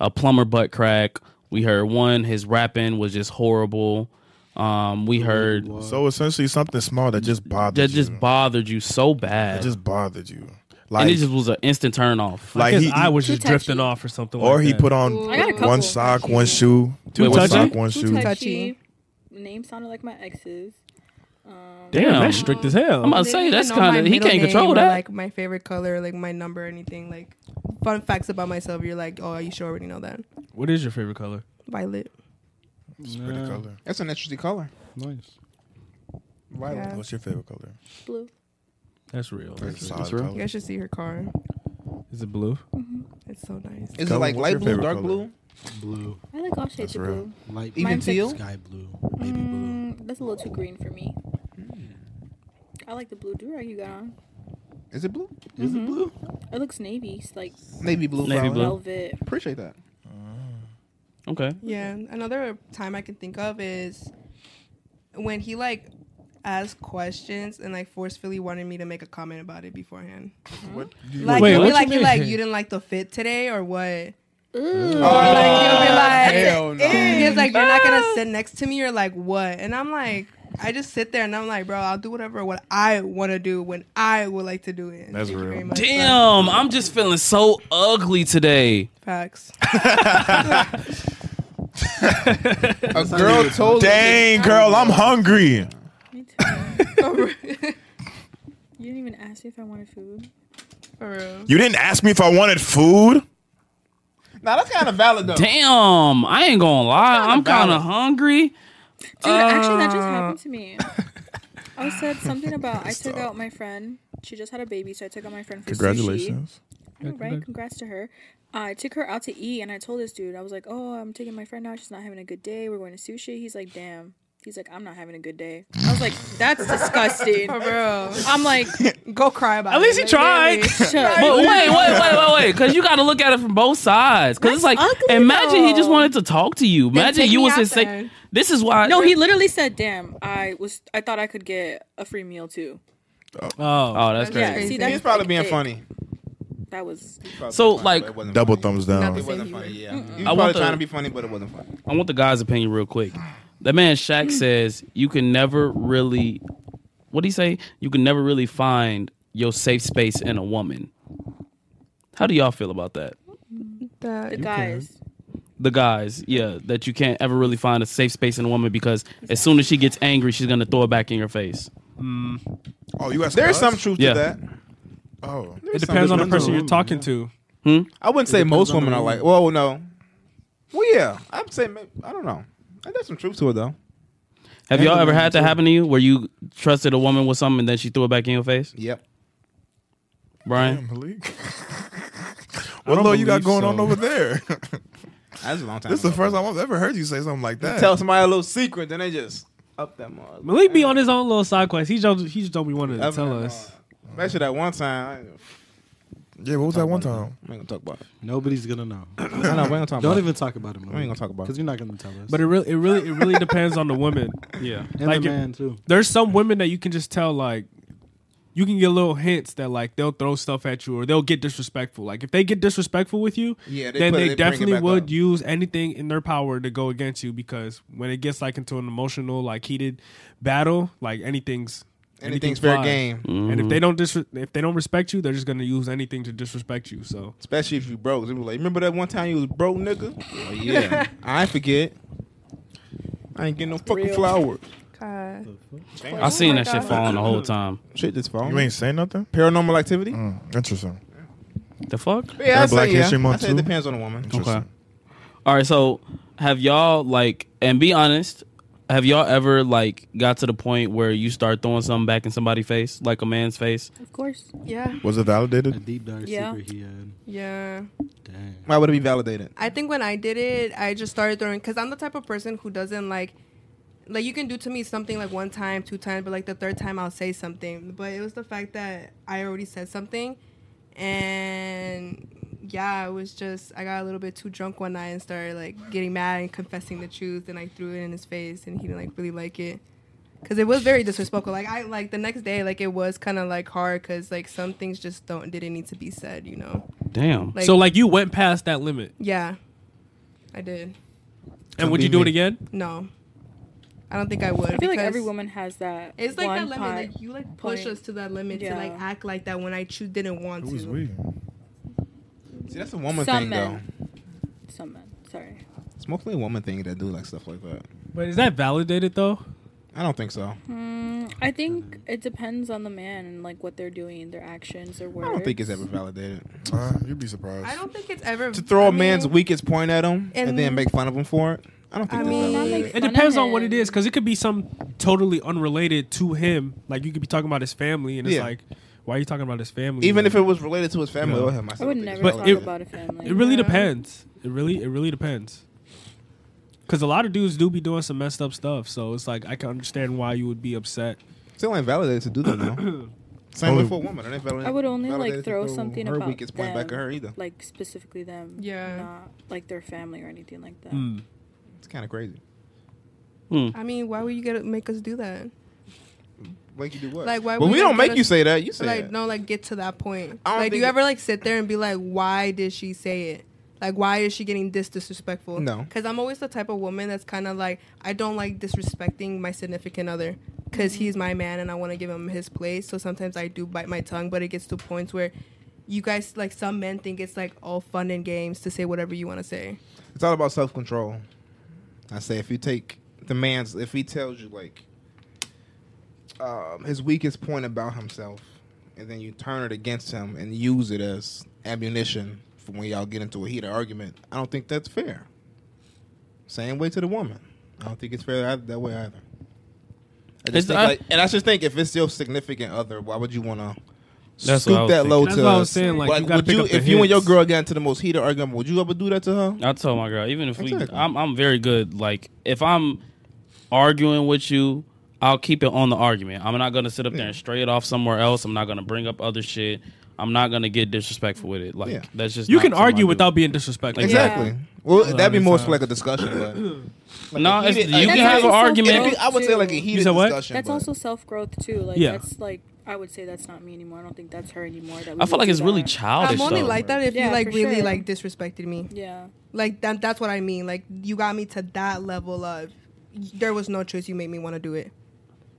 a plumber butt crack. We heard one his rapping was just horrible. Um, we heard Wow. So essentially, something small that just bothered that you. just bothered you so bad. It just bothered you. Like, and it just was an instant turn off. Like his eye was just drifting off or something. Or like he that. put on Ooh, I got a couple. one sock, one shoe, Too one touchy? sock, one shoe. Too touchy. Name sounded like my ex's. Damn, that's strict as hell. I'm about to They say didn't that's know my kind of he middle can't name control or, that. Like my favorite color, like my number, or anything. Like fun facts about myself. You're like, oh, you sure already know that? What is your favorite color? Violet. It's a pretty color. That's an interesting color. Nice. Violet. Yeah. What's your favorite color? Blue. That's real. That's That's a real. solid color. You guys should see her car. Is it blue? It's so nice. Is Color, it like what's light your blue, favorite dark color? blue? Blue. I like all shades That's of real. blue. Light Even blue. teal? Sky blue. Baby blue. Mm, that's a little too green for me. I like the blue do rag you got on. Is it blue? Is it blue? Mm-hmm. It looks navy, it's like Navy blue. Navy flower. blue. velvet. Appreciate that. Okay. Yeah. Another time I can think of is when he like asked questions and like forcefully wanted me to make a comment about it beforehand. What? Like Wait, he'll what be you like, you mean? like you didn't like the fit today or what? Ooh. Or like he'll be like, Ah, <laughs> hell no. "Eh." he's like, you're not <laughs> gonna sit next to me or like what? And I'm like, I just sit there and I'm like, bro, I'll do whatever what I want to do when I would like to do it. That's Thank you real. very much. Damn, I'm just feeling so ugly today. Facts. A girl told Dang, girl, I'm hungry. Me too. For You didn't even ask me if I wanted food. real. You didn't ask me if I wanted food. Now that's kind of valid though. Damn, Um, I ain't gonna lie, I'm kind valid. of hungry. Dude, actually, that Uh, just happened to me. I said something about I took out my friend. She just had a baby, so I took out my friend for sushi. Congratulations. I know, right? Congrats to her. I took her out to eat, and I told this dude, I was like, "Oh, I'm taking my friend out. She's not having a good day. We're going to sushi." He's like, "Damn." He's like, "I'm not having a good day." I was like, <laughs> "That's disgusting." For real. I'm like, Go cry about it. At least he Like, tried. really. "Shut up." But wait, wait, wait, wait, wait, because you got to look at it from both sides. Because it's like, That's ugly, imagine he just though. wanted to talk to you. Imagine take you me was out his say. there. This is why. No, he literally said, "Damn, I was. I thought I could get a free meal too." Oh, Oh, that's That's crazy. Yeah, see, He's that's He's probably like being thick. funny. That was. So, like- Double thumbs down. It wasn't funny. Yeah. He I was want probably the- trying to be funny, but it wasn't funny. I want the guy's opinion real quick. That man Shaq says you can never really. What do he say? You can never really find your safe space in a woman. How do y'all feel about that? That- The guys. the guys, yeah, that you can't ever really find a safe space in a woman because as soon as she gets angry, she's gonna throw it back in your face. Oh, you asked. There's some truth Yeah. to that. Oh, It depends on the Depends person on you're who, talking yeah. to. Hmm? I wouldn't say most on the women are woman. like. Well, no. Well, yeah. I'd say maybe, I don't know. There's some truth to it though. Have y'all ever had that happen to you where you trusted a woman with something and then she threw it back in your face, Yep. Brian? <laughs> Malik. What law you got believe going on so. over there? That's a long time. this is the ago. first time I've ever heard you say something like that. Tell somebody a little secret, then they just up that mug. Malik be on his own little side quest. He just he just don't be wanting to Up tell that us. mug. Especially that one time. I ain't gonna- yeah, what was that one time? I'm ain't gonna talk about it. Nobody's gonna know. No, no, we ain't gonna talk about Don't it. even talk about it. We ain't gonna talk about it. because you're not gonna tell us. But it really, it really, it really depends on the woman. Yeah. and like the it- man too. There's some women that you can just tell like. You can get little hints that like they'll throw stuff at you or they'll get disrespectful. Like if they get disrespectful with you, Yeah, they then put it- they, they bring it definitely back would up. use anything in their power to go against you because when it gets like into an emotional, like heated battle, like anything's Anything's anything fair flies. game. And if they don't dis- if they don't respect you, they're just gonna use anything to disrespect you. So Especially if you broke. They be like, remember that one time you was broke, nigga? Oh, yeah. <laughs> I ain't forget. I ain't getting no fucking flowers. God. I seen Oh my that shit God. falling the whole time. Shit, this phone. You ain't say nothing. paranormal activity? Mm, interesting. The fuck? Yeah, I Black say, yeah. History Month I say it too? depends on the woman. Interesting. Okay. All right, so have y'all like and be honest, have y'all ever like got to the point where you start throwing something back in somebody's face, like a man's face? Of course. Yeah. Was it A validated? deep dark Yeah. secret he had. Yeah. Dang. Why would it be validated? I think when I did it, I just started throwing because I'm the type of person who doesn't like, like you can do to me something like one time, two times, but like the third time I'll say something. But it was the fact that I already said something, and yeah, it was just I got a little bit too drunk one night and started like getting mad and confessing the truth, and I threw it in his face, and he didn't like really like it. Cause it was very disrespectful. Like I like the next day, like it was kind of like hard, cause like some things just don't didn't need to be said, you know. Damn. Like, so like you went past that limit, yeah, I did. and would you do it again? No. I don't think I would. I feel like because every woman has that. It's like one that limit. pot Like you like push point. us to that limit Yeah. to like act like that when I choose didn't want Who's to. we? See, that's a woman Some thing, men. Some men. Sorry. though. It's mostly a woman thing that do like stuff like that. But is that validated though? I don't think so. Mm, I think it depends on the man and like what they're doing, their actions, their words. I don't think it's ever validated. you'd be surprised. I don't think it's ever to throw I a man's mean, weakest point at him and, then and- make fun of him for it. I don't think I that's mean- validated. It depends on what it is, because it could be something totally unrelated to him. Like you could be talking about his family, and it's Yeah. like, why are you talking about his family? Even if it was related to his family, I would have myself I would think it's never talk about a family. It really Yeah. depends. It really, it really depends. Because a lot of dudes do be doing some messed up stuff, so it's like I can understand why you would be upset. Still ain't validated to do that though. Same Only- way for a woman. It ain't valid- I would only like validated to throw throw something her about weakest point them, back at her either. Like specifically them. Yeah. Not like their family or anything like that. Mm. Hmm. It's kind of crazy. I mean, why would you gotta make us do that? Make you do what? Like why? But would we you don't get make you us- say that. You say like that. no, like get to that point. I Like, don't do think you it- ever like sit there and be like, why did she say it? Like, why is she getting this disrespectful? No. because I'm always the type of woman that's kind of like, I don't like disrespecting my significant other because Mm-hmm. he's my man and I want to give him his place. So sometimes I do bite my tongue, but it gets to points where. You guys like some men think it's like all fun and games to say whatever you want to say. It's all about self control. I say if you take the man's, if he tells you like um, his weakest point about himself, and then you turn it against him and use it as ammunition for when y'all get into a heated argument, I don't think that's fair. Same way to the woman. I don't think it's fair that, that way either. I It's- just think, I- like, and I just think if it's your significant other, why would you want to That's what I scoop was that low thinking. to? That's what I was us? saying, like, you gotta would pick you, up if the you and your hits. girl got into the most heated argument, would you ever do that to her? I told my girl, even if we, Exactly. I'm, I'm very good. Like if I'm arguing with you, I'll keep it on the argument. I'm not gonna sit up there and stray it off somewhere else. I'm not gonna bring up other shit. I'm not gonna get disrespectful with it. Like Yeah. that's just You not can something I argue do. without being disrespectful. Exactly. Well, that'd be more for like a discussion, but like No, a it's- heated- you a can heated- have an it'd be- argument. I would say like a You heated said what? discussion. That's but- also self growth too. Like Yeah. that's like I would say that's not me anymore. I don't think that's her anymore. That we I feel would like do it's really that. childish. I'm only though. like that if Yeah, you like for really sure. like disrespected me. Yeah. Like that that's what I mean. Like you got me to that level of there was no choice you made me want to do it.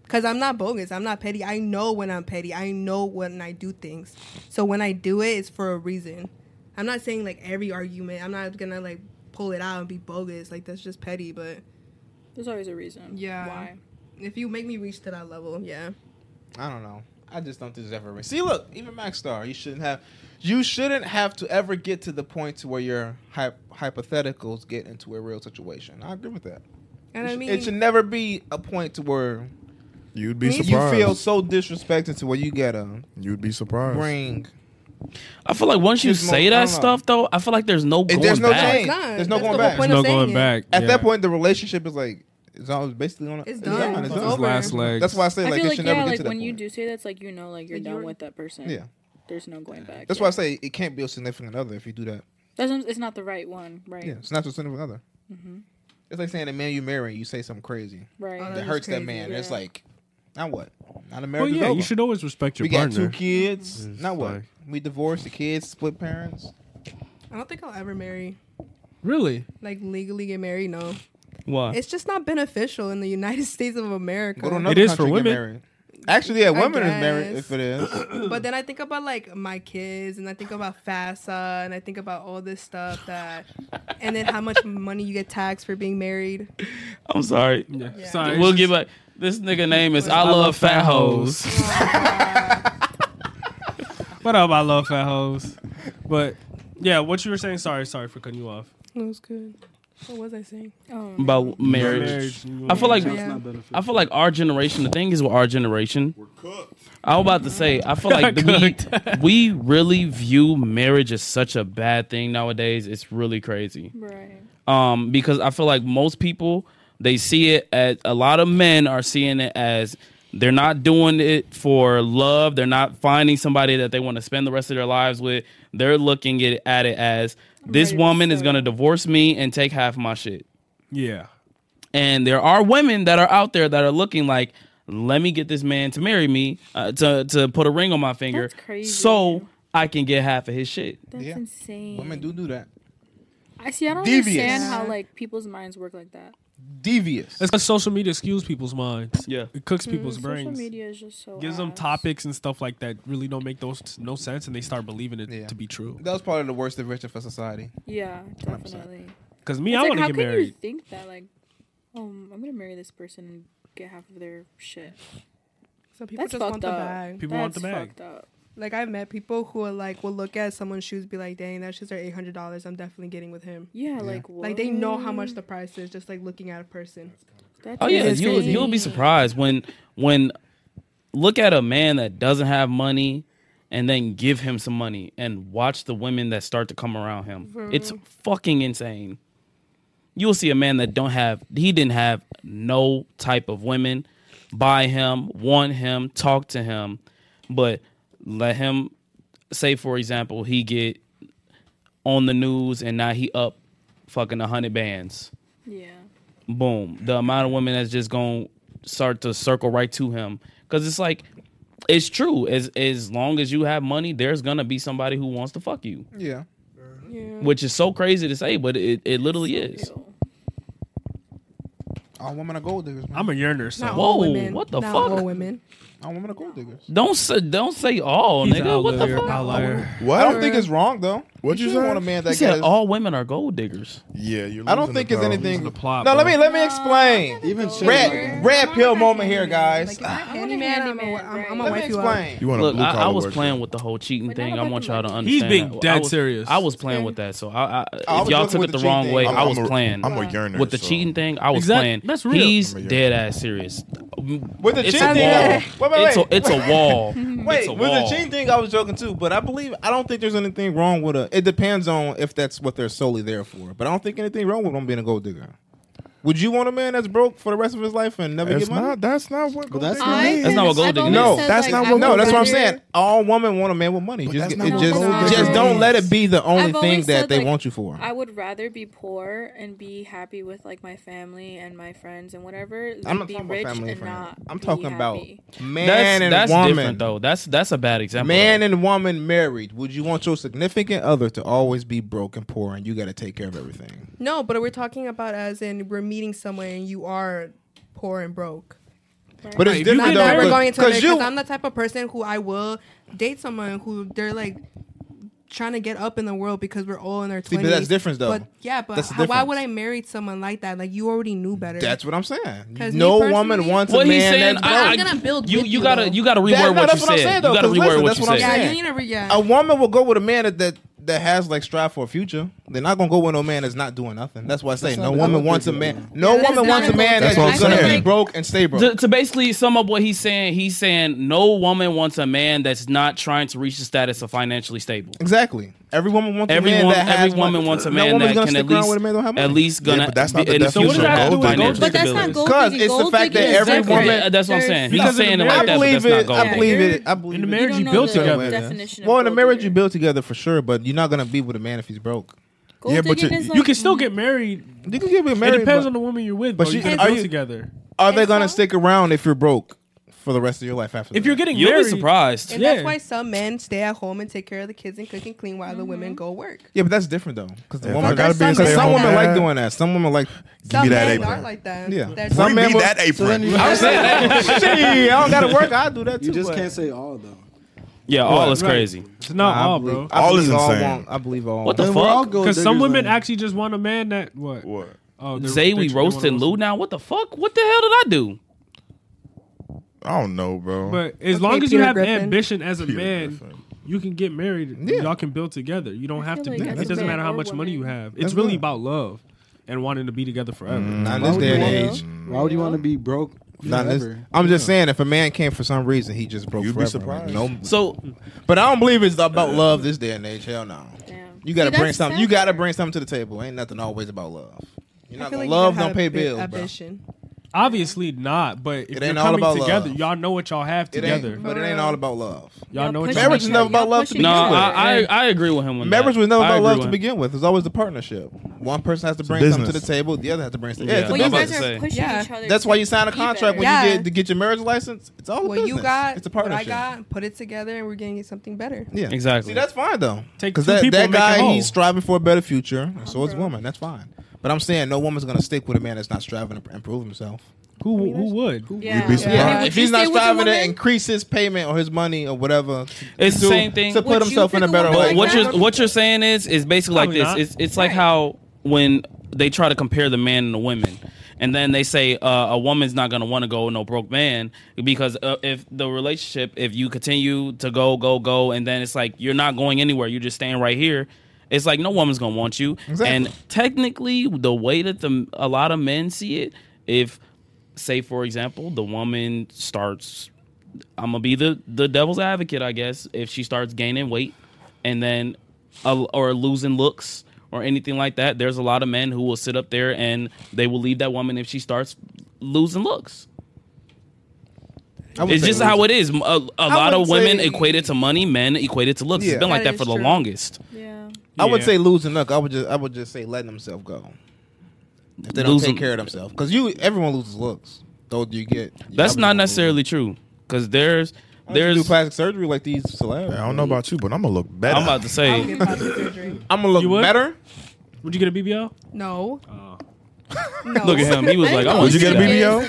Cuz I'm not bogus. I'm not petty. I know when I'm petty. I know when I do things. So when I do it it's for a reason. I'm not saying like every argument. I'm not going to like pull it out and be bogus. Like that's just petty, but There's always a reason. Yeah. Why? if you make me reach to that level, yeah. I don't know. I just don't think it's ever. See, look, even Max Star, you shouldn't have. You shouldn't have to ever get to the point to where your hy- hypotheticals get into a real situation. I agree with that. And it, I should- mean it should never be a point to where You'd be Me- You surprised. you feel so disrespected to where you gotta You'd be surprised. bring. I feel like once you Just mo- say that I don't know. stuff though, I feel like there's no If going there's no back. It's change, not. there's no That's going the whole back. point There's no of saying going it. back. At yeah. that point, the relationship is like it's always basically on. It's done. It's It's done. His over. last leg. That's why I say I like feel it like should yeah, never get like to that when you point. do say that's like you know like you're Like, done you're- with that person. Yeah. There's no going back. That's yeah. why I say it can't be a significant other if you do that. That's what- it's not the right one. Right. Yeah, it's not a significant other. Mhm. It's like saying the man you marry, you say something crazy Right. Oh, that that's hurts that crazy, man. It's yeah. like, now what? Not Well, America. yeah, you should always respect your We got partner. two kids. Now what? like- We divorced the kids, split parents. I don't think I'll ever marry Really? like legally get married, no. Why? <laughs> It's just not beneficial in the United <laughs> States of America. Go to another It is for country and get women. married. Actually, yeah, I women is married guess. if it is. but then I think about like my kids, and I think about FAFSA, and I think about all this stuff that, and then how <laughs> much money you get taxed for being <laughs> married. I'm sorry. Yeah. Sorry. We'll it's give just- up. This nigga name is I, love fat hoes. <laughs> What up? I love fat hoes. But yeah, what you were saying. Sorry, sorry for cutting you off. That was good. What was I saying? Um, Oh, about marriage. I feel like Yeah. Not beneficial. I feel like our generation. The thing is, with our generation, We're cooked. I was about to say, I feel <laughs> like the, we we really view marriage as such a bad thing nowadays. It's really crazy. Right. um, because I feel like most people they see it as a lot of men are seeing it as they're not doing it for love. They're not finding somebody that they want to spend the rest of their lives with. They're looking at, at it as this ready to woman is going to settle. divorce me and take half my shit. Yeah. And there are women that are out there that are looking like, let me get this man to marry me uh, to to put a ring on my finger, That's crazy. so I can get half of his shit. That's Yeah. insane. Women do do that. I see. I don't Devious. understand how like people's minds work like that. devious. It's because social media skews people's minds. Yeah, it cooks people's Mm, brains. Social media is just so. Gives them ass. topics and stuff like that really don't make those no sense, and they start believing it to be true. That was probably the worst invention for society. Yeah, definitely. Because me, It's I like, want to how get can married. You think that like, um, I'm gonna marry this person and get half of their shit. So people That's just want fucked the up. bag. People want the That's bag. fucked up. Like I've met people who are like will look at someone's shoes, be like, "Dang, that shoes are eight hundred dollars. I'm definitely getting with him." Yeah, Yeah. like, like they know how much what? the price is, just like looking at a person. Oh yeah, It's you crazy. you'll be surprised when when look at a man that doesn't have money and then give him some money and watch the women that start to come around him. For It's real. fucking insane. You'll see a man that don't have he didn't have no type of women buy him, want him, talk to him, but let him say for example he get on the news and now he up fucking a 100 bands Yeah. boom the amount of women that's just gonna start to circle right to him because it's like it's true as as long as you have money there's gonna be somebody who wants to fuck you Yeah. Mm-hmm. which is so crazy to say but it, it literally is All women are gold diggers. Man. I'm a yearner, so Not Whoa, all women. what the Not fuck? All women. All women are gold diggers. don't say don't say all He's an nigga what the outlier, fuck outlier. What? I don't think it's wrong though. What'd you shouldn't say? want a man he that said got. all women are gold diggers Yeah, you're. I don't losing think it, it's bro. anything. The plot. No, bro. let me let me explain. Even shit like Red red pill moment here, guys. Like if I'm handyman, I'm a, handyman, I'm, right. I'm a Let me wife you up. explain. You want Look, a blue I, I collar was worker. playing with the whole cheating But thing. not I about want the y'all to understand. money. He's being that. dead I was, serious. I was playing with that. So I, I, I if was y'all joking took with it the the wrong cheating way, thing. I was I'm a- playing. I'm a yearner, with the so- cheating thing. I was Exact- playing. that's real. He's I'm a yearner. dead ass serious. With the it's cheating a thing- wall. wait, wait, it's, wait. A, it's <laughs> a wall. it's Wait, a with wall. the cheating thing, I was joking too, but I believe I don't think there's anything wrong with a. It depends on if that's what they're solely there for, but I don't think anything wrong with them being a gold digger. Would you want a man that's broke for the rest of his life and never That's get money? not. That's not what. Well, that's gold not- diggers I is. That's not what gold I've diggers always No, said, that's like, not I what- would No, that's what I'm rather- saying. All women want a man with money. But Just, that's it not what just, gold diggers just don't is. let it be the only I've thing always that said, they like, want you for. I would rather be poor and be happy with like my family and my friends and whatever than I'm not be talking rich about family and and friends. not. I'm be talking about happy. man That's, and that's woman. different though. That's that's a bad example. Man though. and woman married. Would you want your significant other to always be broke and poor and you got to take care of everything? No, but we're talking about as in we're meeting someone and you are poor and broke. But it's If you different Not that get though we're married- going into because because you I'm the type of person who I will date someone who they're like trying to get up in the world because we're all in our See, but twenties. that's different, though. But yeah, but That's the how, why difference. would I marry someone like that? Like you already knew better. That's what I'm saying. 'Cause me No personally- woman wants What a he's man saying, that's I, I, I'm gonna build You with you you, gotta though. you gotta reword That- no, what you that's what I'm said. saying, You though, gotta 'cause reword listen, what that's you what I'm said. yeah, saying. you never. Yeah, a woman will go with a man that, that that has like strive for a future. They're not gonna go with no man that's not doing nothing. That's why I say That's no not- I woman don't wants a think man. so. No Yeah, that's woman wants a not- man that's, That's what I'm gonna saying. be broke and stay broke. to, to basically sum up what he's saying, he's saying no woman wants a man that's not trying to reach the status of financially stable. exactly. Every woman wants Every a man one, that has every woman money. wants a No man woman's that gonna can stick at around least with a man that don't have money. at least gonna but that's be not the in the definition future of have gold financial diggers. But that's stability. not gold Because digging. it's the Gold fact that digging is every different. woman- Yeah, that's what I'm saying. He's Because saying it in like that, I but believe that's it. not I gold. gold. believe Yeah, it. you're- I believe in the it. You marriage don't you know built the together. Definition Well, of in a gold marriage, digger. you build together for sure, but you're not gonna be with a man if he's broke. Gold Yeah, but digging you- is, you You like, can still get married. You can get married. it depends but on the woman you're with, but but bro. she- you can are build you- together. Are they And gonna so- stick around if you're broke for the rest of your life after? If that? you're getting You'll married, be surprised. and yeah. that's why some men stay at home and take care of the kids and cook and clean while the women go work. yeah, but that's different though, because the If woman I gotta be a Because Because stay-at-home some women dad, like doing that. Some women like. Some me that men apron. are like that. Yeah. They're- Some Bring men me will- that So then apron. you, Shit, I don't gotta work. I do that too. you just but- can't say all though. Yeah, all is crazy. it's not I all, believe- bro. I All believe is insane. want- I believe all. What want. the Then fuck? we're all gold Because some diggers women then. actually just want a man that what? What? Oh, they're- Zay, they- we they want roasting to Lou now. What the fuck? What the hell did I do? I don't know, bro. But as Okay, long as you Peter have Griffin. ambition as a Peter man, Griffin. you can get married. Yeah. Y'all can build together. You don't I have feel to. like be- as it a doesn't man matter how or much money you woman- have. It's That's really good. about love and wanting to be together forever. Mm, Not in Why this would day you and want- age. Why would you want to be broke? Not in this. forever? I'm just saying, if a man came for some reason, he just broke. You'd be forever. surprised. No, So but I don't believe it's about love this day and age. Hell no. Damn. You gotta See, bring that's something. You gotta sad. bring something to the table. Ain't nothing always about love. You're I not feel gonna like you gotta love don't have pay a big bills, bro. ambition. Obviously not. But if It you're ain't all coming about together, love. y'all know what y'all have It together. ain't, but it ain't all about love. Y'all know what pushing y'all Marriage is have. each never other. about Y'all love to pushing no, begin each with. other. I, I I agree with him. On Marriage that. was never I about agree love with to him. begin with. It's always the partnership. One person has to bring business. something to the table. The other has to bring something. Yeah. Yeah, it's a Well, I'm you about business. guys to are say. pushing Yeah. each other. That's to why you sign a be contract better. when Yeah. you get to get your marriage license. It's all a What business. you got, It's a what partnership. I got, put it together, and we're gonna get something better. Yeah, Exactly. See, that's fine though. Take Because two that, people that and make it guy, whole. he's striving for a better future, and so is woman. That's fine. But I'm saying no woman's gonna stick with a man that's not striving to improve himself. Who who would? Who You'd be surprised if he's not striving to increase his payment or his money or whatever. It's to, the same thing. to put himself in a better But way. What you're what you're saying is is basically like Probably this. not. It's it's like how when they try to compare the man and the women, and then they say uh, a woman's not gonna want to go with no broke man because uh, if the relationship, if you continue to go go go, and then it's like you're not going anywhere, you're just staying right here. It's like no woman's gonna want you. Exactly. And technically, the way that the a lot of men see it, if say for example the woman starts i'm gonna be the the devil's advocate i guess if she starts gaining weight and then uh, or losing looks or anything like that there's a lot of men who will sit up there and they will leave that woman if she starts losing looks I would it's say just how it losing. is. M- A, a I lot would of women say- equate it to money, men equate it to looks. Yeah. It's been like That that for is the true. longest. I would Yeah. say losing luck. I would just I would just say letting himself go. If they don't Losing- take care of themselves, because you everyone loses looks. Though you get That's not necessarily true because there's there's do plastic surgery like these celebs. I don't know about you, but I'm gonna look better. I'm about to say- <laughs> I'm gonna look You would? better. Would you get a BBL? No. Look at him. He was like, I Would want you get a BBO?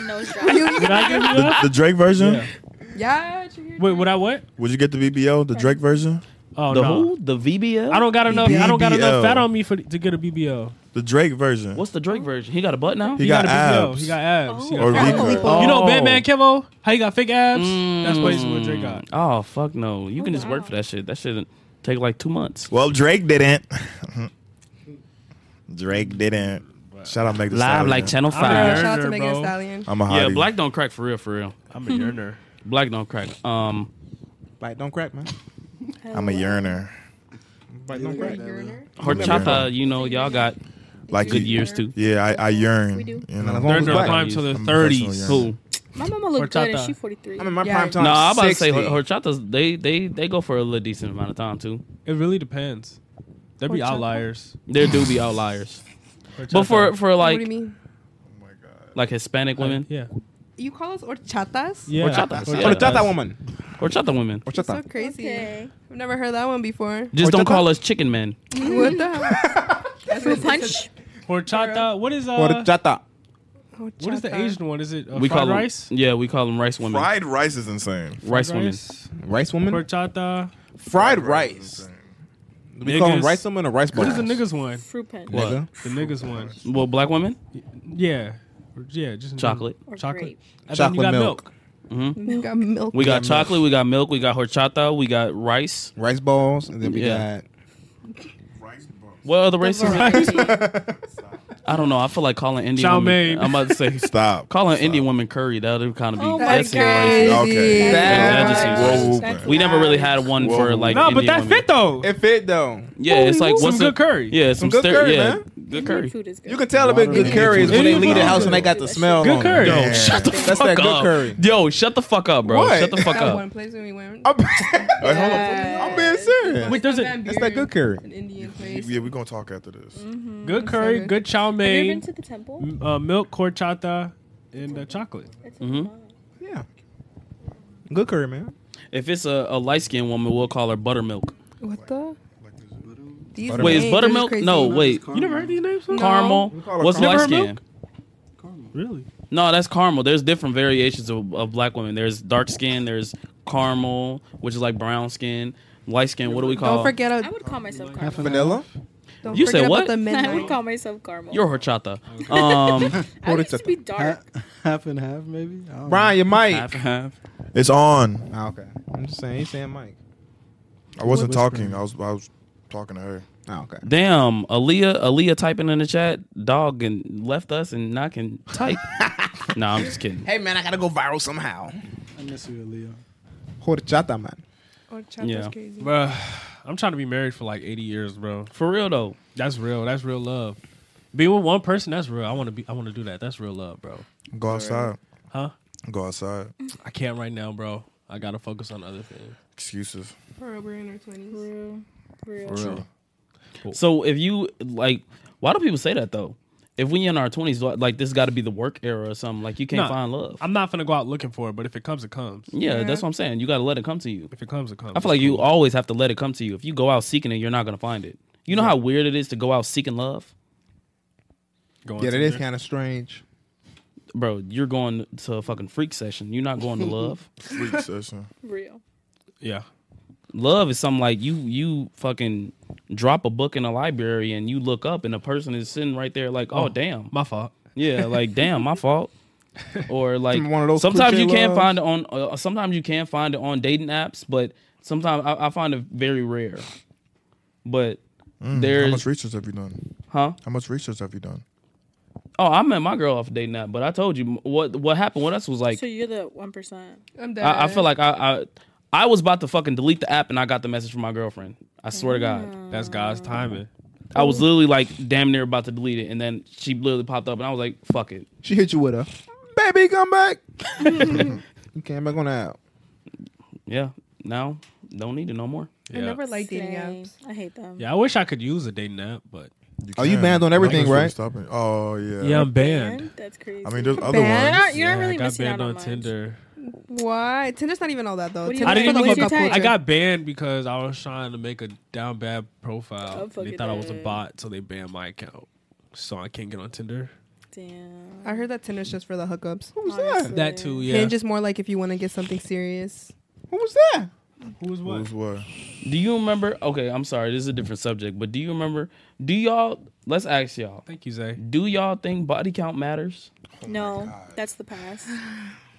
Would I get a The, BBL? the Drake version? <laughs> Yeah. Wait, would I what? Would you get the VBO, the Drake version? Oh The no. who? The VBL? I don't got enough. I don't got BBL. enough fat on me for to get a BBL. The Drake version. What's the Drake version? He got a butt now. He got a BBL. abs. He got abs. Oh. He got Or fat. V-curve. You know Oh. Batman Kevo? How he got fake abs? Mm. That's basically what Drake got. Oh fuck no! You can just work for that shit. That shouldn't take like two months. Well, Drake didn't. <laughs> Drake didn't. Shout out, make the Live like Channel I'm a Five. Shout out yearner, to Megan bro. Thee Stallion. I'm a hottie. Yeah, black don't crack for real, for real. <laughs> I'm a yearner. <laughs> Black don't crack. Um, Bite don't crack, man. I'm a yearner. Bite don't crack. horchata. You know, y'all got Like good you- years <laughs> too. Yeah, I, I yearn. We do. You As know, long They're as gonna black. climb to I'm their a professional thirties. yearner. Who? My mama looked good and Horchata. she 43. I'm in my Yeah, prime No, time. I'm about to say 60. hor- horchatas. They they they go for a little decent amount of time too. It really depends. There be outliers. There do be <laughs> outliers, but for for what do you like mean? like Hispanic women, yeah, You call us horchatas? yeah. Horchata. Horchata. Yeah. Horchata woman. horchata women. That's so Horchata. crazy. Okay. I've never heard that one before. Just don't Horchata? call us chicken men. what <laughs> the hell? Fruit punch. Horchata. What is uh? Horchata. Oh, What is the Horchata. Asian one? Is it uh, We call fried them rice? Yeah, we call them rice women. Fried rice is insane. rice women. Rice woman. Horchata. Fried rice. Do we call him Niggas. rice woman or rice What balls? is the niggas one? Fruit punch. What? Nigga. The niggas one. Well, black women. Mm-hmm. Yeah, Or- yeah. Just Chocolate. Or Chocolate. grape. And then you Chocolate got milk. We got milk. We got Yeah, milk. chocolate. We got milk. We got horchata. We got rice. Rice balls, and then we Yeah. got What other races? <laughs> Variety. I don't know. I feel like calling Indian. Chow women, mein. I'm about to say <laughs> Stop. calling Indian women curry. That would kind of be. Oh my that That's seems God. racist. crazy. Okay. That just seems That's- Whoa, whoa, that's We never really had wild. one Whoa. for like. No, but Indian that women. fit though. It fit though. Yeah, it's like Some what's good a- curry. Yeah, some, good stir- curry, yeah, man. good Indian curry. Food is good. You can tell a bit good curry is when they leave the house and they got the smell. Good on them. curry. Yo, Yeah. shut the That's that good curry. Yo, shut the fuck up, bro. What? Shut the fuck That up. Oh, one place when we went. <laughs> I'm, Hey, hold on. I'm being serious. Wait, there's a Van That's that Buren, good curry. An Indian <laughs> place. Yeah, we're gonna talk after this. good curry, good chow Have you ever been mein, to the temple? m- uh, milk horchata, and uh, chocolate. It's mm Mm-hmm. Yeah. Good curry, man. If it's a, a light skinned woman, we'll call her buttermilk. What the? These Wait, is names are buttermilk? crazy. No, wait. You never heard these names? No. Caramel. We call her What's caramel. light skin? Really? No, that's caramel. There's different variations of, of black women. There's dark skin. There's caramel, which is like brown skin. Light skin. What do we call? Don't forget. I A, would call myself caramel. Vanilla. don't You forget said about what? The I midnight. would call myself caramel. You're horchata. <laughs> Um, I used to be Ha- <laughs> dark. half and half, maybe. I don't Brian, your mic. half and half. It's on. Oh, okay. I'm just saying. He's saying Mike. I wasn't Whispering. talking. I was I was talking to her. Oh, okay. Damn, Aaliyah, Aaliyah typing in the chat. Dog and left us and not can <laughs> type. no, I'm just kidding. Hey, man, I gotta go viral somehow. know. I miss you, Leo. Horchata, man. Horchata's Yeah. crazy. Bruh, I'm trying to be married for like 80 years, bro. For real though, That's real. That's real love. Being with one person, that's real. I want to be. I want to do that. That's real love, bro. Go outside. Huh? Go outside. I can't right now, bro. I gotta focus on other things. Excuses. Bro, we're in our twenties. Real. For Real. real. So if you like, why do people say that though? If we in our twenties, like this got to be the work era or something. Like you can't Nah, find love. I'm not gonna go out looking for it, but if it comes, it comes. yeah, Yeah. that's what I'm saying. You got to let it come to you. If it comes, it comes. I feel like you always have to let it come to you. If you go out seeking it, you're not gonna find it. You know how weird it is to go out seeking love. Going yeah, to that is there. kind of strange. Bro, you're going to a fucking freak session. You're not going to <laughs> love. Freak <laughs> session. Real. Yeah. Love is something like you you fucking drop a book in a library and you look up and the person is sitting right there like, oh, Oh, damn. my fault. Yeah, like damn, my <laughs> fault. Or like One of those sometimes cliche you can loves. find it on uh, sometimes you can find it on dating apps, but sometimes I, I find it very rare. But Mm, there's how much research have you done? Huh? How much research have you done? Oh, I met my girl off a dating app, but I told you what what happened. What else was like? so you're the one percent. I'm I, I feel like I, I I was about to fucking delete the app, and I got the message from my girlfriend. I swear to Mm. God, that's God's timing. I was literally like damn near about to delete it, and then she literally popped up, and I was like, "Fuck it." She hit you with a baby, come back. <laughs> you came back on out. Yeah, now don't need it no more. I never liked dating Same. apps. I hate them. Yeah, I wish I could use a dating app, but Oh, you banned on Nothing's everything, really right? stopping- Oh yeah. yeah, I'm banned. And That's crazy. I mean, there's other Banned? ones. You're not, you're not Yeah, really I got missing out banned on, on, much. Tinder. Why? Tinder's not even all that though. What do you I Tinder's didn't for What's even. the your hookup type? I culture. got banned because I was trying to make a down bad profile. Oh, fuck they it thought I was a then. bot, so they banned my account. So I can't get on Tinder. Damn. I heard that Tinder's just for the hookups. Oh, Who was that? That too, yeah. Hinge is more like if you want to get something serious. Who was that? Who was what? Who's what? Do you remember? Okay, I'm sorry, this is a different subject, but do you remember? Do y'all? Let's ask y'all. Thank you, Zay. Do y'all think body count matters? no, that's the past.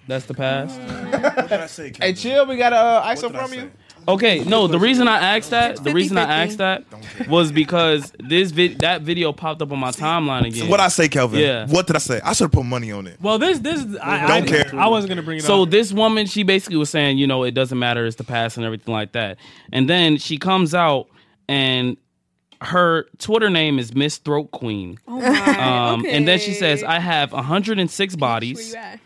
That's the past. What did I say? Hey, Kendra? chill. We got a uh, ISO What did I from say? you. Okay, no, the reason I asked that, the reason I asked that was because this vid- that video popped up on my timeline again. What I say, Kelvin? Yeah. What did I say? I should have put money on it. Well, this this I Don't I, care. I wasn't gonna bring it so up. this woman, she basically was saying, you know, it doesn't matter, it's the past and everything like that. And then she comes out and her Twitter name is Miss Throat Queen. Oh my. Um, And then she okay. says, I have 106 Where bodies. you at?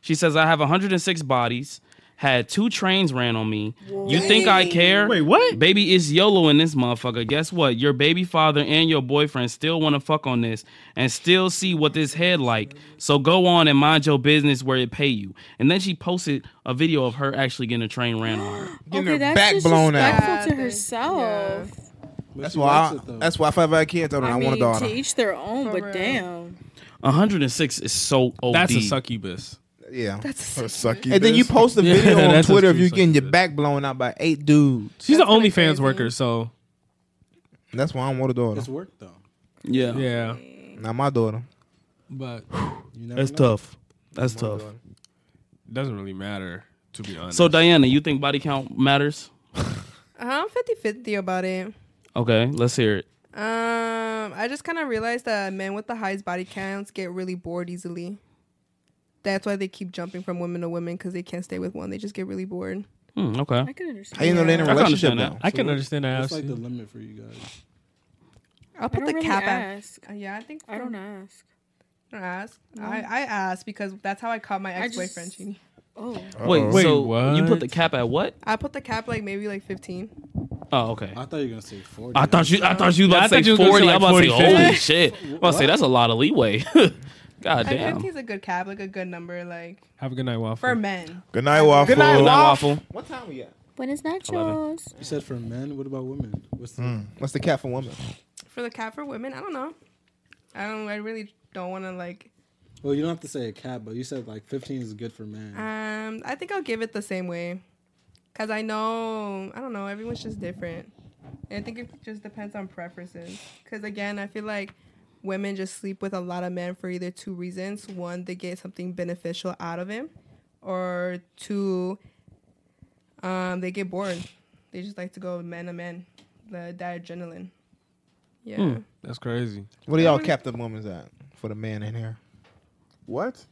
She says, I have 106 bodies. Had two trains ran on me. You think I care? Wait, what? Baby, it's YOLO in this motherfucker. Guess what? Your baby father and your boyfriend still want to fuck on this and still see what this head like. So go on and mind your business where it pay you. And then she posted a video of her actually getting a train ran on her. Getting okay, her that's back blown out. disrespectful Yeah, to herself. That's why. I, that's why if I ever had kids, I don't I, want mean, a daughter. to each their own, For Oh, but real. damn. 106 is so OD. That's a succubus. Yeah. That's Sucky. And then you this. post a Yeah, video on that's Twitter just of you too getting your sexist. back blown out by eight dudes. She's an That's pretty OnlyFans crazy. worker, so That's why I don't want a daughter. It's work though. Yeah. yeah. Not my daughter. But You never That's know. tough. That's tough. it doesn't really matter to be honest. So, Diana, you think body count matters? I'm 50-50 about it. Okay, let's hear it. Um, I just kind of realized that men with the highest body counts get really bored easily. That's why they keep jumping from women to women because they can't stay with one. They just get really bored. Hmm, okay. I can understand. How you know they in a I can relationship understand though? that. I can understand that. It's like the limit for you guys. I'll I put don't the really cap at. ask. Uh, yeah, I think I don't ask. I don't ask. I, I asked because that's how I caught my I ex just- boyfriend cheating. Oh, Wait, Uh-oh. so Wait, you put what? the cap at what? I put the cap like maybe like fifteen. Oh, okay. I thought you were gonna say forty. I thought you. I thought you was Yeah, about I thought to you say was gonna forty. say I'm about like to say 40, <laughs> holy shit. I'm about to say that's a lot of leeway. <laughs> God Like damn. fifteen's a good cap, like a good number, like Have a good night, Waffle. for men. Good night, waffle. Good night, Waffle. waffle. What time we at? when is <laughs> nachos? You said for men. What about women? What's the What's the cap for women? For the cap for women, I don't know. I don't. I really don't want to like. Well, you don't have to say a cat, but you said like 15 is good for men. Um, I think I'll give it the same way, cause I know I don't know everyone's just different, and I think it just depends on preferences. Cause again, I feel like women just sleep with a lot of men for either two reasons: one, they get something beneficial out of him, or two, um, they get bored. They just like to go man to man, the that adrenaline. Yeah, Hmm. That's crazy. What do y'all cap the women's at for the man in here? What?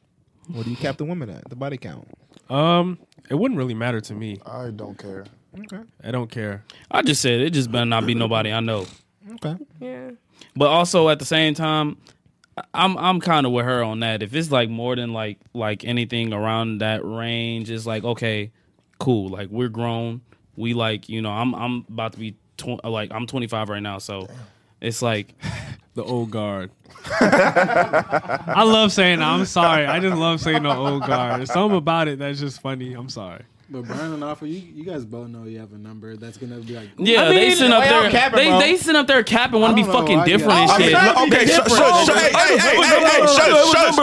What do you cap the women at? The body count. Um, it wouldn't really matter to me. I don't care. Okay. I don't care. I just said it just better not be nobody I know. Okay. yeah. But also at the same time, I- I'm I'm kind of with her on that. If it's like more than like like anything around that range, it's like okay, cool. Like we're grown. We like you know I'm I'm about to be tw- like I'm 25 right now, so it's like The old guard. I love saying that. I'm sorry. I just love saying the old guard. There's something about it that's just funny. I'm sorry. But Brian and Alpha, you, you guys both know you have a number that's gonna be like. Yeah, they sent up their they, they sent up their cap and want to be don't know fucking why you different and guys- shit. I'm trying to be Okay, shut- different. shut- shut- hey, hey, hey, hey, hey,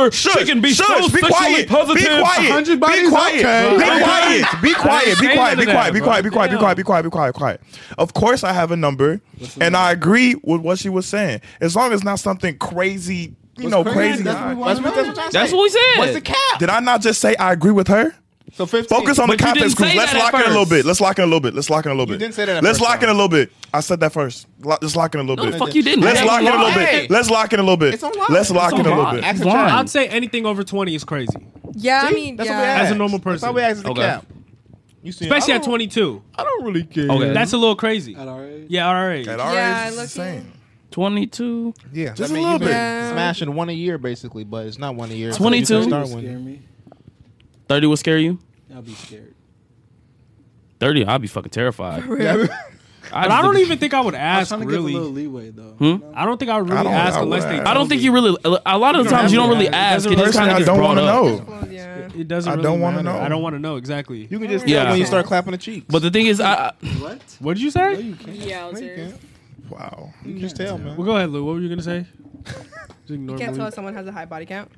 shut- shut- She can be Shush, so be sexually quiet. positive. Be quiet. Be quiet. Be quiet. Be quiet. Be quiet. Be quiet. Be quiet. Be quiet. Be quiet. Be quiet. Be quiet. Quiet. Of course, I have a number, and I agree with what she was saying. As long as not something crazy, you What's know, crazy. crazy? That's what we wanna That's what- know. that's what I That's said. what we said. What's the cap? Did I not just say I agree with her? So 15. Focus on But the you cap didn't and screw. say Let's that at lock in a first. little bit. Let's lock in a little bit. Let's lock in a little bit. didn't say that at Let's first lock in a little bit. I said that first. Lo- Let's lock in a little No, bit. the fuck you didn't. Let's That's lock in a little lying. bit. Let's lock in a little bit. It's on lock. Let's lock It's in a on little lock. bit. Ask Ask a a child. child. I'd say anything over 20 is crazy. Yeah, I See? mean, That's what we yeah. As a asked. normal That's person. why we asked the Okay. cap. You seen? Especially I at don't- 22. I don't really care. Okay. That's a little crazy. At our age. Yeah, all right. At Yeah, our I age, it's the look same. Twenty-two. Yeah, Just I mean, a little you've been bit. Smashing one a year basically, but it's not one a year. 22. So you Don't start scare one. me. Thirty would scare you. I'll be scared. Thirty, I'd be fucking terrified. But I don't even think I would I was ask trying to really. Hmm? give a little leeway though. I don't think I would I really don't- ask I unless would they. ask. I don't think you really. A lot of the times you don't really ask. It just kind Personally, of I gets don't brought want to up. know. Well, yeah. It doesn't. I Really don't want wanna to know. I don't want to know exactly. You can just Yeah. tell when you start clapping the cheeks. But the thing is, I, I- What? What did you No, say? you can't. Yowzer. Wow. you can just tell, man. Well, go ahead, Lou. What were you gonna say? <laughs> Just ignore You can't me. tell if someone has a high body count.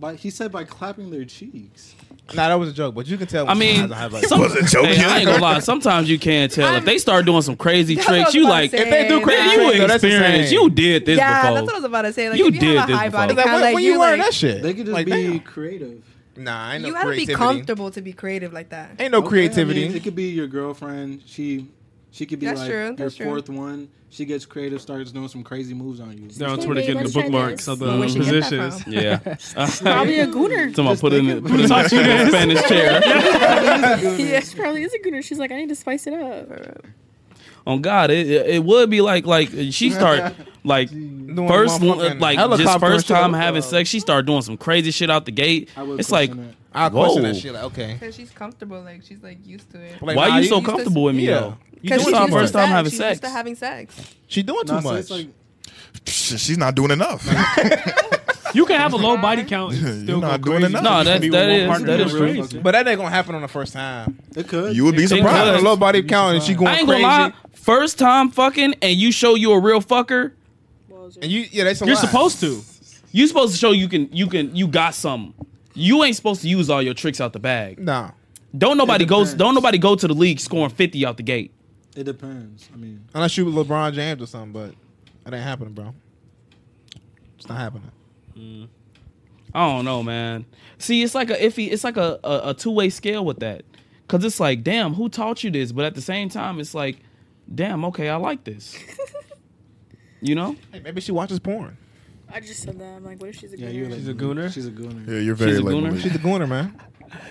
But he said by clapping their cheeks. Nah, that was a joke, but you can tell. I when mean, someone has a high some- body. wasn't joking. Hey, I ain't gonna lie. Sometimes you can tell if they start doing some crazy That's what I tricks. was You about to like, say. man, if they do crazy, you shit, though, that's experienced. insane. You did this yeah, before. that's what I was about to say. Like, You if you did have a this high body before. Like, count, what, like what you you wearing like, that shit? They could just Like, be damn. creative. Nah, ain't no you have to be creativity. comfortable to be creative like that. Ain't no Okay, I creativity. mean, it could be your girlfriend. She she could be That's like true, your that's true. fourth one. She gets creative, starts doing some crazy moves on you. They're on Hey, Twitter babe, getting the let's try bookmarks uh, of this. Well, the where'd she get that <laughs> <laughs> positions. Yeah. Probably a gooner. Someone put in thinking- <laughs> put in Talk a to you guys. Spanish chair. <laughs> Yeah, she probably is a gooner. She's like, I need to spice it up. On God, it, it it would be like like she <laughs> start like Doing first motherfucking one- like just helicopter uh, and first shit. time having sex. She start doing some crazy shit out the gate. I would It's like question that. I question Whoa. that shit. Like, okay. Because she's comfortable, like she's like used to it. Like, why nah, you so used to- comfortable with me yeah. though? You This she's doing our too used to first much. time sex. having she's sex. Used to having sex. She doing too Nah, so it's much. like Sh- She's not doing enough. You can have a low <laughs> body count and still You're not go doing crazy. enough. No, You that can be that with one is partner that and is go true. crazy. But that ain't gonna happen on the first time. it could. you would be Think Having a surprised. good. low body count and she going I ain't gonna crazy. lie. First time fucking and you show you a real fucker. And you, yeah, that's a You're lie. supposed to. You supposed to show you can you can you got some. You ain't supposed to use all your tricks out the bag. Nah. Don't nobody It go depends. don't nobody go to the league scoring fifty out the gate. It depends. I mean, Unless you were LeBron James or something, but that ain't happening, bro. It's not happening. I don't know, man. See, it's like a iffy, it's like a, a, a two way scale with that, cause it's like, damn, who taught you this? But at the same time, it's like, damn, okay, I like this. you know, Hey, maybe she watches porn. I just said that. I'm like, what if she's a yeah, gooner? you're like, She's a gooner? She's a gooner. Yeah, you're very She's a late. gooner. Malik. She's the gooner, man.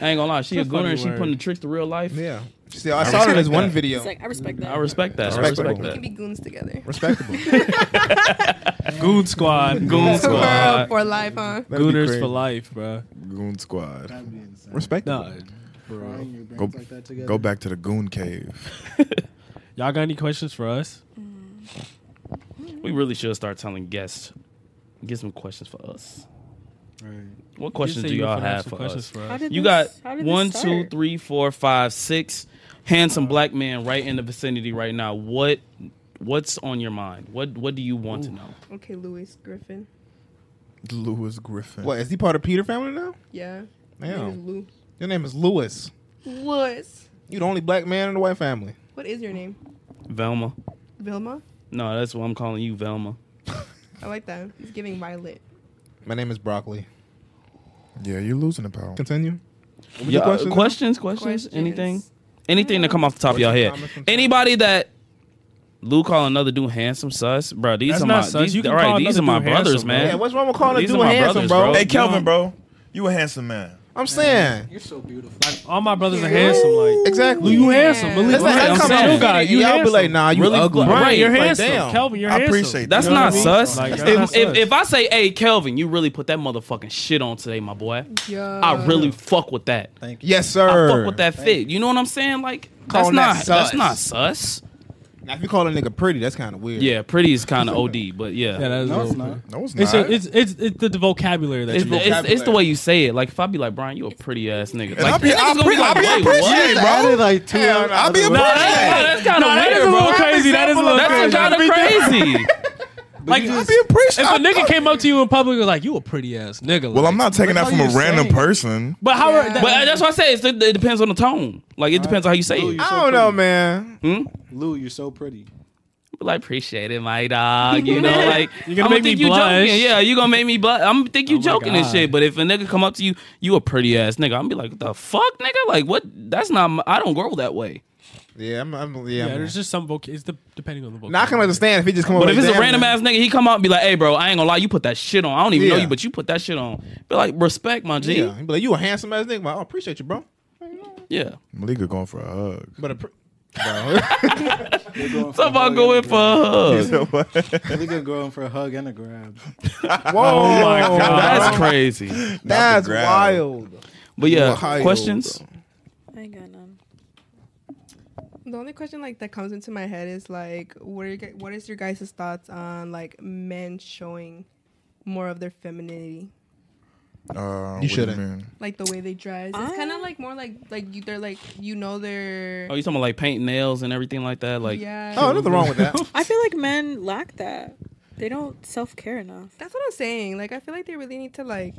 I ain't gonna lie, she a That's a gooner and funny she word. putting the tricks to real life. Yeah. She said, I saw her in this one video. It's like, I respect that. I respect that. I Respectable. respect We can be that. goons together. Respectable. <laughs> Goon squad. Goon World squad. for life, huh? That'd be Gooners crazy. for life, bro. Goon squad. That'd be insane. Respectable. No, Frying your brains Go- like that together. Go back to the goon cave. y'all got any questions for us? We really should start telling guests. Get some questions for us. Right. What You questions said do you were y'all finna have some for questions us? for How did You this- got how did this one, two, start? three, four, five, six handsome black man right in the vicinity right now. What what's on your mind? What what do you want to know? Okay, Louis Griffin. Lewis Griffin. What, is he part of Peter family now? Yeah. His Damn. name is Your name is Lewis. Lou. Louis. You the only black man in the white family. What is your name? Velma. Vilma. No, that's what I'm calling you, Velma. I like that. He's giving violet. My name is Broccoli. Yeah, you're losing the power. Continue. What was Yeah, your question? uh, questions, questions, anything, anything that come off the top of y'all head. Comments from- Anybody that Lou call another dude handsome, sus, bro. These That's are not my sus. these, You can all right, call these another are my dude brothers, handsome, man. bro. Yeah, what's wrong with calling a These dude are my handsome, brothers, bro? bro. Hey, Kelvin, bro. You a handsome man. I'm saying. You're so beautiful. All my brothers are handsome. Like, Exactly. you Yeah. handsome. Believe It's Right, like, I'm I come saying. out you guy, you you I'll be handsome. like, nah, you Really ugly. cool. Right, you're Like, handsome. damn. Kelvin, you're I handsome. appreciate That's You know not what I mean? sus. Like, that's if, not if, sus. if I say, "Hey, Kelvin, you really put that motherfucking shit on today, my boy," Yeah. I really fuck with that. Yes, I sir. fuck with that fit. You know what I'm saying? Like that's Calling not that that's sus. not sus. Now, if you call a nigga pretty, that's kind of weird. Yeah, pretty is kind of OD, but yeah. Yeah, that is No, it's not. No, it's It's, a- not. it's, it's, it's the vocabulary that It's, you the, use. it's, it's the way you say it. Like if I be like Brian, you a pretty ass nigga. And Like, I be- niggas I gonna pre- I be "Wait, appreciate, <laughs> what?" bro. I did, like, two Hell hours no. out of the No, way. that's, that's kind of Nah, that is a weird, little bro. crazy. That is a little That's crazy. kind of crazy. Like, if a nigga came up to you in public and was like, you a pretty ass nigga. Well, I'm not taking that from a random person. But how? Are, but uh, that's why I say it's, it, depends on the tone. Like it depends on how you say it. I don't know, man. Hmm? Lou, you're so pretty. Like appreciate it, <laughs> my dog. You know, like You're gonna I'ma make me think you blush. Oh Joking. Yeah, you gonna make me blush. I'm gonna think you joking and God. shit. But if a nigga come up to you, you a pretty ass nigga. I'm gonna be like, what the fuck, nigga? Like what? That's not. My, I don't grow that way. Yeah, I'm. I'm yeah, Yeah, I'm- there's just some voc- It's the, depending on the Now, vocabulary. I can understand if he just come But over. if it's a random ass nigga, he come out and be like, "Hey, bro, I ain't gonna lie, you put that shit on. I don't even know Yeah. you, but you put that shit on." Be like, "Respect, my G." Yeah, he be like, you a handsome ass nigga. I'm Like, oh, appreciate you, bro. Yeah. Malika going for a hug. But <laughs> a pr- Somebody go in for a <laughs> hug. <laughs> We're gonna go in for a hug and a grab. Oh Whoa. my God, that's crazy. That's Uh, wild. But yeah, Wild. questions. I ain't got none. The only question like that comes into my head is like, what are you, gu- what is your guys' thoughts on like men showing more of their femininity, Uh, You you shouldn't. shouldn't. like the way they dress? It's kind Ah. of like more like like you, they're like you know they're Oh, you talking about like paint nails and everything like that? Like, Yeah. Oh, nothing wrong <laughs> with that. I feel like men lack that. They don't self care enough. That's what I'm saying. Like I feel like they really need to like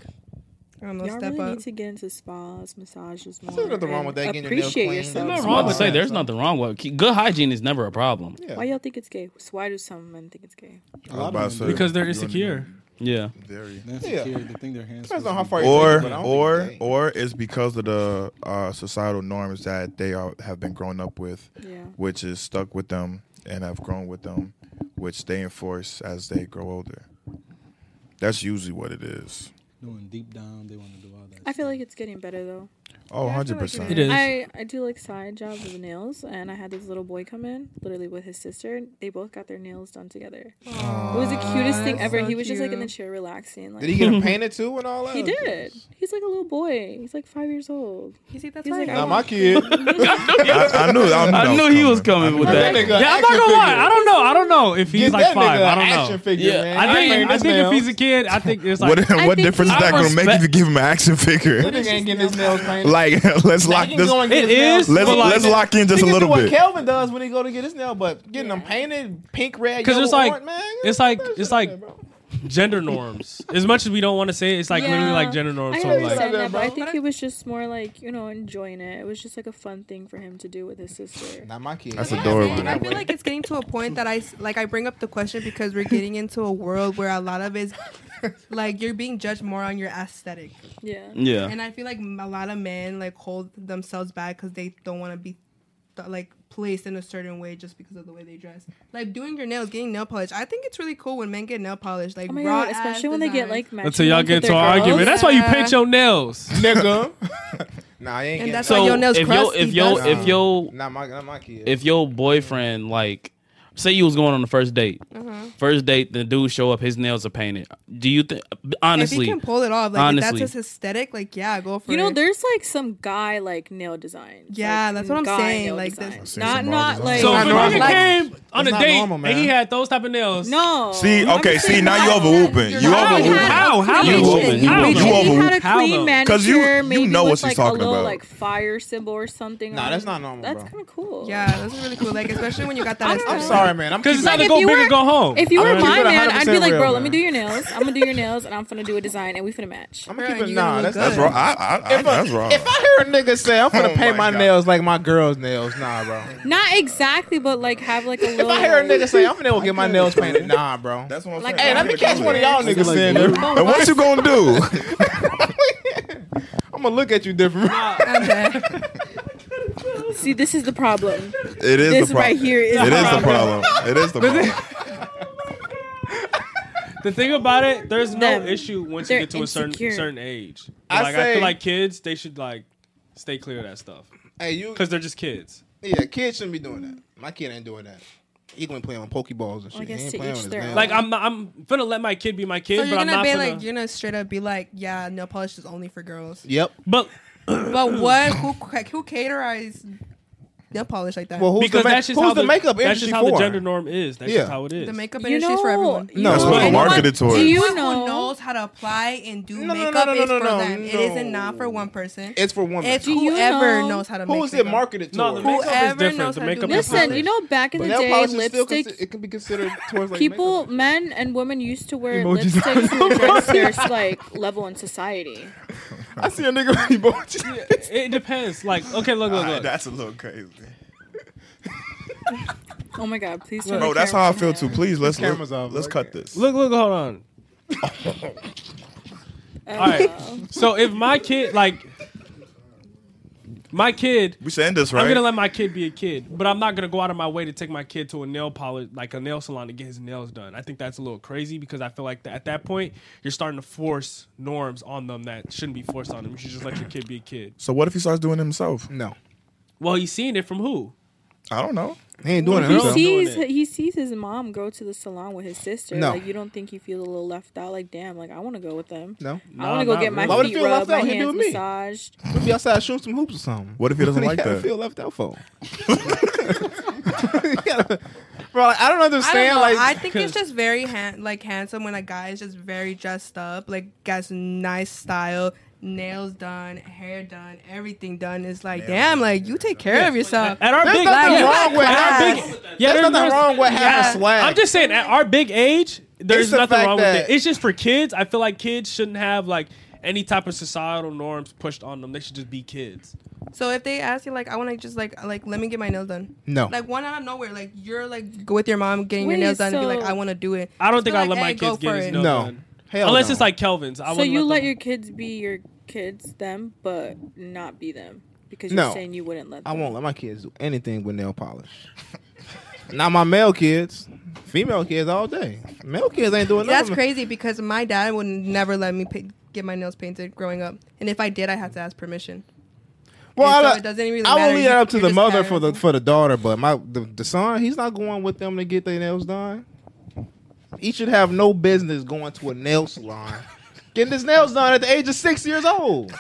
I don't know Y'all step really up. need to get into spas, massages more. There's nothing wrong with that, and getting your nails Appreciate cleaned. yourself. There's Nothing wrong with say there's nothing wrong with it. good hygiene is never a problem. Why y'all think it's gay? So why do some men think it's gay? I was about to say, because they're you don't insecure. Yeah. Very. That's Yeah. secure. They think they're handsome. Depends on how far. you Or take it, but I don't think it's or gay. or it's because of the uh, societal norms that they are, have been grown up with, Yeah. which is stuck with them and have grown with them, which they enforce as they grow older. That's usually what it is. Doing deep down, they want to do all that. I feel like it's getting better though. Oh, 100%. It is. I, I do like side jobs with nails, and I had this little boy come in, literally with his sister. They both got their nails done together. It was the cutest thing that's ever. so he was just like in the cute. chair relaxing. Like Did he get him painted too and all that? He did. He's like a little boy. He's like five years old. You see, that's He's why like, "Oh, I I Not want- my <laughs> kid. I, I <laughs> knew. I knew, I that knew he was coming with I knew that. Nigga, Yeah, I'm not action gonna lie. figure. I don't know. I don't know if he's Get like that five. nigga I an don't know. action figure, Yeah. man. I think ain't I his think if nails. he's a kid, I think it's like What, what think difference is he- that I going to make if you respect- give him an action That figure? nigga ain't getting his <laughs> nails <laughs> painted. like, <laughs> let's lock He can this. go and get It his Let's nails is, but painted. like- let's lock in He just a can little do what bit. Kelvin does when he go to get his nail, but getting them painted pink, red, because yellow, it's like orange, man. <laughs> it's like it's like gender norms. As much as we don't want to say it, it's like literally Yeah. like gender norms. I So understand like, that, that, but bro. I think he was just more like you know enjoying it. It was just like a fun thing for him to do with his sister. Not my kid. That's That's what I'm adorable. saying. I feel like it's getting to a point that I s- like I bring up the question because we're getting into a world where a lot of is like you're being judged more on your aesthetic, Yeah. Yeah. and I feel like m- a lot of men like hold themselves back because they don't want to be th- like placed in a certain way just because of the way they dress. Like doing your nails, getting nail polish. I think it's really cool when men get nail polish, like Oh my raw god! Especially ass when they get designs. like matching until y'all ones get with into an their girls. argument, that's why you Yeah. paint your nails. <laughs> nigga. <laughs> nah, I ain't And getting that's that. why So your nails if yo crusty, if yo dusty. if yo Not my not my kid. if your boyfriend like say you was going on the first date, Mm-hmm. first date the dude show up his nails are painted. Do you think if honestly? he can pull it off, like if honestly. that's his aesthetic, like yeah, go for You know, it. there's like some guy like nail design. Yeah, that's what I'm saying, like, I've this, seen not some raw not designs. like So It's if a not normal. nigga came on a It's not date normal, man. and he had those type of nails, no. See, I'm okay, just see, saying, now you like, overwhooping. You How? overwhooping. how how You Clean woman, shit. you How woman, though? you If woman. had a How clean though? manicure, 'Cause you- you maybe know with what she's like talking a little about. like fire symbol or something. Nah, on that's it. not normal, That's bro. kind of cool. yeah, that's really cool. Like especially when you got that. don't I'm aesthetic. sorry, man. I'm because it's keeping- either Like, if go you big were- or go home. If you I'm were gonna keep my it man, 100% I'd be like, real, bro, let me man. do your nails. I'm gonna do your nails, and I'm gonna do a design, and we finna match. I'm gonna Bruh, keep it. you Nah, gonna that's look that's good. Bro, wrong. I, I, If I, that's wrong. if I hear a nigga say I'm gonna Oh paint my, my God. nails like my girl's nails, nah, bro. Not exactly, but like have like a <laughs> little. If I hear a nigga say I'm gonna go get my nails painted, nah, bro. that's what I'm Like, saying. Hey, let me catch one of y'all niggas saying that. And what you gonna do? I'm gonna look at you different. See, this is the problem. It is This the problem. right here is It the is the problem. It is the problem. The thing about it, there's no Them. issue once They're you get to a insecure. certain certain age. I like I say- feel like kids, they should like stay clear of that stuff Hey, you. because they're just kids. Yeah, kids shouldn't be doing that. My kid ain't doing that. He gonna play on pokeballs and shit. I guess he ain't to playing each on his their nails. own. Like I'm not, I'm gonna let my kid be my kid, So but you're I'm gonna not be gonna. like, you're gonna straight up be like, yeah, nail polish is only for girls. yep. <clears throat> but But what? Who who categorized nail polish like that. Well, who's because the, ma- that's just who's how the, the- makeup that's industry just how the for? gender norm is. That's just how it is. The makeup You industry is for know- everyone. No, That's what it's marketed towards. Do you Anyone know? who knows how to apply and do no, no, makeup no, no, is no, for no, them. It no. isn't not for one person. It's for women. It's Do you whoever know- knows how to Who make is it makeup. marketed No, the towards? makeup is Whoever different. knows The how to do makeup is nail Listen, you different. know, back in But the nail day, polish is still lipstick. consi- it can be considered towards like people, makeup. men and women used to wear Emojis. lipsticks to address their like level in society. I see a nigga with <laughs> emoji. <laughs> It depends. Like, okay, look, look, look. That's a little crazy, Oh my god, please. turn bro. the That's how I camera feel off. too. Please let's let's, Camera's off, let's okay. cut this. Look, look, <laughs> hold on. Uh, All right. So if my kid, like, my kid, we should end this right. I'm gonna let my kid be a kid, but I'm not gonna go out of my way to take my kid to a nail polish, like a nail salon, to get his nails done. I think that's a little crazy because I feel like that, at that point you're starting to force norms on them that shouldn't be forced on them. You should just let your kid be a kid. so what if he starts doing it himself? No, Well, he's seeing it from who? I don't know. he ain't doing it. He He Girls himself. doing sees it. he sees his mom go to the salon with his sister. No. Like you don't think he feels a little left out? Like damn, like I want to go with them. No, I Nah, want to go not get my really. Why would he feet feel left rubbed, my out? He'd hands do it me. massaged. we'll be outside shooting some hoops or something. What if he <laughs> doesn't What do you like gotta that? Feel left out <laughs> for. You gotta- Bro, like, I don't I don't understand. know. like, I think it's just very han- like handsome when a guy is just very dressed up, like has nice style, nails done, hair done, everything done. It's like, damn, like you take care of yourself. <laughs> At our There's big, nothing at wrong with our having- big, yeah, there's nothing wrong with having swag. I'm just saying, at our big age, It's there's the nothing fact wrong with that- it. It's just for kids. I feel like kids shouldn't have like any type of societal norms pushed on them. They should just be kids. So if they ask you like, I want to just like like let me get my nails done. No. Like one out of nowhere, like you're like go with your mom getting Wait, your nails done and be so- like, I want to do it. I don't Just think be I like, let my "Hey, go kids get for his it." nails No. done. Hell Unless no. it's like Kelvin's. I So wouldn't you let, them- your kids be your kids them, but not be them because you're No. saying you wouldn't let. I Them. won't let my kids do anything with nail polish. Not my male kids, female kids all day. Male kids ain't doing That's nothing. crazy because my dad would never let me pa get my nails painted growing up, and if I did, I had to ask permission. Well, And I, so it doesn't really I will matter. leave You- that up to you're the just mother tired for of the them. for the daughter, but my the, the son, he's not going with them to get their nails done. He should have no business going to a nail salon, getting his nails done at the age of six years old.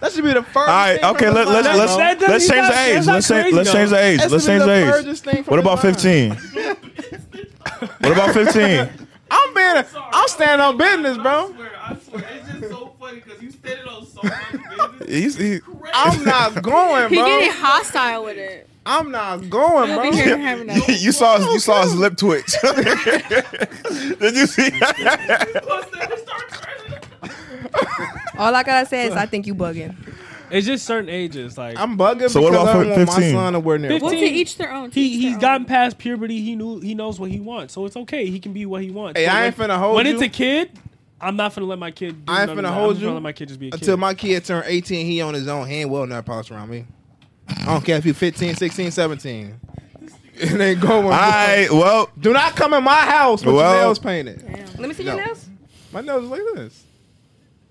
That should be the first. All right, thing from okay. his Let, let's mind, let's bro. That doesn't- let's change that's- the age. that's not Let's change crazy, let's though. change the age. That's Let's gonna change be the the furthest thing age. from What his about mind. fifteen? What about fifteen? I'm being. I'm standing on business, bro. I swear, it's just so funny because you standing on so <laughs> much business. He's, he, I'm not going, He bro. getting hostile <laughs> with it. I'm not going, You'll be here bro. having that. you saw his, you saw his lip <laughs> twitch. Did you see? All I gotta say is I think you bugging. It's just certain ages. <laughs> Like I'm bugging So what because about I don't want my 15? son to wear nail. Well, to 15. each their own. to he each their he's own. gotten past puberty. He knew he knows what he wants, so it's okay. He can be what he wants. Hey, But I when- ain't finna hold When you. it's a kid, I'm not finna let my kid. Do I ain't none of finna that. hold I'm just you gonna let my kid just be a kid. Until my kid turn 18, he on his own. He ain't well nail polish around me. I don't care if you 15, 16, 17. <laughs> It ain't going. All right. Well, Do not come in my house with Well- your nails painted. Damn. Let me see No. your nails. My nails is like this.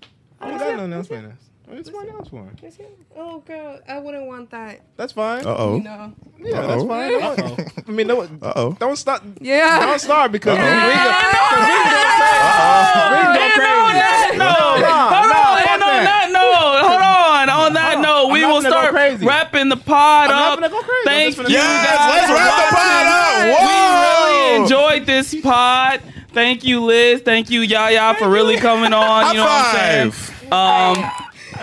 Oh, I don't got no nails painted. It's my nails for Let me see. Oh girl, I wouldn't want that. That's fine. uh oh. You know. Yeah, Uh-oh. that's <laughs> fine. I mean, no, Uh oh. don't start. Yeah. Don't start <laughs> because Uh-oh. we go- 'cause we go crazy. We go crazy. Hold No, on, fuck and on that that. note, hold on. On that note, we I'm not will finna go start crazy. wrapping the pod I'm not up. finna go crazy. I'm Thank just finna you say- guys. Yes, let's for wrap the pod watching. up. We Whoa. really enjoyed this pod. Thank you, Liz. Thank you, Yaya, for really coming on. High you know what five. I'm saying? Um,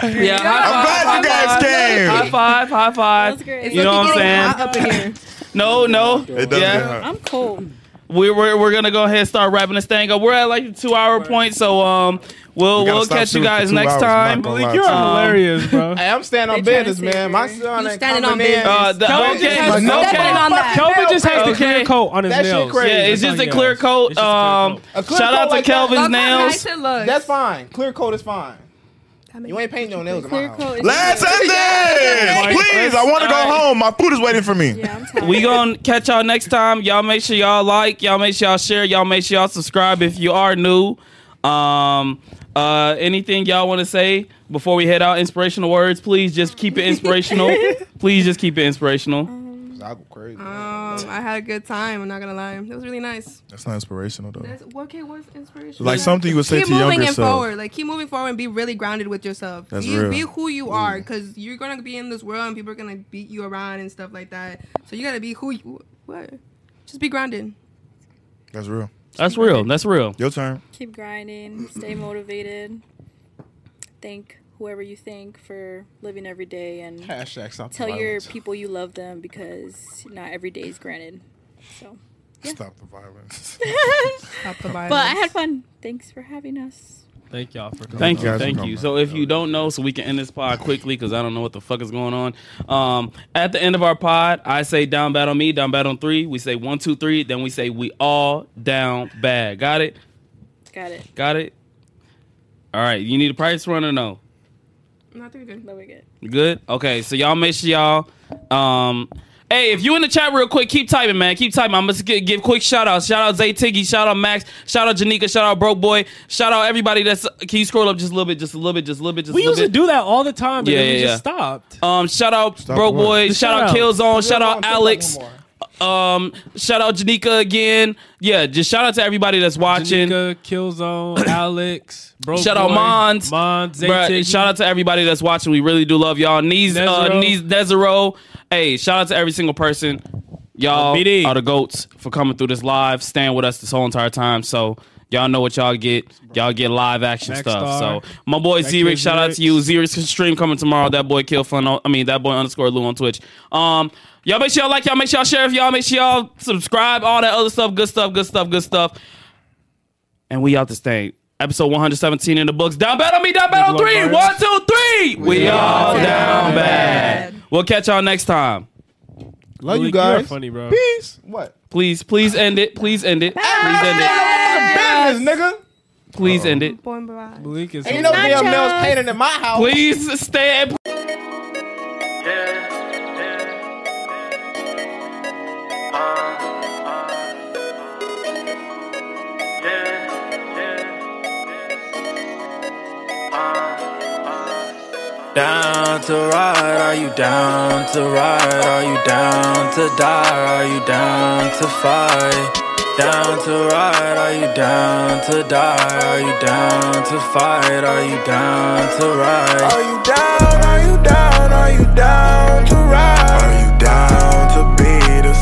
yeah, I'm high glad you five, guys High came. five, high That was five. great. You know what I'm saying? Hot up in here. No, no. It doesn't Yeah. hurt. I'm cold. we're, we're, we're gonna go ahead and start wrapping this thing up. We're at like the two hour point, so um, we'll We we gotta will stop catch you shooting for guys two next hours. time. Not gonna Like, lie you're to you. hilarious, bro. <laughs> Hey, I'm standing on They tryna business, save man. you. My son You ain't standing coming on in. business. Uh, the, Kelvin okay, just has no, Stepping okay. on that. Kelvin just has Okay. the clear coat on his That shit nails. crazy. Yeah, it's That's just all a he clear has. coat. It's just a clear Um, coat. A clear shout coat out to like that. Kelvin's Look how nails. nice it looks. That's fine. Clear coat is fine. You ain't painting your nails. in my Clear house. coat. is Let's good. end <laughs> Mike, this. Please, let's- I want to go all right. home. My food is waiting for me. Yeah, I'm tired. we gonna catch y'all next time. Y'all make sure y'all like. Y'all make sure y'all share. Y'all make sure y'all subscribe if you are new. Um, uh, anything y'all want to say before we head out? Inspirational words, please. Just keep it inspirational. please, just keep it inspirational. I go crazy. Um, I had a good time. I'm not gonna lie. It was really nice. That's not inspirational though. That's what okay, what's inspiration? Like something you would say keep to moving younger and self. forward. Like keep moving forward and be really grounded with yourself. That's be, real. Mm. be who you are, because you're gonna be in this world and people are gonna beat you around and stuff like that. So you gotta be who you what. Just be grounded. That's real. That's real. That's real. Your turn. Keep grinding. Stay motivated. Thank whoever you thank for living every day and Hashtag stop the tell your violence. people you love them because not every day is granted. So, Stop the violence. Stop the but I had fun. Thanks for having us. Thank y'all for coming. coming. Thank Guys you, for thank you. coming. So if you don't know, so we can end this pod quickly because I don't know what the fuck is going on. Um, at the end of our pod, I say down bad on me, down bad on three. We say one, two, three. Then we say we all down bad. Got it? Got it. Got it? All right. You need a price run or no? No, I think we're good. No, we're good. You Good. Okay. So y'all make sure y'all. Um, hey, if you in the chat real quick, keep typing, man. Keep typing. I'm gonna give, give quick shout outs. Shout out Zay Tiggy. Shout out Max. Shout out Janika. Shout out Broke Boy. Shout out everybody that's. Can you scroll up just a little bit? Just a little bit. Just a little bit. Just We a little used to bit? do that all the time, but Yeah, then we yeah, just yeah. stopped. Um, shout out Broke what? Boy. The Shout out shout-outs. Killzone. Shout One out more. Alex. Um, shout out Janika again. Yeah, just shout out to everybody that's watching. Janika, <clears throat> Killzone, Alex, Bro. shout out Boy, Mons. Mons, Bruh, Zaytig. Shout out to everybody that's watching. We really do love y'all. Knees, uh, Nezero. knees, Nezero. Hey, shout out to every single person. Y'all BD. are the goats for coming through this live, staying with us this whole entire time. So y'all know what y'all get. Y'all get live action Next stuff. star. So my boy That Zerix, kid shout out to Xerix. you. Zerix stream coming tomorrow. That boy kill fun. On, I mean that boy underscore Lou on Twitch. Um, y'all make sure y'all like y'all. Make sure y'all share if y'all. Make sure y'all subscribe. All that other stuff. Good stuff. Good stuff. Good stuff. And we out this thing. Episode 117 in the books. Down bad on me. Down bad on Good luck, three. Birds. One, two, three. We, all down bad. We'll catch y'all next time. Love Malik, you guys. are funny, bro. Peace. What? Please, please end it. Please end it. Please end it. Business, nigga. Please end it. Boy, bye. Malik is Ain't no damn nails painted in my house. Please stay. and- Down to ride, are you down to ride? Are you down to die? Are you down to fight? Down to ride, are you down to die? Are you down to fight? Are you down to ride? Are you down? Are you down? Are you down to ride? Are you down to be the